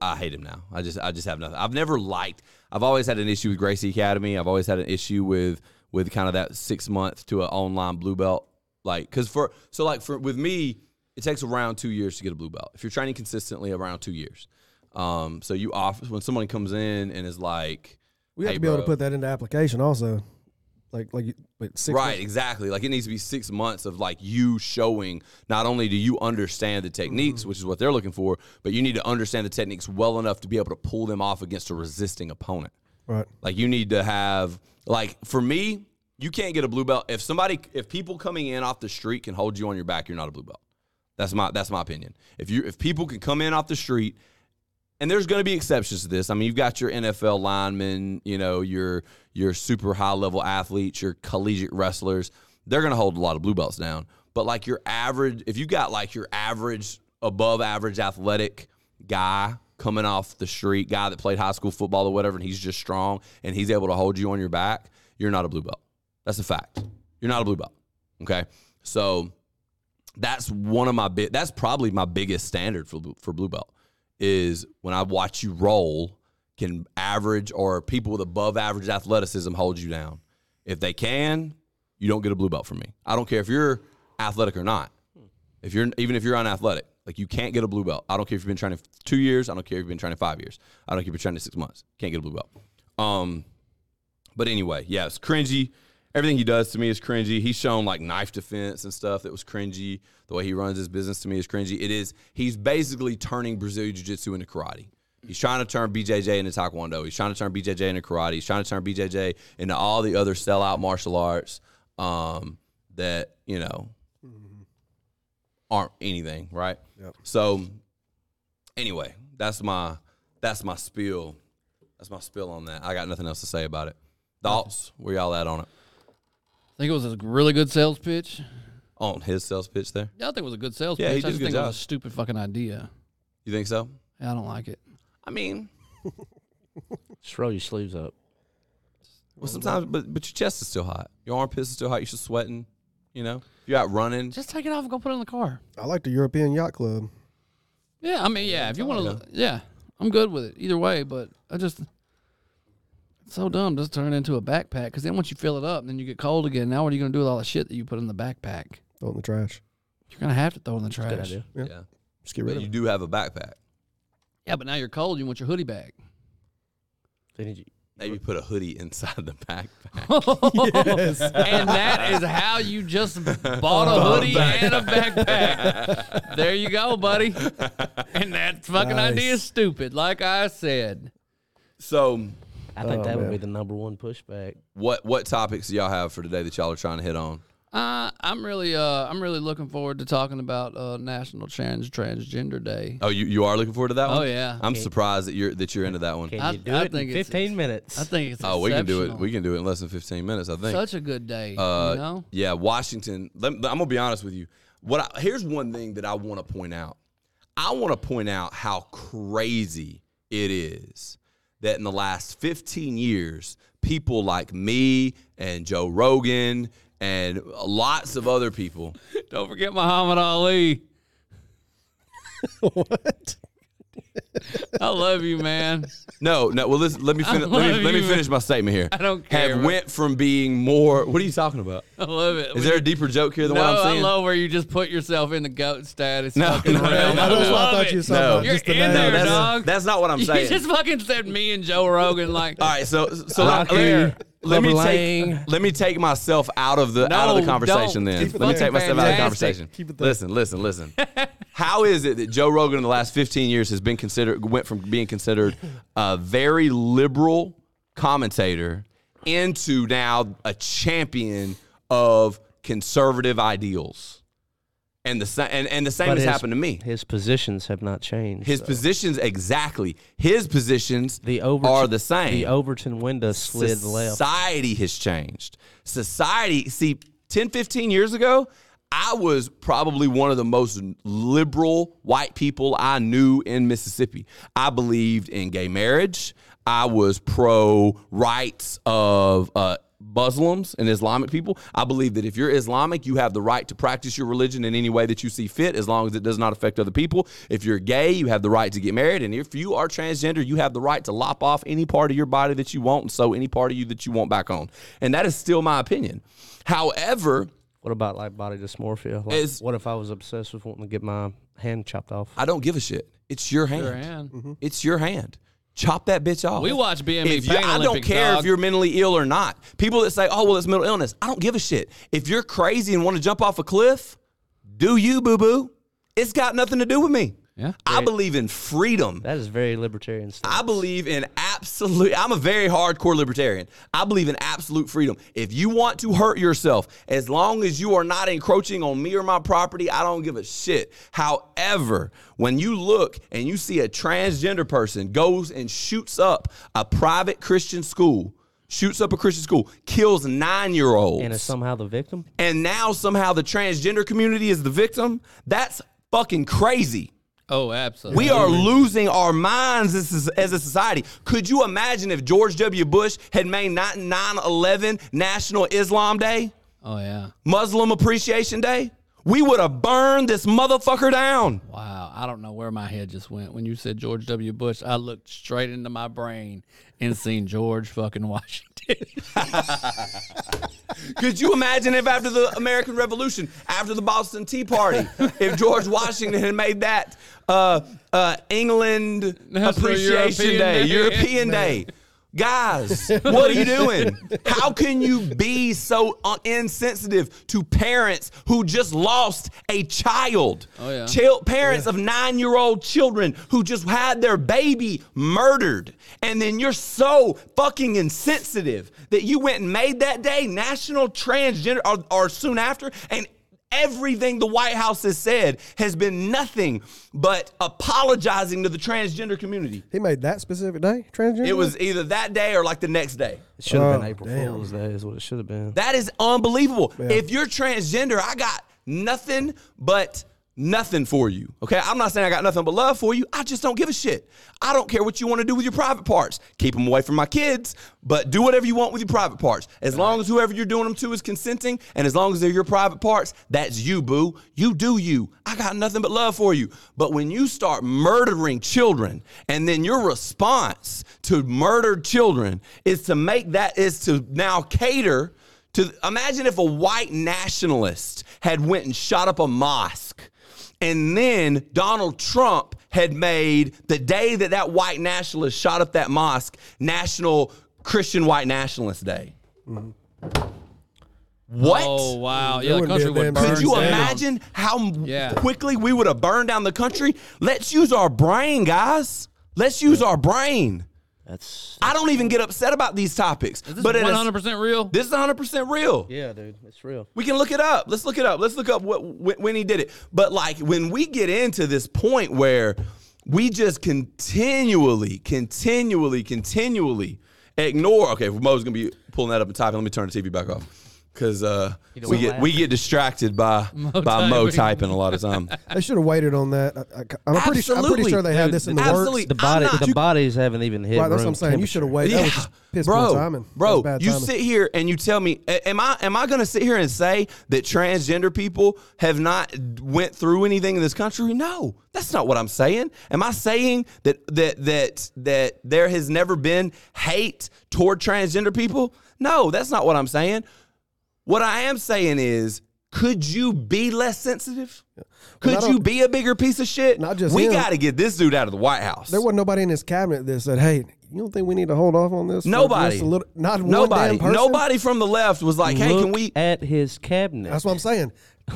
[SPEAKER 4] I hate him now. I just I just have nothing. I've never liked. I've always had an issue with Gracie Academy. I've always had an issue with with kind of that six month to an online blue belt. Like, cause for so like for with me, it takes around two years to get a blue belt. If you're training consistently, around two years. Um, so you offer when somebody comes in and is like,
[SPEAKER 6] We have
[SPEAKER 4] hey,
[SPEAKER 6] to be able
[SPEAKER 4] bro.
[SPEAKER 6] to put that into application also. Like like you- wait, six
[SPEAKER 4] right, exactly. Like it needs to be six months of like you showing. Not only do you understand the techniques, which is what they're looking for, but you need to understand the techniques well enough to be able to pull them off against a resisting opponent.
[SPEAKER 6] Right.
[SPEAKER 4] Like you need to have like for me, you can't get a blue belt if somebody if people coming in off the street can hold you on your back, you're not a blue belt. That's my that's my opinion. If you if people can come in off the street and there's going to be exceptions to this. I mean, you've got your NFL linemen, you know, your your super high level athletes, your collegiate wrestlers. They're going to hold a lot of blue belts down. But like your average, if you got like your average above average athletic guy coming off the street, guy that played high school football or whatever, and he's just strong and he's able to hold you on your back, you're not a blue belt. That's a fact. You're not a blue belt. Okay, so that's one of my big. That's probably my biggest standard for blue- for blue belt is when I watch you roll. Can average or people with above average athleticism hold you down? If they can, you don't get a blue belt from me. I don't care if you're athletic or not. If you're even if you're unathletic, like you can't get a blue belt. I don't care if you've been training two years. I don't care if you've been training five years. I don't care if you're training six months. Can't get a blue belt. Um, but anyway, yeah, it's cringy. Everything he does to me is cringy. He's shown like knife defense and stuff that was cringy. The way he runs his business to me is cringy. It is he's basically turning Brazilian Jiu Jitsu into karate. He's trying to turn BJJ into Taekwondo. He's trying to turn BJJ into karate. He's trying to turn BJJ into all the other sellout martial arts um, that you know aren't anything, right? So anyway, that's my that's my spiel. That's my spill on that. I got nothing else to say about it. Thoughts? Where y'all at on it?
[SPEAKER 3] I think it was a really good sales pitch.
[SPEAKER 4] On his sales pitch there?
[SPEAKER 3] Yeah, I think it was a good sales
[SPEAKER 4] Yeah, he
[SPEAKER 3] pitch. I
[SPEAKER 4] did a
[SPEAKER 3] just
[SPEAKER 4] good
[SPEAKER 3] think it
[SPEAKER 4] job.
[SPEAKER 3] was a stupid fucking idea.
[SPEAKER 4] You think so?
[SPEAKER 3] Yeah, I don't like it.
[SPEAKER 4] I mean,
[SPEAKER 5] Just roll your sleeves up.
[SPEAKER 4] well, sometimes, but but your chest is still hot. Your armpits is still hot. You're still sweating. You know, you're out running.
[SPEAKER 3] Just take it off and go put it in the car.
[SPEAKER 6] I like the European Yacht Club.
[SPEAKER 3] Yeah, I mean, yeah. If you want to, yeah, I'm good with it either way. But I just it's so dumb just turn it into a backpack because then once you fill it up, then you get cold again. Now what are you gonna do with all the shit that you put in the backpack?
[SPEAKER 6] Throw it in the trash.
[SPEAKER 3] You're gonna have to throw it in the
[SPEAKER 5] Good
[SPEAKER 3] trash.
[SPEAKER 5] idea.
[SPEAKER 4] yeah,
[SPEAKER 6] Just get rid
[SPEAKER 4] but
[SPEAKER 6] of
[SPEAKER 4] you
[SPEAKER 6] it.
[SPEAKER 4] do have a backpack.
[SPEAKER 3] Yeah, but now you're cold. You want your hoodie <laughs> back.
[SPEAKER 5] Then you-
[SPEAKER 4] Maybe put a hoodie inside the <laughs> backpack.
[SPEAKER 3] and that is how you just <laughs> bought a hoodie and a backpack. There you go, <laughs> buddy. And that fucking idea is stupid. Like I said,
[SPEAKER 4] So,
[SPEAKER 5] I think
[SPEAKER 6] Oh,
[SPEAKER 5] that would
[SPEAKER 6] man.
[SPEAKER 5] be the number one pushback.
[SPEAKER 4] what what topics do y'all have for today that y'all are trying to hit on?
[SPEAKER 3] uh, I'm really, uh, I'm really looking forward to talking about uh, National Trans Transgender Day.
[SPEAKER 4] Oh, you, you are looking forward to that
[SPEAKER 3] Oh,
[SPEAKER 4] one?
[SPEAKER 3] yeah.
[SPEAKER 4] I'm surprised that you're that you're into that one.
[SPEAKER 5] Can
[SPEAKER 3] I-
[SPEAKER 5] you do
[SPEAKER 3] I
[SPEAKER 5] it
[SPEAKER 3] think
[SPEAKER 5] in
[SPEAKER 3] it's-
[SPEAKER 5] 15 minutes?
[SPEAKER 3] I think it's
[SPEAKER 4] Oh, we can do it.
[SPEAKER 3] exceptional.
[SPEAKER 4] We can do it in less than 15 minutes, I think.
[SPEAKER 3] such a good day.
[SPEAKER 4] Uh,
[SPEAKER 3] you know,
[SPEAKER 4] Yeah, Washington. Let, I'm gonna be honest with you. What I, here's one thing that I want to point out. I want to point out how crazy it is that in the last 15 years, people like me and Joe Rogan and lots of other people
[SPEAKER 3] <laughs> don't forget Muhammad
[SPEAKER 4] <laughs>
[SPEAKER 3] Ali.
[SPEAKER 6] what?
[SPEAKER 3] <laughs> I love you, man.
[SPEAKER 4] No, no. Well, listen, let me finish. Let
[SPEAKER 3] love
[SPEAKER 4] me, let me
[SPEAKER 3] you,
[SPEAKER 4] finish my statement here. I
[SPEAKER 3] don't care,
[SPEAKER 4] Have
[SPEAKER 3] bro.
[SPEAKER 4] went from being more. What are you talking about?
[SPEAKER 3] I love it.
[SPEAKER 4] Is there a deeper joke here than
[SPEAKER 3] no,
[SPEAKER 4] what I'm saying?
[SPEAKER 3] I love where you just put yourself in the goat status.
[SPEAKER 4] No,
[SPEAKER 3] fucking
[SPEAKER 4] no, no,
[SPEAKER 3] realm.
[SPEAKER 4] no,
[SPEAKER 3] I
[SPEAKER 4] no,
[SPEAKER 6] That's what I
[SPEAKER 3] love
[SPEAKER 6] thought
[SPEAKER 3] it.
[SPEAKER 6] you were talking about.
[SPEAKER 4] No.
[SPEAKER 6] Just the
[SPEAKER 3] You're in there,
[SPEAKER 6] name.
[SPEAKER 4] that's,
[SPEAKER 3] dog.
[SPEAKER 4] that's not what
[SPEAKER 3] <laughs>
[SPEAKER 4] I'm
[SPEAKER 3] You
[SPEAKER 4] saying.
[SPEAKER 3] just fucking said me and Joe Rogan like.
[SPEAKER 4] All right, so so
[SPEAKER 3] I
[SPEAKER 4] let,
[SPEAKER 3] don't care.
[SPEAKER 4] let, let me
[SPEAKER 5] Clever
[SPEAKER 4] take
[SPEAKER 5] Lang.
[SPEAKER 4] let me take myself out of the out of the
[SPEAKER 3] No,
[SPEAKER 4] conversation
[SPEAKER 3] don't.
[SPEAKER 4] then.
[SPEAKER 3] Keep it
[SPEAKER 4] let me
[SPEAKER 3] there.
[SPEAKER 4] take myself out of the
[SPEAKER 3] Fantastic.
[SPEAKER 4] conversation.
[SPEAKER 6] Keep it there.
[SPEAKER 4] listen, listen, listen. <laughs> How is it that Joe Rogan in the last 15 years has been considered went from being considered a very liberal commentator into now a champion of conservative ideals? And the sa- and, and the same
[SPEAKER 5] But
[SPEAKER 4] has
[SPEAKER 5] his-
[SPEAKER 4] happened to me.
[SPEAKER 5] His positions have not changed.
[SPEAKER 4] His
[SPEAKER 5] though.
[SPEAKER 4] positions exactly. His positions
[SPEAKER 5] the Overton,
[SPEAKER 4] are the same.
[SPEAKER 5] The Overton window slid left.
[SPEAKER 4] Society has changed. Society, see, 10, 15 years ago, I was probably one of the most liberal white people I knew in Mississippi. I believed in gay marriage. I was pro rights of uh, Muslims and Islamic people. I believe that if you're Islamic, you have the right to practice your religion in any way that you see fit, as long as it does not affect other people. If you're gay, you have the right to get married. And if you are transgender, you have the right to lop off any part of your body that you want and sew any part of you that you want back on. And that is still my opinion. However,
[SPEAKER 5] What about like body dysmorphia? Like,
[SPEAKER 4] Is-
[SPEAKER 5] what if I was obsessed with wanting to get my hand chopped off?
[SPEAKER 4] I don't give a shit. It's your hand.
[SPEAKER 3] Your hand.
[SPEAKER 4] It's your hand. Chop that bitch off.
[SPEAKER 3] We watch BME
[SPEAKER 4] If you-
[SPEAKER 3] Pain
[SPEAKER 4] I don't
[SPEAKER 3] Olympics,
[SPEAKER 4] care if
[SPEAKER 3] dog.
[SPEAKER 4] you're mentally ill or not. People that say, "Oh, well, it's mental illness," I don't give a shit. If you're crazy and want to jump off a cliff, do you, boo boo? It's got nothing to do with me.
[SPEAKER 3] Yeah.
[SPEAKER 4] I believe in freedom.
[SPEAKER 5] That is very libertarian stuff.
[SPEAKER 4] I believe in absolute. I'm a very hardcore libertarian. I believe in absolute freedom. If you want to hurt yourself, as long as you are not encroaching on me or my property, I don't give a shit. However, when you look and you see a transgender person goes and shoots up a private Christian school, shoots up a Christian school, kills nine year olds,
[SPEAKER 5] and is somehow the victim?
[SPEAKER 4] and now somehow the transgender community is the victim. That's fucking crazy.
[SPEAKER 3] Oh, absolutely.
[SPEAKER 4] We are losing our minds as, as a society. Could you imagine if George W. Bush had made 9 11 National Islam Day,
[SPEAKER 3] Oh yeah.
[SPEAKER 4] Muslim Appreciation Day? We would have burned this motherfucker down.
[SPEAKER 3] Wow. I don't know where my head just went when you said George W. Bush. I looked straight into my brain and seen George fucking <laughs> Washington.
[SPEAKER 4] Could you imagine if after the American Revolution, after the Boston
[SPEAKER 3] <laughs>
[SPEAKER 4] Tea Party, if George Washington had made that uh, uh, England
[SPEAKER 3] National
[SPEAKER 4] Appreciation
[SPEAKER 3] European
[SPEAKER 4] Day,
[SPEAKER 3] Day.
[SPEAKER 4] European Day? Guys, what are you doing? How can you be so uh, insensitive to parents who just lost a child?
[SPEAKER 3] Oh, yeah.
[SPEAKER 4] Chil- parents of nine year old children who just had their baby murdered. And then you're so fucking insensitive that you went and made that day National Transgender or, or soon after. And everything the White House has said has been nothing but apologizing to the transgender community.
[SPEAKER 6] He made that specific day transgender.
[SPEAKER 4] It was either that day or like the next day.
[SPEAKER 5] It should have been
[SPEAKER 6] Oh,
[SPEAKER 5] April
[SPEAKER 6] damn.
[SPEAKER 5] Fool's Day, is what it should have been.
[SPEAKER 4] That is unbelievable. If you're transgender, I got nothing but nothing for you. Okay? I'm not saying I got nothing but love for you. I just don't give a shit. I don't care what you want to do with your private parts. Keep them away from my kids, but do whatever you want with your private parts. As long as whoever you're doing them to is consenting and as long as they're your private parts, that's you, boo. You do you. I got nothing but love for you. But when you start murdering children and then your response to murdered children is to make that is to now cater to imagine if a white nationalist had went and shot up a mosque and then Donald Trump had made the day that that white nationalist shot up that mosque National Christian White Nationalist Day. What?
[SPEAKER 3] Oh wow. Yeah, the
[SPEAKER 6] wouldn't be
[SPEAKER 3] country
[SPEAKER 6] a
[SPEAKER 3] would
[SPEAKER 6] damn
[SPEAKER 3] burn
[SPEAKER 4] Could you
[SPEAKER 3] down.
[SPEAKER 4] imagine how m-
[SPEAKER 3] Yeah.
[SPEAKER 4] quickly we would have burned down the country? Let's use our brain, guys. Let's use our brain.
[SPEAKER 5] That's
[SPEAKER 4] I don't even get upset about these topics.
[SPEAKER 3] Is this
[SPEAKER 4] but it is-
[SPEAKER 3] 100% real?
[SPEAKER 4] this is 100% real.
[SPEAKER 5] yeah, dude. It's real.
[SPEAKER 4] We can look it up. Let's look it up. Let's look up what wh- when he did it. But like when we get into this point where we just continually, continually, continually ignore. Okay, Mo's gonna be pulling that up and typing. Let me turn the TV back off because uh,
[SPEAKER 5] don't
[SPEAKER 4] we get
[SPEAKER 5] laugh.
[SPEAKER 4] we get distracted by by Mo
[SPEAKER 3] typing.
[SPEAKER 4] typing a lot of time.
[SPEAKER 6] They should have waited on that. I, am pretty. Sure, I'm pretty
[SPEAKER 4] Absolutely.
[SPEAKER 6] sure they had this in the
[SPEAKER 4] Absolutely.
[SPEAKER 6] works.
[SPEAKER 5] The body,
[SPEAKER 4] not-
[SPEAKER 5] the bodies haven't even hit.
[SPEAKER 6] Right, that's what
[SPEAKER 5] room
[SPEAKER 6] I'm saying. You should have
[SPEAKER 5] temperature.
[SPEAKER 6] waited. That was just piss
[SPEAKER 4] bro,
[SPEAKER 6] poor timing. That was
[SPEAKER 4] Bro,
[SPEAKER 6] bad
[SPEAKER 4] you
[SPEAKER 6] timing.
[SPEAKER 4] sit here and you tell me, a- am I am I going to sit here and say that transgender people have not went through anything in this country? No, that's not what I'm saying. Am I saying that that that that there has never been hate toward transgender people? No, that's not what I'm saying. What I am saying is. Could you be less sensitive? Could
[SPEAKER 6] don't-
[SPEAKER 4] you be a bigger piece of shit?
[SPEAKER 6] Not just
[SPEAKER 4] we
[SPEAKER 6] him.
[SPEAKER 4] got to get this dude out of the White House.
[SPEAKER 6] There wasn't nobody in his cabinet that said, "Hey, you don't think we need to hold off on this?" for
[SPEAKER 4] Nobody.
[SPEAKER 6] just a little- not
[SPEAKER 4] nobody.
[SPEAKER 6] One damn person?
[SPEAKER 4] Nobody from the left was like, "Hey, can
[SPEAKER 5] Look
[SPEAKER 4] we?
[SPEAKER 5] at his cabinet?
[SPEAKER 6] That's what I'm saying.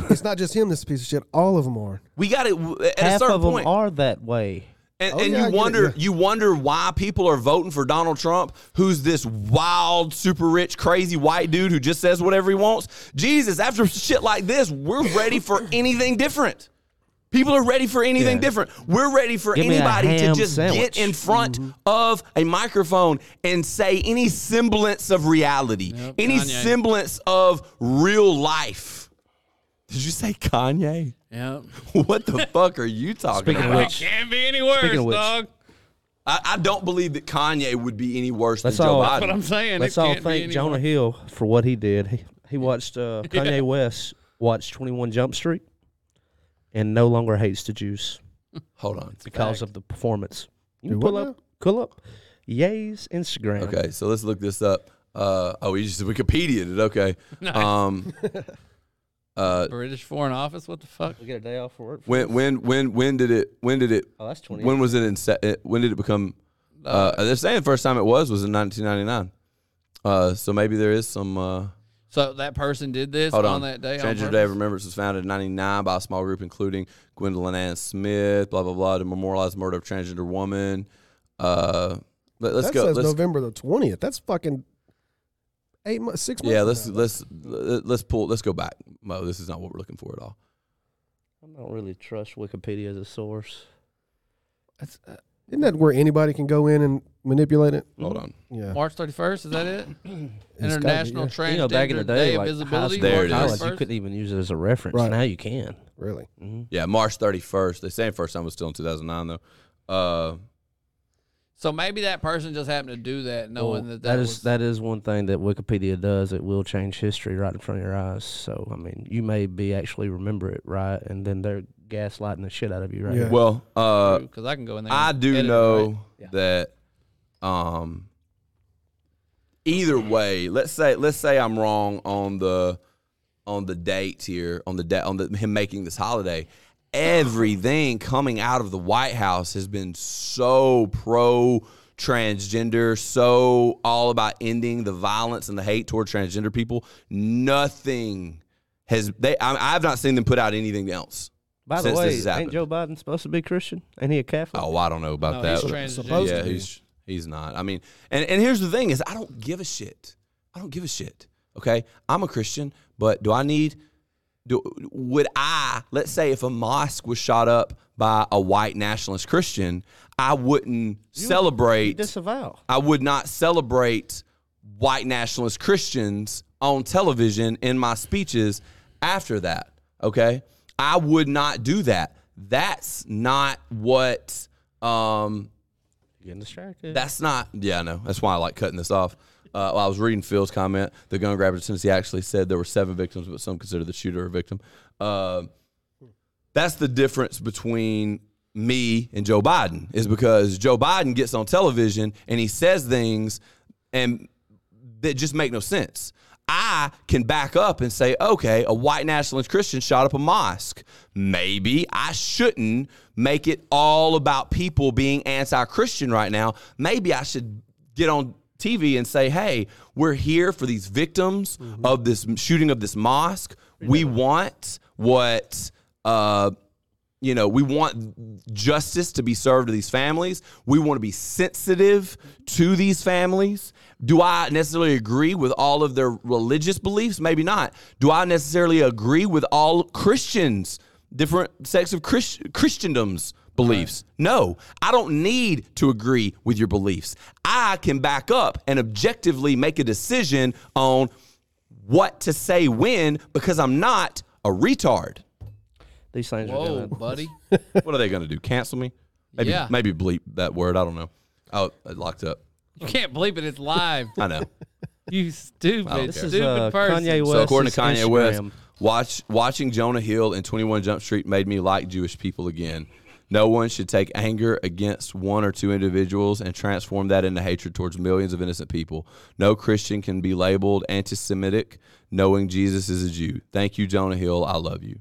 [SPEAKER 6] It's not just him. This piece of shit. All of them are.
[SPEAKER 4] We got it." At a
[SPEAKER 5] Half
[SPEAKER 4] certain
[SPEAKER 5] of them
[SPEAKER 4] point,
[SPEAKER 5] are that way.
[SPEAKER 4] and,
[SPEAKER 6] Oh,
[SPEAKER 4] and
[SPEAKER 6] yeah, I
[SPEAKER 4] you
[SPEAKER 6] get it,
[SPEAKER 4] wonder,
[SPEAKER 6] yeah.
[SPEAKER 4] you wonder why people are voting for Donald Trump, who's this wild, super rich, crazy white dude who just says whatever he wants. Jesus, after <laughs> shit like this, we're ready
[SPEAKER 5] <laughs>
[SPEAKER 4] for anything different. People are ready for anything
[SPEAKER 5] Yeah.
[SPEAKER 4] different. We're ready for
[SPEAKER 5] Give me a
[SPEAKER 4] anybody to
[SPEAKER 5] ham
[SPEAKER 4] just
[SPEAKER 5] sandwich. Mm-hmm.
[SPEAKER 4] get in front of a microphone and say any semblance of reality,
[SPEAKER 3] Yep,
[SPEAKER 4] any
[SPEAKER 3] Kanye.
[SPEAKER 4] semblance of real life. Did you say Kanye? <laughs>
[SPEAKER 3] Yeah.
[SPEAKER 4] What
[SPEAKER 5] <laughs>
[SPEAKER 4] the fuck are you talking
[SPEAKER 5] Speaking of
[SPEAKER 4] about?
[SPEAKER 5] which,
[SPEAKER 3] Can't be any worse,
[SPEAKER 5] Speaking of which,
[SPEAKER 3] dog.
[SPEAKER 4] I, I don't believe that Kanye would be any worse than
[SPEAKER 5] That's
[SPEAKER 4] Joe
[SPEAKER 5] all.
[SPEAKER 4] Biden.
[SPEAKER 3] But I'm saying
[SPEAKER 5] let's
[SPEAKER 3] it
[SPEAKER 5] all
[SPEAKER 3] can't be
[SPEAKER 5] thank
[SPEAKER 3] any
[SPEAKER 5] Jonah
[SPEAKER 3] worse.
[SPEAKER 5] Hill for what he did. He, he
[SPEAKER 4] <laughs>
[SPEAKER 5] watched uh, Kanye West watch 21 Jump Street and no longer hates the Jews
[SPEAKER 4] Hold on.
[SPEAKER 5] because of the performance. You
[SPEAKER 6] Do
[SPEAKER 5] can
[SPEAKER 6] what
[SPEAKER 5] pull up, pull up Ye's Instagram.
[SPEAKER 4] Okay, so let's look this up. Uh, oh, he just Wikipedia it. Okay. Um, uh,
[SPEAKER 3] British Foreign Office. What the fuck?
[SPEAKER 5] We get a day off for work.
[SPEAKER 4] when when when when did it when did it
[SPEAKER 5] Oh, that's 20.
[SPEAKER 4] when was it in se- it- when did it become uh, they're saying the first time it was was in 1999. Uh, so maybe there is some. Uh,
[SPEAKER 3] So that person did this
[SPEAKER 4] Hold
[SPEAKER 3] on,
[SPEAKER 4] on.
[SPEAKER 3] that day. on
[SPEAKER 4] Change Your
[SPEAKER 3] purpose?
[SPEAKER 4] Day of Remembrance was founded in 99 by a small group, including Gwendolyn Ann Smith, blah, blah, blah, to memorialize the murder of transgender woman. Uh, but let's
[SPEAKER 6] that
[SPEAKER 4] go.
[SPEAKER 6] says
[SPEAKER 4] Let's,
[SPEAKER 6] November the twentieth. That's fucking eight months, six months.
[SPEAKER 4] yeah,
[SPEAKER 6] from
[SPEAKER 4] let's,
[SPEAKER 6] now.
[SPEAKER 4] let's, let's, let's pull, let's go back. Mo, this is not what we're looking for at all.
[SPEAKER 5] I don't really trust Wikipedia as a source.
[SPEAKER 3] That's, uh,
[SPEAKER 6] Isn't that where anybody can go in and manipulate it?
[SPEAKER 4] Hold on.
[SPEAKER 6] Yeah.
[SPEAKER 3] March 31st. Is that it?
[SPEAKER 6] gotta be,
[SPEAKER 3] International Transgender
[SPEAKER 5] You know, back in the
[SPEAKER 3] Day
[SPEAKER 5] day,
[SPEAKER 3] of
[SPEAKER 5] like high
[SPEAKER 3] Visibility.
[SPEAKER 5] school,
[SPEAKER 4] There it
[SPEAKER 3] March
[SPEAKER 4] is.
[SPEAKER 5] college, you
[SPEAKER 3] 31st?
[SPEAKER 5] couldn't even use it as a reference.
[SPEAKER 6] Right.
[SPEAKER 5] Now you can. Mm-hmm.
[SPEAKER 6] Really?
[SPEAKER 4] Yeah, March 31st. They saying first time was still in 2009, though. Uh,
[SPEAKER 3] So maybe that person just happened to do that, knowing
[SPEAKER 5] Well,
[SPEAKER 3] that
[SPEAKER 5] that is
[SPEAKER 3] was,
[SPEAKER 5] that is one thing that Wikipedia does. It will change history right in front of your eyes. So I mean, you may be actually remember it right, and then they're gaslighting the shit out of you right.
[SPEAKER 6] Yeah.
[SPEAKER 5] Yeah.
[SPEAKER 4] well, uh,
[SPEAKER 3] because I can go in there.
[SPEAKER 4] I
[SPEAKER 3] and
[SPEAKER 4] do
[SPEAKER 3] edit it,
[SPEAKER 4] know
[SPEAKER 3] right?
[SPEAKER 4] that um either way, let's say let's say I'm wrong on the on the dates here, on the da- on the him making this holiday. Everything coming out of the White House has been so pro transgender, so all about ending the violence and the hate toward transgender people. Nothing has they I, I've not seen them put out anything else.
[SPEAKER 5] By the
[SPEAKER 4] Since this
[SPEAKER 5] way,
[SPEAKER 4] has happened.
[SPEAKER 5] ain't Joe Biden supposed to be Christian? Ain't he a Catholic?
[SPEAKER 4] Oh, I don't know about
[SPEAKER 3] No,
[SPEAKER 4] that.
[SPEAKER 3] he's transgender.
[SPEAKER 6] supposed
[SPEAKER 4] yeah,
[SPEAKER 6] to be.
[SPEAKER 4] he's he's not. I mean, and and here's the thing is I don't give a shit. I don't give a shit. Okay, I'm a Christian, but do I need? Do, would I let's say if a mosque was shot up by a white nationalist Christian, I wouldn't
[SPEAKER 5] He
[SPEAKER 4] celebrate.
[SPEAKER 5] disavow.
[SPEAKER 4] I would not celebrate white nationalist Christians on television in my speeches after that. Okay. I would not do that. That's not what um
[SPEAKER 5] Getting distracted.
[SPEAKER 4] that's not yeah, I know. That's why I like cutting this off. Uh, while I was reading Phil's comment. The gun grabber in Tennessee actually said there were seven victims, but some consider the shooter a victim. Uh, that's the difference between me and Joe Biden is because Joe Biden gets on television and he says things and that just make no sense. I can back up and say, okay, a white nationalist Christian shot up a mosque. Maybe I shouldn't make it all about people being anti Christian right now. Maybe I should get on TV and say, hey, we're here for these victims of this shooting of this mosque. We want what. Uh, you know, we want justice to be served to these families. We want to be sensitive to these families. Do I necessarily agree with all of their religious beliefs? Maybe not. Do I necessarily agree with all Christians, different sects of Christ- Christendom's beliefs? No, I don't need to agree with your beliefs. I can back up and objectively make a decision on what to say when because I'm not a retard
[SPEAKER 5] These things are
[SPEAKER 3] Whoa,
[SPEAKER 5] gonna-
[SPEAKER 3] buddy.
[SPEAKER 4] what are they going to do? Cancel me? Maybe
[SPEAKER 3] Yeah.
[SPEAKER 4] maybe bleep that word. I don't know. Oh, it locked up.
[SPEAKER 3] <laughs> You can't believe it. It's live.
[SPEAKER 4] I
[SPEAKER 5] <laughs>
[SPEAKER 4] know.
[SPEAKER 3] You stupid,
[SPEAKER 5] This is
[SPEAKER 3] stupid
[SPEAKER 5] uh,
[SPEAKER 3] person.
[SPEAKER 5] Kanye West.
[SPEAKER 4] so according to Kanye
[SPEAKER 5] Instagram.
[SPEAKER 4] West, watch watching Jonah Hill and 21 Jump Street made me like Jewish people again. No one should take anger against one or two individuals and transform that into hatred towards millions of innocent people. No Christian can be labeled anti-Semitic knowing Jesus is a Jew. Thank you, Jonah Hill. I love you.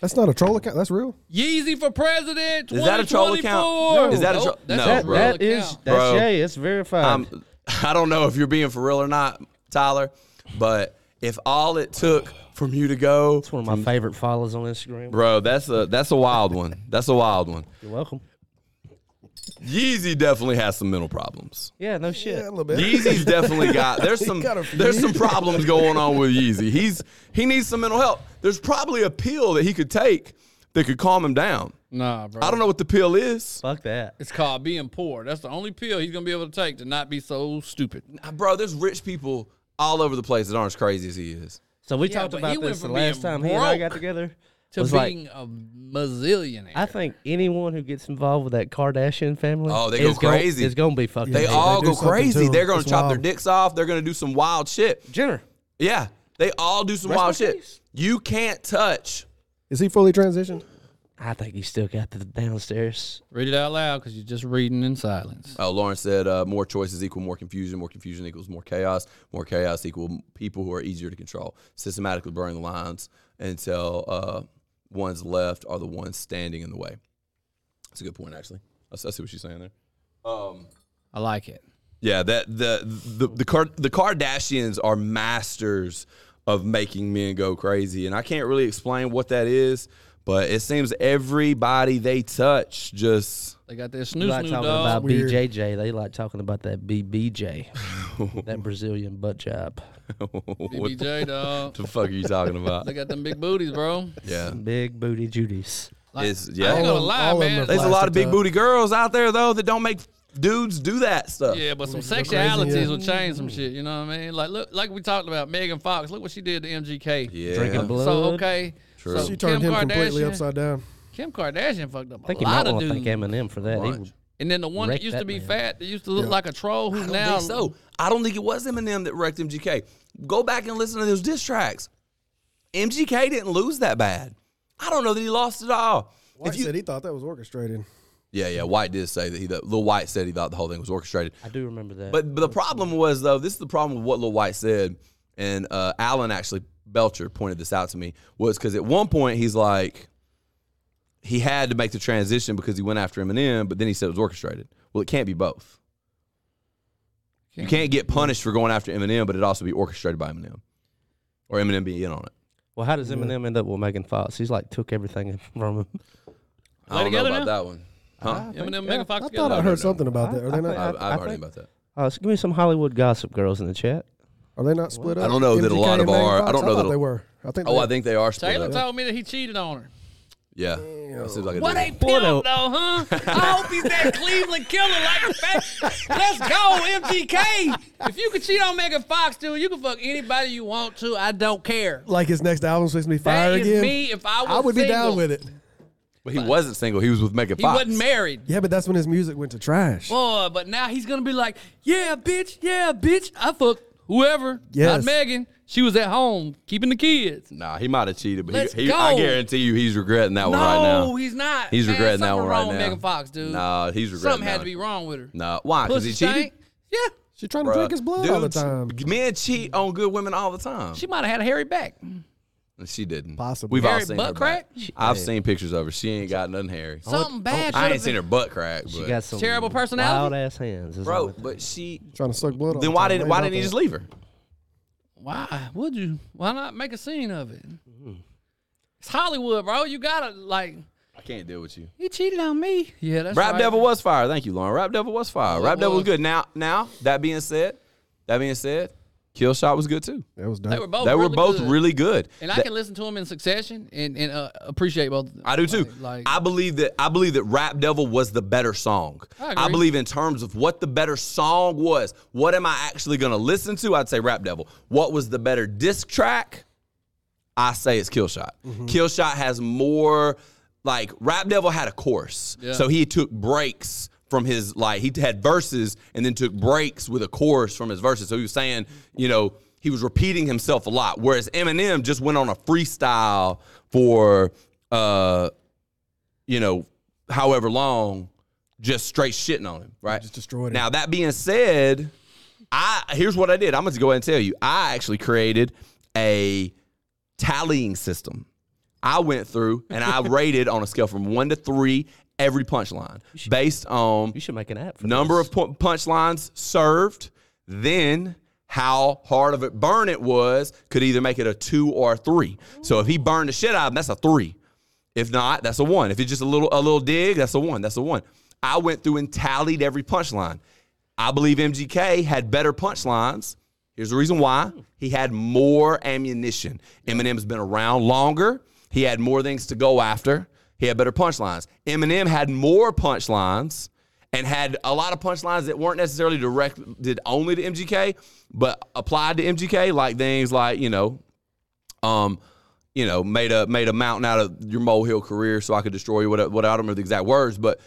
[SPEAKER 6] That's not a troll account. That's real.
[SPEAKER 3] Yeezy for president.
[SPEAKER 4] Is that a troll account?
[SPEAKER 3] 2024.
[SPEAKER 4] Is that a
[SPEAKER 3] Nope,
[SPEAKER 4] troll-
[SPEAKER 3] that's
[SPEAKER 4] No,
[SPEAKER 3] a
[SPEAKER 5] that,
[SPEAKER 4] bro.
[SPEAKER 3] real
[SPEAKER 5] that is
[SPEAKER 3] account.
[SPEAKER 5] that's
[SPEAKER 4] Bro.
[SPEAKER 5] Jay. It's verified.
[SPEAKER 4] I'm, <laughs> I don't know if you're being for real or not, Tyler, but if all it took from you to go,
[SPEAKER 5] it's one of
[SPEAKER 3] Mm.
[SPEAKER 5] my favorite followers on Instagram.
[SPEAKER 4] bro, that's a that's a wild one. That's a wild one.
[SPEAKER 5] You're welcome.
[SPEAKER 4] Yeezy definitely has some mental problems.
[SPEAKER 5] Yeah, no shit.
[SPEAKER 6] Yeah, a little bit.
[SPEAKER 4] Yeezy's definitely
[SPEAKER 6] <laughs>
[SPEAKER 4] got there's some
[SPEAKER 6] got a
[SPEAKER 4] there's some problems going on with Yeezy. He's he needs some mental help. There's probably a pill that he could take that could calm him down.
[SPEAKER 3] Nah, bro.
[SPEAKER 4] I don't know what the pill is.
[SPEAKER 5] Fuck that.
[SPEAKER 3] It's called being poor. That's the only pill he's gonna be able to take to not be so stupid.
[SPEAKER 4] Bro, there's rich people all over the place that aren't as crazy as he is.
[SPEAKER 5] So we
[SPEAKER 3] Yeah,
[SPEAKER 5] talked
[SPEAKER 3] but he
[SPEAKER 5] about
[SPEAKER 3] went
[SPEAKER 5] this the
[SPEAKER 3] from
[SPEAKER 5] last
[SPEAKER 3] being
[SPEAKER 5] time he and I
[SPEAKER 3] broke
[SPEAKER 5] got together.
[SPEAKER 3] to
[SPEAKER 5] was like-
[SPEAKER 3] being a bazillionaire.
[SPEAKER 5] I think anyone who gets involved with that Kardashian family,
[SPEAKER 4] Oh, they go
[SPEAKER 5] is gonna-
[SPEAKER 4] crazy.
[SPEAKER 5] is gonna be fucking.
[SPEAKER 4] They
[SPEAKER 5] crazy.
[SPEAKER 4] all
[SPEAKER 6] do
[SPEAKER 4] go
[SPEAKER 6] something to
[SPEAKER 4] crazy.
[SPEAKER 6] them.
[SPEAKER 4] They're gonna
[SPEAKER 6] It's
[SPEAKER 4] chop their
[SPEAKER 6] wild.
[SPEAKER 4] dicks off. They're gonna do some wild shit.
[SPEAKER 5] Jenner.
[SPEAKER 4] Yeah, they all do some wild shit. You can't touch.
[SPEAKER 6] Is he fully transitioned?
[SPEAKER 5] I think he still got the downstairs.
[SPEAKER 3] Read it out loud because you're just reading in silence.
[SPEAKER 4] Oh, Lauren said uh, more choices equal more confusion. More confusion equals more chaos. More chaos equal people who are easier to control. Systematically blurring the lines until uh, ones left are the ones standing in the way. That's a good point, actually. I s- I see what she's saying there.
[SPEAKER 3] I like it.
[SPEAKER 4] Yeah, that the the the, Car- the Kardashians are masters of making men go crazy, and I can't really explain what that is, but it seems everybody they touch just <laughs>
[SPEAKER 3] They got their
[SPEAKER 5] They
[SPEAKER 3] snoo
[SPEAKER 5] like
[SPEAKER 3] snoo
[SPEAKER 5] talking
[SPEAKER 3] dog.
[SPEAKER 5] about BJJ. They like talking about
[SPEAKER 3] <laughs>
[SPEAKER 5] that BBJ, that Brazilian butt job,
[SPEAKER 4] what
[SPEAKER 3] BBJ dog.
[SPEAKER 4] the fuck are you talking
[SPEAKER 3] <laughs>
[SPEAKER 4] about?
[SPEAKER 3] They got them big booties, bro.
[SPEAKER 5] <laughs>
[SPEAKER 4] Yeah,
[SPEAKER 5] big booty Judies.
[SPEAKER 3] I
[SPEAKER 4] it's
[SPEAKER 3] ain't
[SPEAKER 4] yeah.
[SPEAKER 3] gonna lie,
[SPEAKER 6] all of them
[SPEAKER 3] man.
[SPEAKER 6] are
[SPEAKER 4] There's a lot of big
[SPEAKER 6] Plastic
[SPEAKER 4] booty girls out there though that don't make dudes do that stuff.
[SPEAKER 3] Yeah, but some
[SPEAKER 6] crazy,
[SPEAKER 3] sexualities
[SPEAKER 6] yeah.
[SPEAKER 3] will change some shit. You know what I mean? Like look, like we talked about Megan Fox. Look what she did to MGK.
[SPEAKER 4] Yeah.
[SPEAKER 5] Drinking blood.
[SPEAKER 3] So okay, true. So
[SPEAKER 6] She turned
[SPEAKER 3] Kim
[SPEAKER 6] him
[SPEAKER 3] Kardashian,
[SPEAKER 6] completely upside down.
[SPEAKER 3] Kim Kardashian fucked up
[SPEAKER 5] I
[SPEAKER 3] a
[SPEAKER 5] think he might
[SPEAKER 3] lot of
[SPEAKER 5] want to
[SPEAKER 3] dudes.
[SPEAKER 5] thank Eminem for that. He
[SPEAKER 4] Lunch.
[SPEAKER 5] would-
[SPEAKER 3] and then the one that
[SPEAKER 5] Wreck
[SPEAKER 3] used
[SPEAKER 5] that
[SPEAKER 3] to be
[SPEAKER 5] man.
[SPEAKER 3] fat, that used to look like a troll, who
[SPEAKER 4] I don't
[SPEAKER 3] now
[SPEAKER 4] think so. I don't think it was Eminem that wrecked MGK. Go back and listen to those diss tracks. MGK didn't lose that bad. I don't know that he lost at all.
[SPEAKER 6] White
[SPEAKER 4] If you-
[SPEAKER 6] said he thought that was orchestrated.
[SPEAKER 4] yeah, yeah, White did say that he, that Lil White said he thought the whole thing was orchestrated.
[SPEAKER 5] I do remember that.
[SPEAKER 4] But, but the problem was though, this is the problem with what Lil White said, and uh, Alan actually Belcher pointed this out to me was because at one point he's like, he had to make the transition because he went after Eminem, but then he said it was orchestrated. Well, it can't be both. You can't get punished for going after Eminem, but it also be orchestrated by Eminem, or Eminem be in on it.
[SPEAKER 5] well, how does Eminem end up with Megan Fox? He's like took everything <laughs> from him.
[SPEAKER 4] I don't know
[SPEAKER 3] together
[SPEAKER 4] about
[SPEAKER 3] now?
[SPEAKER 4] that one. Huh?
[SPEAKER 3] Eminem, and Megan Fox
[SPEAKER 6] I thought
[SPEAKER 3] together.
[SPEAKER 6] I
[SPEAKER 4] no, no.
[SPEAKER 6] heard something about that. Are they
[SPEAKER 4] I,
[SPEAKER 6] not?
[SPEAKER 4] I've
[SPEAKER 5] I
[SPEAKER 4] heard
[SPEAKER 5] think-
[SPEAKER 4] about that.
[SPEAKER 5] Uh, so give me some Hollywood gossip girls in the chat.
[SPEAKER 6] Are they not split up?
[SPEAKER 4] I don't know that a
[SPEAKER 6] MGK
[SPEAKER 4] lot
[SPEAKER 6] and
[SPEAKER 4] of
[SPEAKER 6] Megan
[SPEAKER 4] our- I
[SPEAKER 6] Fox?
[SPEAKER 4] don't know
[SPEAKER 6] thought
[SPEAKER 4] that a-
[SPEAKER 6] they were. I think.
[SPEAKER 4] Oh,
[SPEAKER 6] they-
[SPEAKER 4] I think they are split
[SPEAKER 3] Taylor
[SPEAKER 4] up.
[SPEAKER 3] told me that he cheated on her.
[SPEAKER 4] Yeah, that seems like a
[SPEAKER 3] What
[SPEAKER 4] deal.
[SPEAKER 3] a pimp, though,
[SPEAKER 6] <laughs>
[SPEAKER 3] huh? I hope he's that Cleveland killer like a fact. Let's go, MGK. If you can cheat on Megan Fox, dude, you can fuck anybody you want to. I don't care.
[SPEAKER 6] like his next album's supposed to be
[SPEAKER 3] That
[SPEAKER 6] fire
[SPEAKER 3] is
[SPEAKER 6] again.
[SPEAKER 3] me if I was
[SPEAKER 6] I would be down
[SPEAKER 3] single.
[SPEAKER 6] with it.
[SPEAKER 4] But he wasn't single. He was with Megan
[SPEAKER 3] He
[SPEAKER 4] Fox.
[SPEAKER 3] wasn't married.
[SPEAKER 6] Yeah, but that's when his music went to trash.
[SPEAKER 3] Boy, but now he's gonna be like, yeah, bitch, yeah, bitch. I fucked whoever.
[SPEAKER 6] Yes.
[SPEAKER 3] Not Megan. She was at home keeping the kids.
[SPEAKER 4] Nah, he might have cheated, but
[SPEAKER 3] Let's
[SPEAKER 4] he, he, I
[SPEAKER 3] go.
[SPEAKER 4] guarantee you, he's regretting that
[SPEAKER 3] No,
[SPEAKER 4] one Oh, right now.
[SPEAKER 3] he's not.
[SPEAKER 4] He's
[SPEAKER 3] Man,
[SPEAKER 4] regretting that
[SPEAKER 3] something
[SPEAKER 4] one
[SPEAKER 3] wrong
[SPEAKER 4] right
[SPEAKER 3] with
[SPEAKER 4] now.
[SPEAKER 3] Megan Fox, dude.
[SPEAKER 4] Nah, he's regretting
[SPEAKER 3] Something
[SPEAKER 4] that
[SPEAKER 3] had to
[SPEAKER 4] one.
[SPEAKER 3] be wrong with her.
[SPEAKER 4] Nah, why? Because
[SPEAKER 3] Pussy
[SPEAKER 4] he cheated.
[SPEAKER 3] stank. Yeah,
[SPEAKER 6] She's trying to drink his blood all the
[SPEAKER 4] Dudes-
[SPEAKER 6] time.
[SPEAKER 4] Men cheat on good women all the time.
[SPEAKER 3] she might have had a hairy back.
[SPEAKER 4] And She didn't.
[SPEAKER 6] Possibly.
[SPEAKER 4] We've all
[SPEAKER 3] Hairy
[SPEAKER 4] seen her
[SPEAKER 3] butt
[SPEAKER 4] crack.
[SPEAKER 3] crack? She-
[SPEAKER 4] I've seen pictures of her. She ain't got nothing hairy.
[SPEAKER 3] Something bad.
[SPEAKER 4] Oh, I
[SPEAKER 3] should've
[SPEAKER 4] ain't seen
[SPEAKER 3] been-
[SPEAKER 4] her butt crack. But,
[SPEAKER 5] She got some
[SPEAKER 3] Terrible personality?
[SPEAKER 5] wild ass hands. is all
[SPEAKER 4] bro,
[SPEAKER 5] I think.
[SPEAKER 4] but she.
[SPEAKER 6] Trying to suck blood. all
[SPEAKER 4] Then
[SPEAKER 6] the
[SPEAKER 4] why
[SPEAKER 6] time.
[SPEAKER 4] didn't
[SPEAKER 6] Laid
[SPEAKER 4] why
[SPEAKER 6] out
[SPEAKER 4] didn't he
[SPEAKER 6] there.
[SPEAKER 4] just leave her?
[SPEAKER 3] Why would you? Why not make a scene of it?
[SPEAKER 4] Mm-hmm.
[SPEAKER 3] It's Hollywood, bro. You gotta like.
[SPEAKER 4] I can't deal with you.
[SPEAKER 3] He cheated on me. Yeah, that's
[SPEAKER 4] Rap
[SPEAKER 3] right.
[SPEAKER 4] Devil was fire. Thank you, Lauren. Rap Devil was fire.
[SPEAKER 3] it
[SPEAKER 4] Rap Devil was
[SPEAKER 3] was.
[SPEAKER 4] good. Now, now that being said, that being said, Kill Shot was good too.
[SPEAKER 6] That was
[SPEAKER 3] They
[SPEAKER 6] dope.
[SPEAKER 3] were both.
[SPEAKER 4] they
[SPEAKER 3] Oh,
[SPEAKER 4] were
[SPEAKER 3] really
[SPEAKER 4] both
[SPEAKER 3] good.
[SPEAKER 4] really good.
[SPEAKER 3] And I
[SPEAKER 4] That-
[SPEAKER 3] can listen to them in succession and and uh, appreciate both. of them.
[SPEAKER 4] I do too.
[SPEAKER 3] Like, like
[SPEAKER 4] I believe that I believe that Rap Devil was the better song.
[SPEAKER 3] I
[SPEAKER 4] I,
[SPEAKER 3] agree.
[SPEAKER 4] believe in terms of what the better song was. What am I actually going to listen to? I'd say Rap Devil. What was the better disc track? I say it's Kill Shot.
[SPEAKER 6] Mm-hmm.
[SPEAKER 4] Kill Shot has more like Rap Devil had a course. So he took breaks from his like he had verses and then took breaks with a chorus from his verses. So he was saying, you know, he was repeating himself a lot. Whereas Eminem just went on a freestyle for uh you know, however long, just straight shitting on him, right?
[SPEAKER 6] Just destroyed him.
[SPEAKER 4] Now that being said, I here's what I did. I'm going to go ahead and tell you. I actually created a tallying system. I went through and I rated on a scale from one to three every punchline based on
[SPEAKER 5] you should make an app. For
[SPEAKER 4] number
[SPEAKER 5] this.
[SPEAKER 4] of pu- punchlines served, then how hard of a burn it was could either make it a two or a three. So if he burned the shit out of him, that's a three. If not, that's a one. If it's just a little a little dig, that's a one. That's a one. I went through and tallied every punchline. I believe MGK had better punchlines. Here's the reason why. He had more ammunition. Eminem's been around longer. He had more things to go after. He had better punchlines. Eminem had more punchlines and had a lot of punchlines that weren't necessarily directed only to MGK, but applied to MGK, like things like, you know, Um, you know, made a made a mountain out of your molehill career, so I could destroy you. What, what I don't remember the exact words, but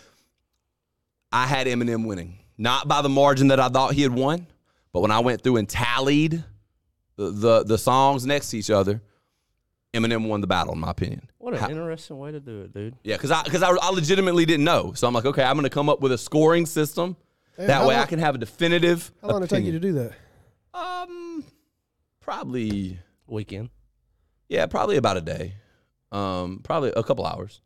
[SPEAKER 4] I had Eminem winning, not by the margin that I thought he had won, but when I went through and tallied the the, the songs next to each other, Eminem won the battle, in my opinion.
[SPEAKER 5] What an
[SPEAKER 4] How-
[SPEAKER 5] interesting way to do it, dude.
[SPEAKER 4] yeah, because I because I, I legitimately didn't know, so I'm like, okay, I'm gonna come up with a scoring system. that
[SPEAKER 6] how
[SPEAKER 4] way, I
[SPEAKER 6] long-
[SPEAKER 4] can have a definitive.
[SPEAKER 6] How long did it take you to do that?
[SPEAKER 4] Um, probably
[SPEAKER 5] Weekend.
[SPEAKER 4] yeah, probably about a day. Um, probably a couple hours.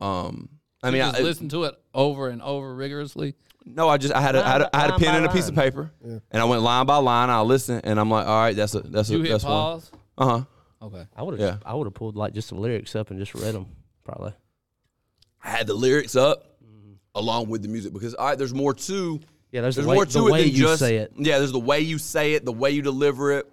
[SPEAKER 4] Um, I mean,
[SPEAKER 3] Hmm. just
[SPEAKER 4] I,
[SPEAKER 3] listen to it over and over rigorously.
[SPEAKER 4] no, I just I had a, I had a, I had a
[SPEAKER 5] Line
[SPEAKER 4] pen
[SPEAKER 5] by
[SPEAKER 4] and a piece of
[SPEAKER 5] line.
[SPEAKER 4] paper, and I went line by line. I listened, and I'm like, all right, that's a that's
[SPEAKER 3] You
[SPEAKER 4] a
[SPEAKER 3] hit
[SPEAKER 4] that's
[SPEAKER 3] pause.
[SPEAKER 4] one. Uh huh.
[SPEAKER 3] Okay.
[SPEAKER 5] I would have.
[SPEAKER 4] Yeah.
[SPEAKER 5] I would have pulled like just the lyrics up and just read them. Probably.
[SPEAKER 4] I had the lyrics up
[SPEAKER 3] Mm-hmm.
[SPEAKER 4] along with the music because all right, there's more to
[SPEAKER 5] Yeah, there's,
[SPEAKER 4] there's
[SPEAKER 5] the way,
[SPEAKER 4] more to
[SPEAKER 5] the
[SPEAKER 4] it
[SPEAKER 5] way
[SPEAKER 4] than
[SPEAKER 5] you
[SPEAKER 4] just
[SPEAKER 5] say it.
[SPEAKER 4] yeah. There's the way you say it, the way you deliver it.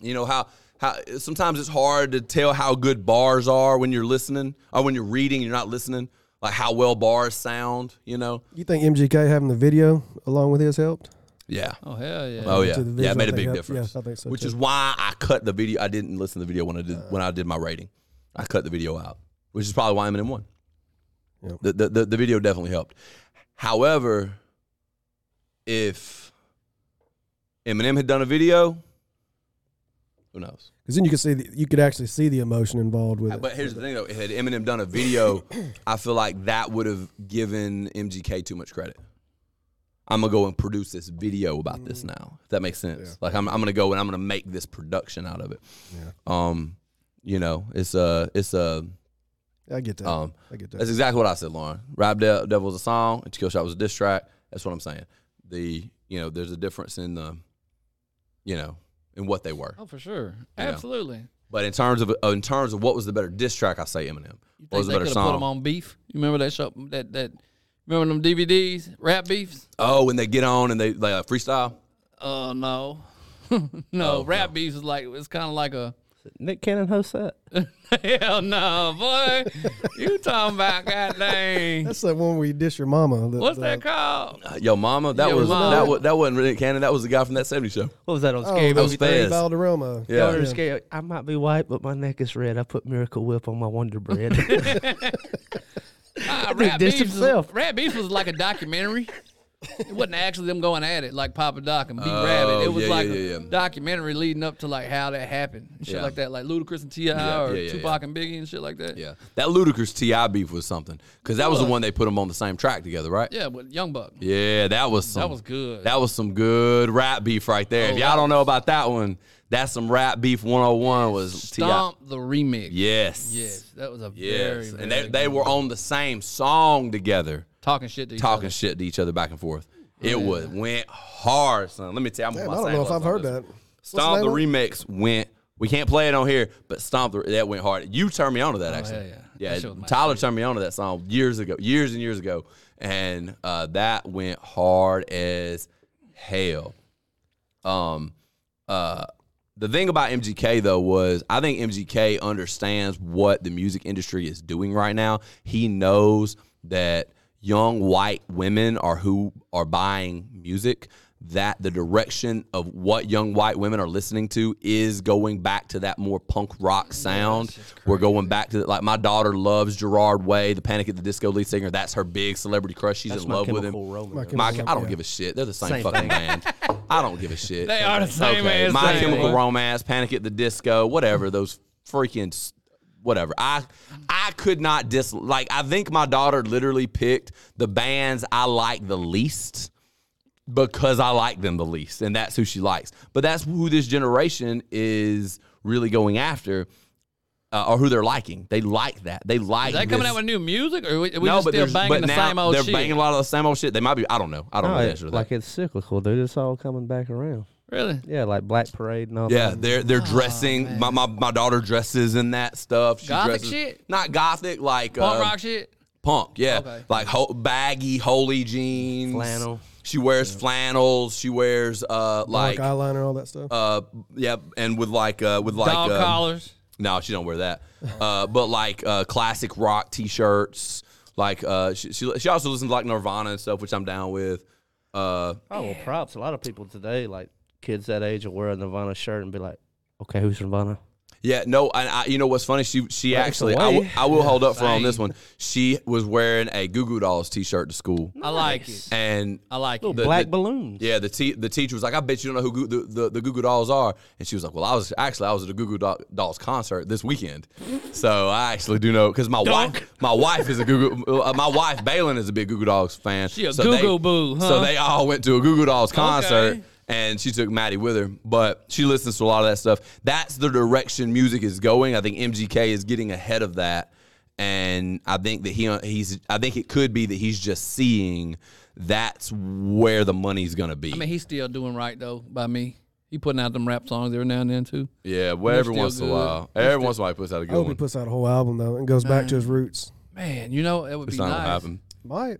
[SPEAKER 4] You know how how sometimes it's hard to tell how good bars are when you're listening or when you're reading. You're not listening like how well bars sound. You know.
[SPEAKER 6] You think MGK having the video along with his helped?
[SPEAKER 4] Yeah.
[SPEAKER 3] Oh hell yeah.
[SPEAKER 4] Oh yeah,
[SPEAKER 6] to the
[SPEAKER 4] yeah,
[SPEAKER 6] visual,
[SPEAKER 4] it made a
[SPEAKER 6] I think
[SPEAKER 4] big
[SPEAKER 6] that-
[SPEAKER 4] difference.
[SPEAKER 6] yes, I think so,
[SPEAKER 4] Which
[SPEAKER 6] too.
[SPEAKER 4] is why I cut the video. I didn't listen to the video when I did when I did my rating. I cut the video out, which is probably why Eminem won.
[SPEAKER 6] Yep.
[SPEAKER 4] The, the the the video definitely helped. However, if Eminem had done a video, who knows?
[SPEAKER 6] Because then you could see the, you could actually see the emotion involved with it.
[SPEAKER 4] Uh, But here's the thing though: had Eminem done a video, I feel like that would have given MGK too much credit. I'm gonna go and produce this video about this now. If that makes sense. Like I'm, I'm gonna go and I'm gonna make this production out of it. Um, you know, it's a, it's a.
[SPEAKER 6] I get that.
[SPEAKER 4] Um,
[SPEAKER 6] I get
[SPEAKER 4] that's
[SPEAKER 6] that.
[SPEAKER 4] exactly what I said, Lauren. Rap De- Devil was a song, and Kill Shot was a diss track. That's what I'm saying. The, you know, there's a difference in the, you know, in what they were.
[SPEAKER 3] Oh for sure.
[SPEAKER 4] know.
[SPEAKER 3] Absolutely.
[SPEAKER 4] But in terms of in terms of what was the better diss track, I say Eminem.
[SPEAKER 3] You
[SPEAKER 4] What
[SPEAKER 3] think
[SPEAKER 4] was the
[SPEAKER 3] they
[SPEAKER 4] better
[SPEAKER 3] could have put them
[SPEAKER 4] song?
[SPEAKER 3] on beef? You remember that show that that remember them DVDs, rap beefs?
[SPEAKER 4] Oh, when they get on and they like uh, freestyle.
[SPEAKER 3] Oh no. <laughs> no,
[SPEAKER 4] Oh,
[SPEAKER 3] rap beefs is like it's kinda like a <laughs>
[SPEAKER 5] Nick Cannon hosts that.
[SPEAKER 3] hell no, boy. you talking about goddamn
[SPEAKER 6] That's that one where you dish your mama. the-
[SPEAKER 3] what's
[SPEAKER 6] the-
[SPEAKER 3] that called?
[SPEAKER 4] Uh, Yo, mama, that
[SPEAKER 3] Yo,
[SPEAKER 4] was
[SPEAKER 3] Mama.
[SPEAKER 4] that was that wasn't really Cannon. That was the guy from that '70s show.
[SPEAKER 5] What was that on
[SPEAKER 6] Oh,
[SPEAKER 5] Scary Movie?
[SPEAKER 6] that
[SPEAKER 4] was
[SPEAKER 6] was
[SPEAKER 4] fast.
[SPEAKER 6] Valderrama.
[SPEAKER 4] Yeah.
[SPEAKER 5] Order Scary- I might be white, but my neck is red. I put Miracle Whip on my Wonder <laughs> Bread.
[SPEAKER 3] Ah,
[SPEAKER 5] dude
[SPEAKER 3] rap,
[SPEAKER 5] dissed
[SPEAKER 3] beefs was,
[SPEAKER 5] himself.
[SPEAKER 3] rap beefs was like a documentary. It wasn't actually them going at it like Papa Doc and B Rabbit. It was
[SPEAKER 4] Oh, yeah,
[SPEAKER 3] like
[SPEAKER 4] yeah,
[SPEAKER 3] a
[SPEAKER 4] yeah, yeah.
[SPEAKER 3] documentary leading up to like how that happened and shit
[SPEAKER 4] Yeah.
[SPEAKER 3] like that, like Ludacris and Ti or
[SPEAKER 4] yeah, yeah,
[SPEAKER 3] Tupac and Biggie and shit like that.
[SPEAKER 4] Yeah, that Ludacris Ti beef was something because that was the one they put them on the same track together, right?
[SPEAKER 3] yeah, but Young Buck.
[SPEAKER 4] Yeah, that was some,
[SPEAKER 3] That was good.
[SPEAKER 4] That was some good rap beef right there.
[SPEAKER 3] Oh,
[SPEAKER 4] if y'all
[SPEAKER 3] that
[SPEAKER 4] don't know about that one, that's some rap beef 101 was Ti.
[SPEAKER 3] Stomp the remix.
[SPEAKER 4] Yes.
[SPEAKER 3] Yes, that was a very,
[SPEAKER 4] Yes.
[SPEAKER 3] very
[SPEAKER 4] and they,
[SPEAKER 3] good
[SPEAKER 4] they were on the same song together,
[SPEAKER 3] talking shit to each
[SPEAKER 4] talking
[SPEAKER 3] other.
[SPEAKER 4] shit to each other back and forth. It was went hard, son. Let me tell you, I'm
[SPEAKER 6] Damn,
[SPEAKER 4] on my
[SPEAKER 6] I don't know if
[SPEAKER 4] sunglasses
[SPEAKER 6] I've
[SPEAKER 4] on
[SPEAKER 6] heard
[SPEAKER 4] this
[SPEAKER 6] that.
[SPEAKER 4] one.
[SPEAKER 6] What's the
[SPEAKER 4] Stomp the
[SPEAKER 6] name of it?
[SPEAKER 4] remix went. We can't play it on here, but Stomp the that went hard. You turned me on to that actually.
[SPEAKER 3] Oh, hell yeah. That shit was my
[SPEAKER 4] Tyler turned me on to that song years ago, years and years ago, and uh, that went hard as hell. Um, uh, the thing about MGK though was I think MGK understands what the music industry is doing right now. He knows that young white women are who are buying music. That the direction of what young white women are listening to is going back to that more punk rock sound. We're going back to like my daughter loves Gerard Way, the Panic at the Disco lead singer. That's her big celebrity crush. She's in
[SPEAKER 5] My
[SPEAKER 4] love with him.
[SPEAKER 5] Chemical Romance.
[SPEAKER 6] Like,
[SPEAKER 4] My, I
[SPEAKER 6] it was
[SPEAKER 4] don't
[SPEAKER 6] like, yeah.
[SPEAKER 4] give a shit. They're the same,
[SPEAKER 5] Same
[SPEAKER 4] fucking
[SPEAKER 3] <laughs>
[SPEAKER 5] thing.
[SPEAKER 4] band. I don't give a shit.
[SPEAKER 3] They are the same as
[SPEAKER 4] My
[SPEAKER 3] thing,
[SPEAKER 4] Chemical
[SPEAKER 3] boy.
[SPEAKER 4] Romance, Panic at the Disco, whatever. Those freaking s- whatever. I I could not dis like. I think my daughter literally picked the bands I like the least because I like them the least, and that's who she likes. But that's who this generation is really going after. Uh, or who they're liking? They like that. They like.
[SPEAKER 3] Is that coming
[SPEAKER 4] this-
[SPEAKER 3] out with new music, or are we, are we
[SPEAKER 4] no,
[SPEAKER 3] just
[SPEAKER 4] but
[SPEAKER 3] still
[SPEAKER 4] there's-
[SPEAKER 3] banging
[SPEAKER 4] but
[SPEAKER 3] the
[SPEAKER 4] now
[SPEAKER 3] same old
[SPEAKER 4] they're
[SPEAKER 3] shit?
[SPEAKER 4] banging a lot of the same old shit. They might be. I don't know. I don't
[SPEAKER 5] No,
[SPEAKER 4] know. the
[SPEAKER 5] Oh, it,
[SPEAKER 4] answer to that.
[SPEAKER 5] like it's cyclical, dude. It's all coming back around.
[SPEAKER 3] really?
[SPEAKER 5] Yeah, like Black Parade and all
[SPEAKER 4] Yeah,
[SPEAKER 5] that.
[SPEAKER 4] they're
[SPEAKER 3] Oh,
[SPEAKER 4] they're dressing. My, my my daughter dresses in that stuff. She
[SPEAKER 3] Gothic
[SPEAKER 4] dresses,
[SPEAKER 3] shit?
[SPEAKER 4] Not gothic, like
[SPEAKER 3] Punk
[SPEAKER 4] uh,
[SPEAKER 3] rock shit.
[SPEAKER 4] Punk, yeah,
[SPEAKER 3] Okay.
[SPEAKER 4] like ho- baggy, holy jeans,
[SPEAKER 5] Flannel.
[SPEAKER 4] She wears flannels. She wears uh like
[SPEAKER 6] Like eyeliner, all that stuff.
[SPEAKER 4] uh yeah, and with like uh with like
[SPEAKER 3] Dog
[SPEAKER 4] uh,
[SPEAKER 3] collars.
[SPEAKER 4] No, she don't wear that. Uh, but like uh, classic rock T-shirts. Like uh, she, she she also listens to like Nirvana and stuff, which I'm down with. Uh,
[SPEAKER 5] Oh well, props. A lot of people today, like kids that age, will wear a Nirvana shirt and be like, "Okay, who's Nirvana?"
[SPEAKER 4] Yeah, no, and I, you know what's funny? She she actually, I, w-
[SPEAKER 5] away.
[SPEAKER 4] I will hold up for her on this one. She was wearing a Goo Goo Dolls t-shirt to school,
[SPEAKER 3] I like it.
[SPEAKER 4] and
[SPEAKER 3] I like it.
[SPEAKER 4] the-
[SPEAKER 5] Black
[SPEAKER 4] the-
[SPEAKER 5] balloons.
[SPEAKER 4] Yeah, the te- the teacher was like, "I bet you don't know who Goo- the, the the Goo Goo Dolls are," and she was like, "Well, I was actually I was at a Goo Goo Do- Dolls concert this weekend, so I actually do know because my wife my wife is a Goo Goo uh, my wife Balin is a big Goo Goo Dolls fan.
[SPEAKER 3] She a
[SPEAKER 4] so
[SPEAKER 3] Goo
[SPEAKER 4] they-
[SPEAKER 3] Goo boo, huh?
[SPEAKER 4] So they all went to a Goo Goo Dolls concert.
[SPEAKER 3] Okay.
[SPEAKER 4] And she took Maddie with her, but she listens to a lot of that stuff. That's the direction music is going. I think MGK is getting ahead of that, and I think that he he's. I think it could be that he's just seeing that's where the money's gonna be.
[SPEAKER 3] I mean, he's still doing right though by me. He putting out them rap songs every now and then too.
[SPEAKER 4] yeah, well, every
[SPEAKER 3] still
[SPEAKER 4] once in a
[SPEAKER 3] good.
[SPEAKER 4] while, every once in a while he puts out a
[SPEAKER 6] I
[SPEAKER 4] good
[SPEAKER 6] hope he
[SPEAKER 4] one.
[SPEAKER 6] puts out a whole album though and goes back to
[SPEAKER 3] Uh-huh.
[SPEAKER 6] his roots.
[SPEAKER 3] Man, you know it would
[SPEAKER 4] it's
[SPEAKER 3] be
[SPEAKER 4] not
[SPEAKER 3] nice.
[SPEAKER 4] gonna happen.
[SPEAKER 6] Might.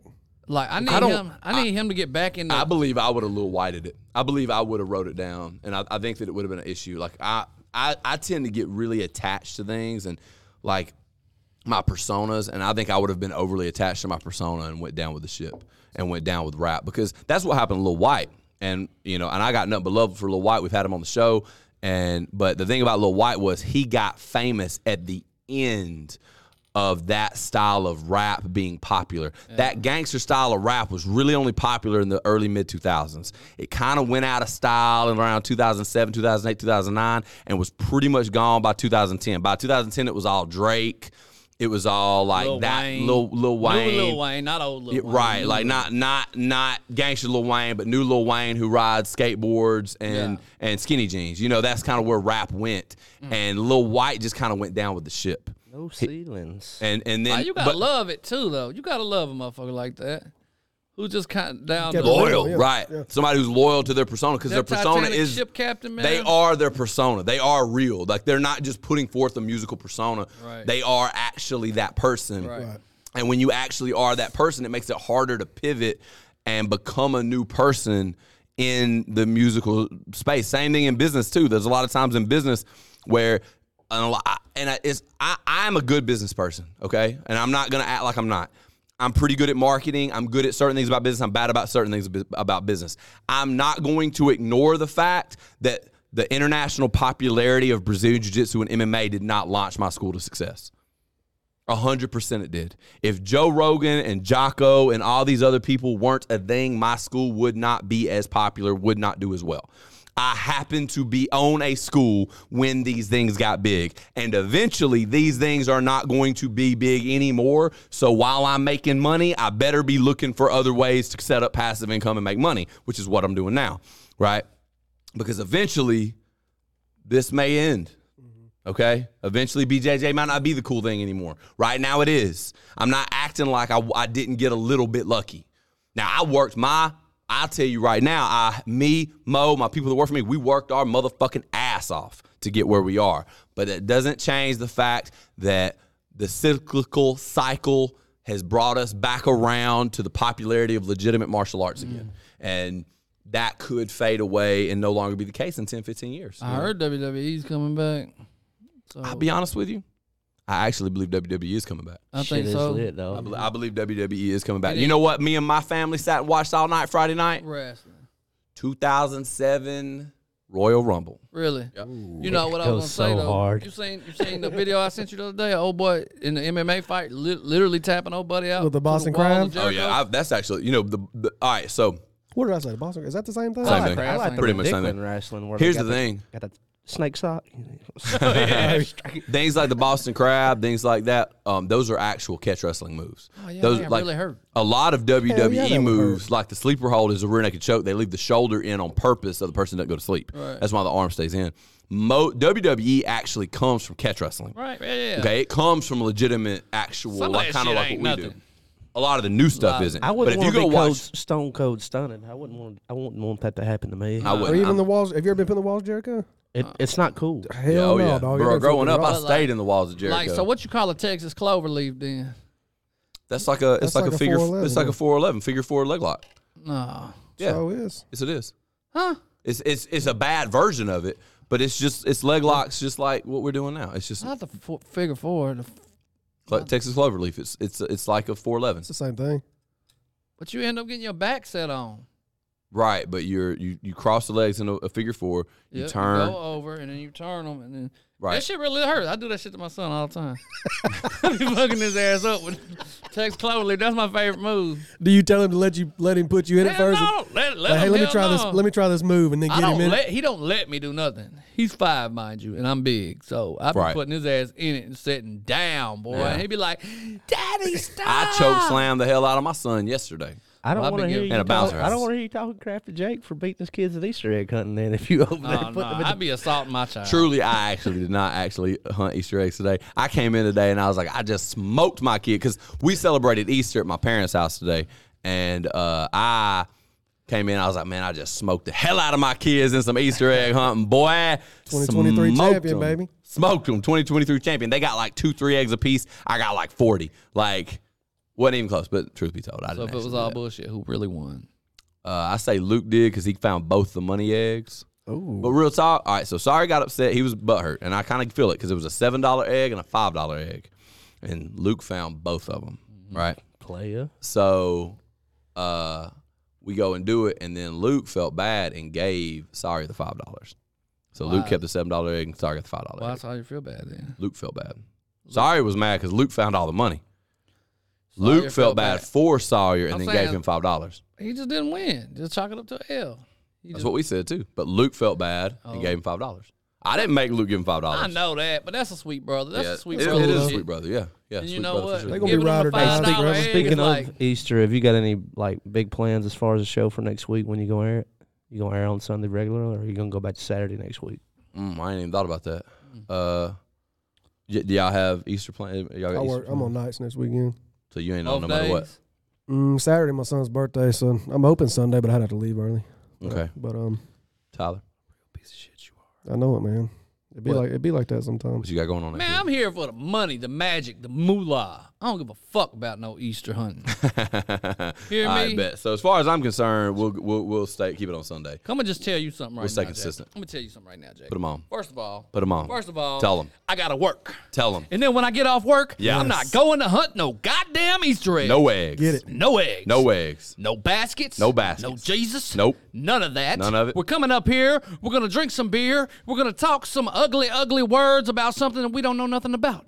[SPEAKER 3] Like I need
[SPEAKER 4] don't-
[SPEAKER 3] him. I need him to get back in. The,
[SPEAKER 4] I believe I would have little whited it. I believe I would have wrote it down, and I, I think that it would have been an issue. Like I, I, I tend to get really attached to things and like my personas, and I think I would have been overly attached to my persona and went down with the ship and went down with rap because that's what happened to Lil White, and you know, and I got nothing but love for Lil White. We've had him on the show, and but the thing about Lil White was he got famous at the end of that style of rap being popular. That gangster style of rap was really only popular in the early mid 2000s. It kind of went out of style in around 2007, 2008, 2009 and was pretty much gone by 2010. By 2010 it was all Drake. It was all like
[SPEAKER 3] Lil
[SPEAKER 4] that
[SPEAKER 3] Wayne.
[SPEAKER 4] Lil, Lil
[SPEAKER 3] New
[SPEAKER 4] Wayne.
[SPEAKER 3] Lil Wayne, not old Lil
[SPEAKER 4] Yeah,
[SPEAKER 3] Wayne.
[SPEAKER 4] Right, like not not not gangster Lil Wayne, but new Lil Wayne who rides skateboards and and skinny jeans. You know, that's kind of where rap went,
[SPEAKER 3] Mm.
[SPEAKER 4] and Lil White just kind of went down with the ship.
[SPEAKER 5] No ceilings.
[SPEAKER 4] And and then
[SPEAKER 3] Like, you gotta
[SPEAKER 4] but-
[SPEAKER 3] love it too though. You gotta love a motherfucker like that who just kind of down
[SPEAKER 6] Get
[SPEAKER 3] to-
[SPEAKER 6] loyal.
[SPEAKER 4] loyal,
[SPEAKER 6] yeah,
[SPEAKER 4] right?
[SPEAKER 6] yeah.
[SPEAKER 4] Somebody who's loyal to their persona because their
[SPEAKER 3] That
[SPEAKER 4] persona
[SPEAKER 3] Titanic
[SPEAKER 4] is
[SPEAKER 3] ship captain, man.
[SPEAKER 4] They are their persona. They are real. Like they're not just putting forth a musical persona.
[SPEAKER 3] Right.
[SPEAKER 4] They are actually that person.
[SPEAKER 3] Right. Right.
[SPEAKER 4] And when you actually are that person, it makes it harder to pivot and become a new person in the musical space. Same thing in business too. There's a lot of times in business where and a lot, and I- it's I I'm a good business person, okay? And I'm not going to act like I'm not. I'm pretty good at marketing. I'm good at certain things about business. I'm bad about certain things bu- about business. I'm not going to ignore the fact that the international popularity of Brazilian Jiu Jitsu and MMA did not launch my school to success. A hundred percent it did. If Joe Rogan and Jocko and all these other people weren't a thing, my school would not be as popular, would not do as well. I happened to be on a school when these things got big. And eventually these things are not going to be big anymore. So while I'm making money, I better be looking for other ways to set up passive income and make money, which is what I'm doing now. Right? Because eventually this may end. Okay. Eventually, BJJ might not be the cool thing anymore. Right now, it is. I'm not acting like I, I didn't get a little bit lucky. Now, I worked my, I'll tell you right now, I, me, Mo, my people that work for me, we worked our motherfucking ass off to get where we are. But it doesn't change the fact that the cyclical cycle has brought us back around to the popularity of legitimate martial arts again. And that could fade away and no longer be the case in 10, 15 years.
[SPEAKER 3] I heard WWE's coming back. So
[SPEAKER 4] I'll be honest with you. I actually believe WWE is coming back.
[SPEAKER 3] I
[SPEAKER 5] Shit
[SPEAKER 3] think
[SPEAKER 5] is
[SPEAKER 3] so.
[SPEAKER 4] I
[SPEAKER 5] lit though.
[SPEAKER 4] believe, I believe WWE is coming back.
[SPEAKER 3] Uh, It
[SPEAKER 4] You
[SPEAKER 3] is.
[SPEAKER 4] know what? Me and my family sat and watched all night Friday night.
[SPEAKER 3] Wrestling.
[SPEAKER 4] 2007 Royal Rumble.
[SPEAKER 3] Really? You know what I was
[SPEAKER 5] goes
[SPEAKER 3] gonna say
[SPEAKER 5] so
[SPEAKER 3] though.
[SPEAKER 5] hard.
[SPEAKER 3] You seen you seen the video I sent you the other day? Old boy in the MMA fight, li- literally tapping old buddy out
[SPEAKER 6] With the
[SPEAKER 3] to
[SPEAKER 6] Boston
[SPEAKER 3] wall
[SPEAKER 6] Crab?
[SPEAKER 3] of
[SPEAKER 4] Oh
[SPEAKER 3] Jericho.
[SPEAKER 4] yeah, I, that's actually you know the, the all right.
[SPEAKER 3] <laughs>
[SPEAKER 4] So
[SPEAKER 6] What did I say? The boss? Is that the same thing?
[SPEAKER 4] same
[SPEAKER 3] like
[SPEAKER 4] thing.
[SPEAKER 3] that. I like
[SPEAKER 4] pretty
[SPEAKER 5] the
[SPEAKER 4] much same
[SPEAKER 5] Dickman
[SPEAKER 4] thing.
[SPEAKER 5] wrestling where they
[SPEAKER 4] Here's
[SPEAKER 5] got
[SPEAKER 4] the thing.
[SPEAKER 5] Got a snake sock.
[SPEAKER 4] <laughs> Things like the Boston Crab, things like that. Um, those are actual catch wrestling moves. Oh,
[SPEAKER 3] yeah,
[SPEAKER 4] those
[SPEAKER 3] that really hurt.
[SPEAKER 4] a lot of WWE
[SPEAKER 6] yeah, that would
[SPEAKER 4] moves, like the sleeper hold is a rear naked choke. They leave the shoulder in on purpose so the person doesn't go to sleep. That's why the arm stays in. Mo- WWE actually comes from catch wrestling.
[SPEAKER 3] Right. Yeah. yeah.
[SPEAKER 4] Okay, it comes from legitimate, actual,
[SPEAKER 3] Some of
[SPEAKER 4] like
[SPEAKER 3] that
[SPEAKER 4] kind of
[SPEAKER 3] shit
[SPEAKER 4] like what
[SPEAKER 3] ain't
[SPEAKER 4] we do.
[SPEAKER 3] nothing.
[SPEAKER 4] A lot of the new stuff isn't.
[SPEAKER 5] <laughs> I
[SPEAKER 4] but if
[SPEAKER 5] wouldn't
[SPEAKER 4] you
[SPEAKER 5] want to
[SPEAKER 4] go
[SPEAKER 5] be
[SPEAKER 4] watch,
[SPEAKER 5] cold, stone cold stunning. I wouldn't want. I wouldn't want that to happen to me.
[SPEAKER 4] I
[SPEAKER 6] Or
[SPEAKER 4] wouldn't.
[SPEAKER 6] even
[SPEAKER 4] I'm-
[SPEAKER 6] the walls? Have you ever been put in the walls, of Jericho?
[SPEAKER 5] It, it's not cool.
[SPEAKER 6] Hell
[SPEAKER 4] yeah, oh
[SPEAKER 6] no,
[SPEAKER 4] yeah,
[SPEAKER 6] dog.
[SPEAKER 4] bro. Growing up, I
[SPEAKER 3] But,
[SPEAKER 4] stayed
[SPEAKER 3] like-
[SPEAKER 4] in the walls of Jericho.
[SPEAKER 3] Like so, what you call a Texas cloverleaf then?
[SPEAKER 4] That's like a. It's
[SPEAKER 6] That's
[SPEAKER 4] like,
[SPEAKER 6] like
[SPEAKER 4] a
[SPEAKER 6] a
[SPEAKER 4] figure.
[SPEAKER 6] 411,
[SPEAKER 4] It's like
[SPEAKER 6] yeah.
[SPEAKER 4] a four eleven figure four leg lock.
[SPEAKER 3] No.
[SPEAKER 4] Yeah,
[SPEAKER 6] so is.
[SPEAKER 4] yes it is.
[SPEAKER 3] Huh?
[SPEAKER 4] It's it's it's a bad version of it, but it's just it's leg locks, just like what we're doing now. It's just
[SPEAKER 3] Not the four, figure four. The, f-
[SPEAKER 4] like Texas cloverleaf. It's it's it's like a four eleven.
[SPEAKER 6] It's the same thing.
[SPEAKER 3] but you end up getting your back set on.
[SPEAKER 4] Right, but you're you you cross the legs in a, a figure four. You
[SPEAKER 3] Yep,
[SPEAKER 4] turn.
[SPEAKER 3] go over, and then you turn them, and then
[SPEAKER 4] Right.
[SPEAKER 3] That shit really hurt. I do that shit to my son all the time. <laughs> I be fucking his ass up with <laughs> text clothing. That's my favorite move.
[SPEAKER 6] Do you tell him to let you let him put you in it
[SPEAKER 3] Hell
[SPEAKER 6] first?
[SPEAKER 3] no, let, let
[SPEAKER 6] Like, hey,
[SPEAKER 3] him-
[SPEAKER 6] let me
[SPEAKER 3] hell
[SPEAKER 6] try this.
[SPEAKER 3] no.
[SPEAKER 6] Let me try this move, and then
[SPEAKER 3] I
[SPEAKER 6] get him
[SPEAKER 3] don't
[SPEAKER 6] in.
[SPEAKER 3] let he don't let me do nothing. He's five, mind you, and I'm big, so I be
[SPEAKER 4] Right.
[SPEAKER 3] putting his ass in it and sitting down, boy.
[SPEAKER 4] Yeah.
[SPEAKER 3] And he'd be like, "Daddy, stop!"
[SPEAKER 4] I choke slammed the hell out of my son yesterday.
[SPEAKER 5] I don't
[SPEAKER 3] Well, I've
[SPEAKER 5] want
[SPEAKER 3] been
[SPEAKER 5] to hear
[SPEAKER 3] guilty.
[SPEAKER 5] you.
[SPEAKER 4] And a
[SPEAKER 5] talk-
[SPEAKER 4] bouncer
[SPEAKER 5] I don't
[SPEAKER 4] house.
[SPEAKER 5] want to hear you talking crap to Jake for beating his kids at Easter egg hunting. Then <laughs> if you over there
[SPEAKER 3] Oh,
[SPEAKER 5] put
[SPEAKER 3] no,
[SPEAKER 5] them in
[SPEAKER 3] I'd be assaulting my child.
[SPEAKER 4] Truly, I actually did not actually hunt Easter eggs today. I came in today and I was like, I just smoked my kid because we celebrated Easter at my parents' house today, and uh, I came in. I was like, man, I just smoked the hell out of my kids in some
[SPEAKER 3] <laughs>
[SPEAKER 4] Easter egg hunting, boy.
[SPEAKER 6] 2023
[SPEAKER 4] Smoked
[SPEAKER 6] champion,
[SPEAKER 4] them.
[SPEAKER 6] baby.
[SPEAKER 4] Smoked them, 2023 champion. They got like two, three eggs apiece. I got like 40. Like, wasn't even close. But truth be told, I
[SPEAKER 3] So
[SPEAKER 4] didn't.
[SPEAKER 3] if it was
[SPEAKER 4] actually do
[SPEAKER 3] all
[SPEAKER 4] that.
[SPEAKER 3] bullshit, who really won?
[SPEAKER 4] Uh, I say Luke did because he found both the money eggs. But real talk, all right. So sorry, got upset. He was butthurt, and I kind of feel it because it was a seven dollar egg and a five dollar egg, and Luke found both of them. Right.
[SPEAKER 5] player.
[SPEAKER 4] So, uh, we go and do it, and then Luke felt bad and gave sorry the five dollars. So Luke kept the seven dollar egg and sorry got the five dollar.
[SPEAKER 3] Well,
[SPEAKER 4] egg.
[SPEAKER 3] that's how you feel bad then.
[SPEAKER 4] Luke felt bad. Sorry was mad because Luke found all the money. Luke felt, bad, for Sawyer and
[SPEAKER 3] I'm
[SPEAKER 4] then gave
[SPEAKER 3] saying-
[SPEAKER 4] him five dollars.
[SPEAKER 3] He just didn't win. Just chalk it up to a L. He
[SPEAKER 4] That's
[SPEAKER 3] just- Oh.
[SPEAKER 4] what we said too. But Luke felt bad and gave him five dollars. I didn't make Luke give him five dollars.
[SPEAKER 3] I know that, but that's a sweet brother. That's
[SPEAKER 4] Yeah,
[SPEAKER 3] a sweet
[SPEAKER 4] it-
[SPEAKER 3] brother.
[SPEAKER 4] it is a
[SPEAKER 3] shit.
[SPEAKER 4] sweet brother. Yeah, yeah.
[SPEAKER 3] And you
[SPEAKER 4] sweet
[SPEAKER 3] know
[SPEAKER 4] brother for
[SPEAKER 3] what?
[SPEAKER 4] sure.
[SPEAKER 6] They gonna be
[SPEAKER 3] Giving him a
[SPEAKER 6] ride or
[SPEAKER 3] $5
[SPEAKER 6] die. Speaking of-
[SPEAKER 3] egg is
[SPEAKER 5] Speaking of
[SPEAKER 3] like-
[SPEAKER 5] Easter, have you got any like big plans as far as the show for next week when you go air it? You gonna air on Sunday regular, or are you gonna go back to Saturday next week?
[SPEAKER 4] Mm, I ain't even thought about that.
[SPEAKER 3] Mm.
[SPEAKER 4] Uh, y- do y'all have Easter plan? Y'all got
[SPEAKER 6] I
[SPEAKER 4] Easter
[SPEAKER 6] work. I'm
[SPEAKER 4] plan?
[SPEAKER 6] on nights next weekend.
[SPEAKER 4] So you ain't on
[SPEAKER 3] both
[SPEAKER 4] no matter what.
[SPEAKER 3] days.
[SPEAKER 6] Mm, Saturday, my son's birthday, so I'm hoping Sunday, but I'd have to leave early.
[SPEAKER 4] Okay,
[SPEAKER 6] But um,
[SPEAKER 4] Tyler,
[SPEAKER 6] I know it, man. It'd be
[SPEAKER 4] What?
[SPEAKER 6] like it'd be like that sometimes.
[SPEAKER 4] what you got going on? next
[SPEAKER 3] Man, I'm here for the money, the magic, the moolah. I don't give a fuck about no Easter hunting.
[SPEAKER 4] week? <laughs>
[SPEAKER 3] Hear
[SPEAKER 4] I
[SPEAKER 3] me?
[SPEAKER 4] bet. So as far as I'm concerned, we'll we'll we'll stay keep it on Sunday.
[SPEAKER 3] Come and just tell you something right
[SPEAKER 4] We'll
[SPEAKER 3] now.
[SPEAKER 4] stay
[SPEAKER 3] Jay.
[SPEAKER 4] consistent.
[SPEAKER 3] I'm gonna tell you something right now, Jake.
[SPEAKER 4] Put them on.
[SPEAKER 3] First of all,
[SPEAKER 4] Put 'em on.
[SPEAKER 3] First of all,
[SPEAKER 4] Tell 'em.
[SPEAKER 3] I gotta work, <laughs>
[SPEAKER 4] Tell them
[SPEAKER 3] and then when I get off work, I'm not
[SPEAKER 6] Yes.
[SPEAKER 3] going to hunt no goddamn Easter egg.
[SPEAKER 4] no eggs.
[SPEAKER 6] Get it?
[SPEAKER 3] no eggs,
[SPEAKER 4] No eggs.
[SPEAKER 3] No baskets.
[SPEAKER 4] No baskets.
[SPEAKER 3] No Jesus.
[SPEAKER 4] Nope.
[SPEAKER 3] None of that.
[SPEAKER 4] None of it.
[SPEAKER 3] We're coming up here. We're going to drink some beer. We're going to talk some ugly, ugly words about something that we don't know nothing about.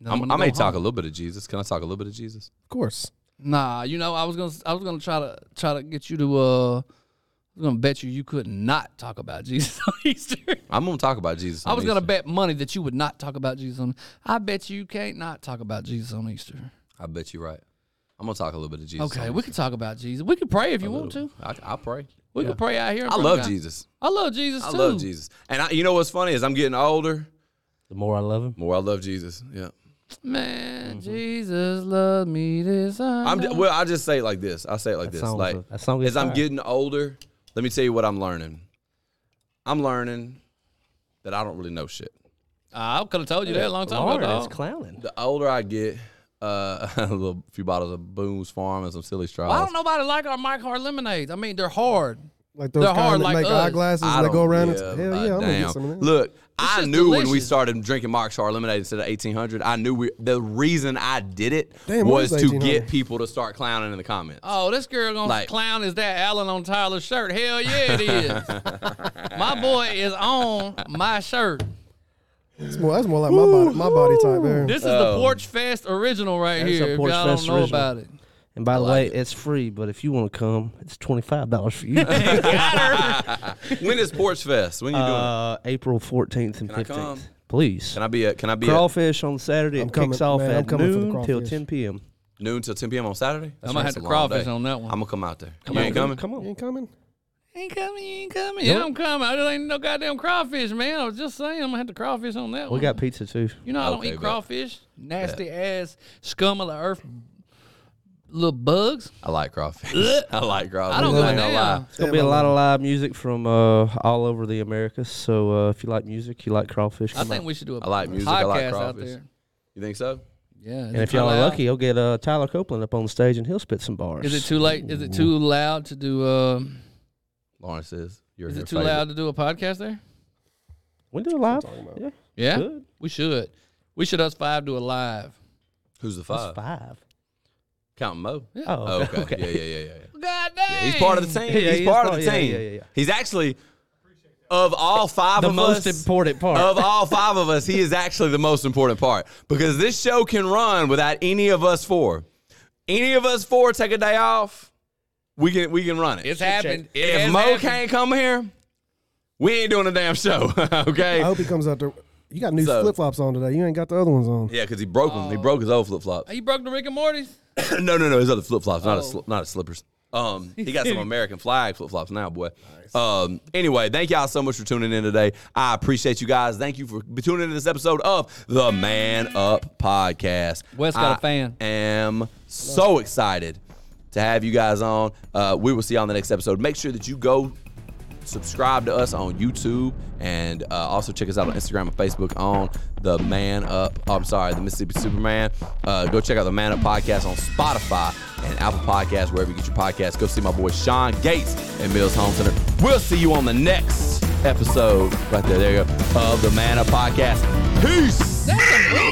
[SPEAKER 3] And then I'm
[SPEAKER 4] I'm,
[SPEAKER 3] gonna
[SPEAKER 4] I may
[SPEAKER 3] go
[SPEAKER 4] talk
[SPEAKER 3] home.
[SPEAKER 4] a little bit of Jesus. Can I talk a little bit of Jesus?
[SPEAKER 6] Of course.
[SPEAKER 3] Nah, you know, I was gonna, I was gonna try to, try to get you to, uh, I was gonna bet you you could not talk about Jesus <laughs> on Easter.
[SPEAKER 4] I'm gonna talk about Jesus.
[SPEAKER 3] I
[SPEAKER 4] on
[SPEAKER 3] was gonna
[SPEAKER 4] Easter.
[SPEAKER 3] bet money that you would not talk about Jesus on. I bet you can't not talk about Jesus on Easter.
[SPEAKER 4] I bet you're right. I'm gonna talk a little bit of Jesus.
[SPEAKER 3] Okay,
[SPEAKER 4] on
[SPEAKER 3] we
[SPEAKER 4] Easter.
[SPEAKER 3] can talk about Jesus. We can pray if you want to.
[SPEAKER 4] I, I'll pray.
[SPEAKER 3] We can pray out here. in
[SPEAKER 4] I
[SPEAKER 3] front of
[SPEAKER 4] love
[SPEAKER 3] God.
[SPEAKER 4] Jesus.
[SPEAKER 3] I love Jesus
[SPEAKER 4] I
[SPEAKER 3] too.
[SPEAKER 4] love Jesus. And I, you know what's funny is I'm getting older.
[SPEAKER 5] The more I love him,
[SPEAKER 4] More I love Jesus. Yeah.
[SPEAKER 3] Man, Jesus loved me this I
[SPEAKER 4] Mm-hmm. I'm
[SPEAKER 3] know.
[SPEAKER 4] ju- well. I just say it like this. I say it like
[SPEAKER 5] That
[SPEAKER 4] this.
[SPEAKER 5] song's
[SPEAKER 4] Like
[SPEAKER 5] a- that song is
[SPEAKER 4] as I'm
[SPEAKER 5] fire.
[SPEAKER 4] getting older, let me tell you what I'm learning. I'm learning that I don't really know shit.
[SPEAKER 3] I could have told you that a long time
[SPEAKER 5] Lord,
[SPEAKER 3] ago.
[SPEAKER 5] it's
[SPEAKER 3] dog.
[SPEAKER 5] clowning.
[SPEAKER 4] The older I get, uh, <laughs> a little, few bottles of Boone's Farm and some silly straws.
[SPEAKER 3] Why don't nobody like our Mike Hard lemonades? I mean, they're hard.
[SPEAKER 6] Like those
[SPEAKER 3] They're
[SPEAKER 6] kind
[SPEAKER 3] hard
[SPEAKER 6] that
[SPEAKER 3] like
[SPEAKER 6] make
[SPEAKER 3] us.
[SPEAKER 6] eyeglasses
[SPEAKER 4] I
[SPEAKER 6] and they
[SPEAKER 4] don't-
[SPEAKER 6] go around.
[SPEAKER 4] yeah,
[SPEAKER 6] and, hell
[SPEAKER 4] uh,
[SPEAKER 6] yeah, I'm gonna
[SPEAKER 4] damn.
[SPEAKER 6] get some of them.
[SPEAKER 4] Look, I
[SPEAKER 3] just
[SPEAKER 4] knew when we
[SPEAKER 3] delicious.
[SPEAKER 4] started drinking Mark's Hard Lemonade instead of 1800, I knew we, the reason I did it
[SPEAKER 6] Damn, what
[SPEAKER 4] was
[SPEAKER 6] is
[SPEAKER 4] to
[SPEAKER 6] 1800?
[SPEAKER 4] get people to start clowning in the comments.
[SPEAKER 3] Oh, this girl gonna
[SPEAKER 4] Like-
[SPEAKER 3] clown is that Allen on Tyler's shirt? Hell yeah, it is.
[SPEAKER 4] <laughs>
[SPEAKER 3] my boy is on my shirt.
[SPEAKER 6] That's more, that's more like my body, my body type there.
[SPEAKER 3] This is
[SPEAKER 4] Oh.
[SPEAKER 3] the Porch Fest original right
[SPEAKER 5] That's a
[SPEAKER 3] here. If y'all
[SPEAKER 5] Porch
[SPEAKER 3] don't
[SPEAKER 5] Fest
[SPEAKER 3] know
[SPEAKER 5] original.
[SPEAKER 3] about it.
[SPEAKER 5] And by the way, it's free, but if you want to come, it's twenty five dollars
[SPEAKER 4] <laughs>
[SPEAKER 5] for you.
[SPEAKER 4] when is Porch Fest? When you doing it?
[SPEAKER 5] uh, April fourteenth and
[SPEAKER 4] Can I come?
[SPEAKER 5] fifteenth. Please.
[SPEAKER 4] Can I be a? Can I be at
[SPEAKER 5] crawfish on Saturday.
[SPEAKER 6] I'm
[SPEAKER 5] it
[SPEAKER 6] coming-
[SPEAKER 5] kicks off
[SPEAKER 6] man, I'm
[SPEAKER 5] at
[SPEAKER 6] coming for the
[SPEAKER 5] noon till
[SPEAKER 6] crawfish.
[SPEAKER 5] ten p.m.
[SPEAKER 4] noon till 10 p.m. on Saturday?
[SPEAKER 3] I'm gonna have to crawfish on that one.
[SPEAKER 4] I'm gonna come out there.
[SPEAKER 5] Come
[SPEAKER 4] you
[SPEAKER 5] on,
[SPEAKER 4] ain't coming?
[SPEAKER 5] Come
[SPEAKER 6] You
[SPEAKER 5] on.
[SPEAKER 6] ain't coming?
[SPEAKER 3] ain't coming, you ain't coming. Yeah, I'm coming. I just ain't no goddamn crawfish, man. I was just saying I'm gonna have to crawfish on that
[SPEAKER 4] Oh.
[SPEAKER 5] We
[SPEAKER 3] one.
[SPEAKER 5] got pizza too.
[SPEAKER 3] You know I don't
[SPEAKER 4] Okay,
[SPEAKER 3] eat
[SPEAKER 4] bet.
[SPEAKER 3] crawfish. Nasty ass scum of the earth, little bugs.
[SPEAKER 4] I like crawfish. I like crawfish.
[SPEAKER 3] I don't
[SPEAKER 4] ain't
[SPEAKER 3] give a
[SPEAKER 4] gonna lie.
[SPEAKER 3] damn.
[SPEAKER 5] It's gonna be a lot of live music from uh, all over the Americas. So uh, if you like music, you like crawfish.
[SPEAKER 3] I
[SPEAKER 5] come
[SPEAKER 3] think
[SPEAKER 5] out.
[SPEAKER 3] we should do a
[SPEAKER 4] I like music,
[SPEAKER 3] podcast
[SPEAKER 4] I like
[SPEAKER 3] out
[SPEAKER 4] crawfish.
[SPEAKER 3] there.
[SPEAKER 4] You think so?
[SPEAKER 3] Yeah,
[SPEAKER 5] and if y'all are lucky, you'll get uh, Tyler Copeland up on stage and he'll spit some bars.
[SPEAKER 3] is it too late? Is it too loud to do? Uh,
[SPEAKER 4] Lawrence says you're
[SPEAKER 3] is
[SPEAKER 4] her
[SPEAKER 3] it too
[SPEAKER 4] favorite.
[SPEAKER 3] loud to do a podcast there?
[SPEAKER 5] we do it live. Yeah,
[SPEAKER 3] Yeah,
[SPEAKER 5] Good.
[SPEAKER 3] we should. We should us five do a live.
[SPEAKER 4] Who's the five?
[SPEAKER 5] that's five.
[SPEAKER 4] Counting Mo.
[SPEAKER 5] Oh, <laughs>
[SPEAKER 4] Oh, okay.
[SPEAKER 5] okay.
[SPEAKER 4] Yeah, yeah, yeah, yeah.
[SPEAKER 3] God
[SPEAKER 4] yeah
[SPEAKER 3] damn,
[SPEAKER 4] he's part of the team.
[SPEAKER 5] Yeah,
[SPEAKER 4] he's,
[SPEAKER 5] he's
[SPEAKER 4] part of
[SPEAKER 5] part-
[SPEAKER 4] the
[SPEAKER 5] yeah,
[SPEAKER 4] team.
[SPEAKER 5] yeah, yeah, yeah.
[SPEAKER 4] He's actually of all five
[SPEAKER 5] The
[SPEAKER 4] of us,
[SPEAKER 5] most important part.
[SPEAKER 4] of all five of us, he is actually the most important part because this show can run without any of us four. Any of us four take a day off, we can we can run it.
[SPEAKER 9] It's happened. It
[SPEAKER 4] if
[SPEAKER 9] has
[SPEAKER 4] Mo
[SPEAKER 9] happened.
[SPEAKER 4] can't come here, we ain't doing a damn show. <laughs> okay.
[SPEAKER 6] I hope he comes out there. You got new
[SPEAKER 4] So-
[SPEAKER 6] flip flops on today. You ain't got the other ones on.
[SPEAKER 4] Yeah, because he broke them. He
[SPEAKER 9] Oh.
[SPEAKER 4] broke his old flip flops.
[SPEAKER 3] Hey, you broke the Rick and Morty's.
[SPEAKER 4] <laughs> no, no, no. His other flip flops, not his sli- not his slippers. Um, he got some American flag flip flops now, boy. Um, anyway, thank y'all so much for tuning in today. I appreciate you guys. Thank you for tuning in to this episode of the Man Up Podcast.
[SPEAKER 3] Wes got
[SPEAKER 4] a
[SPEAKER 3] a fan.
[SPEAKER 4] am so excited to have you guys on. Uh, we will see you on the next episode. Make sure that you go subscribe to us on YouTube and uh, also check us out on Instagram and Facebook on the Man Up. oh, I'm sorry, the Mississippi Superman. Uh, go check out the Man Up podcast on Spotify and Apple Podcasts, wherever you get your podcasts. Go see my boy Sean Gates at Mills Home Center. We'll see you on the next episode right there. There you go of the Man Up podcast. Peace.
[SPEAKER 3] That's a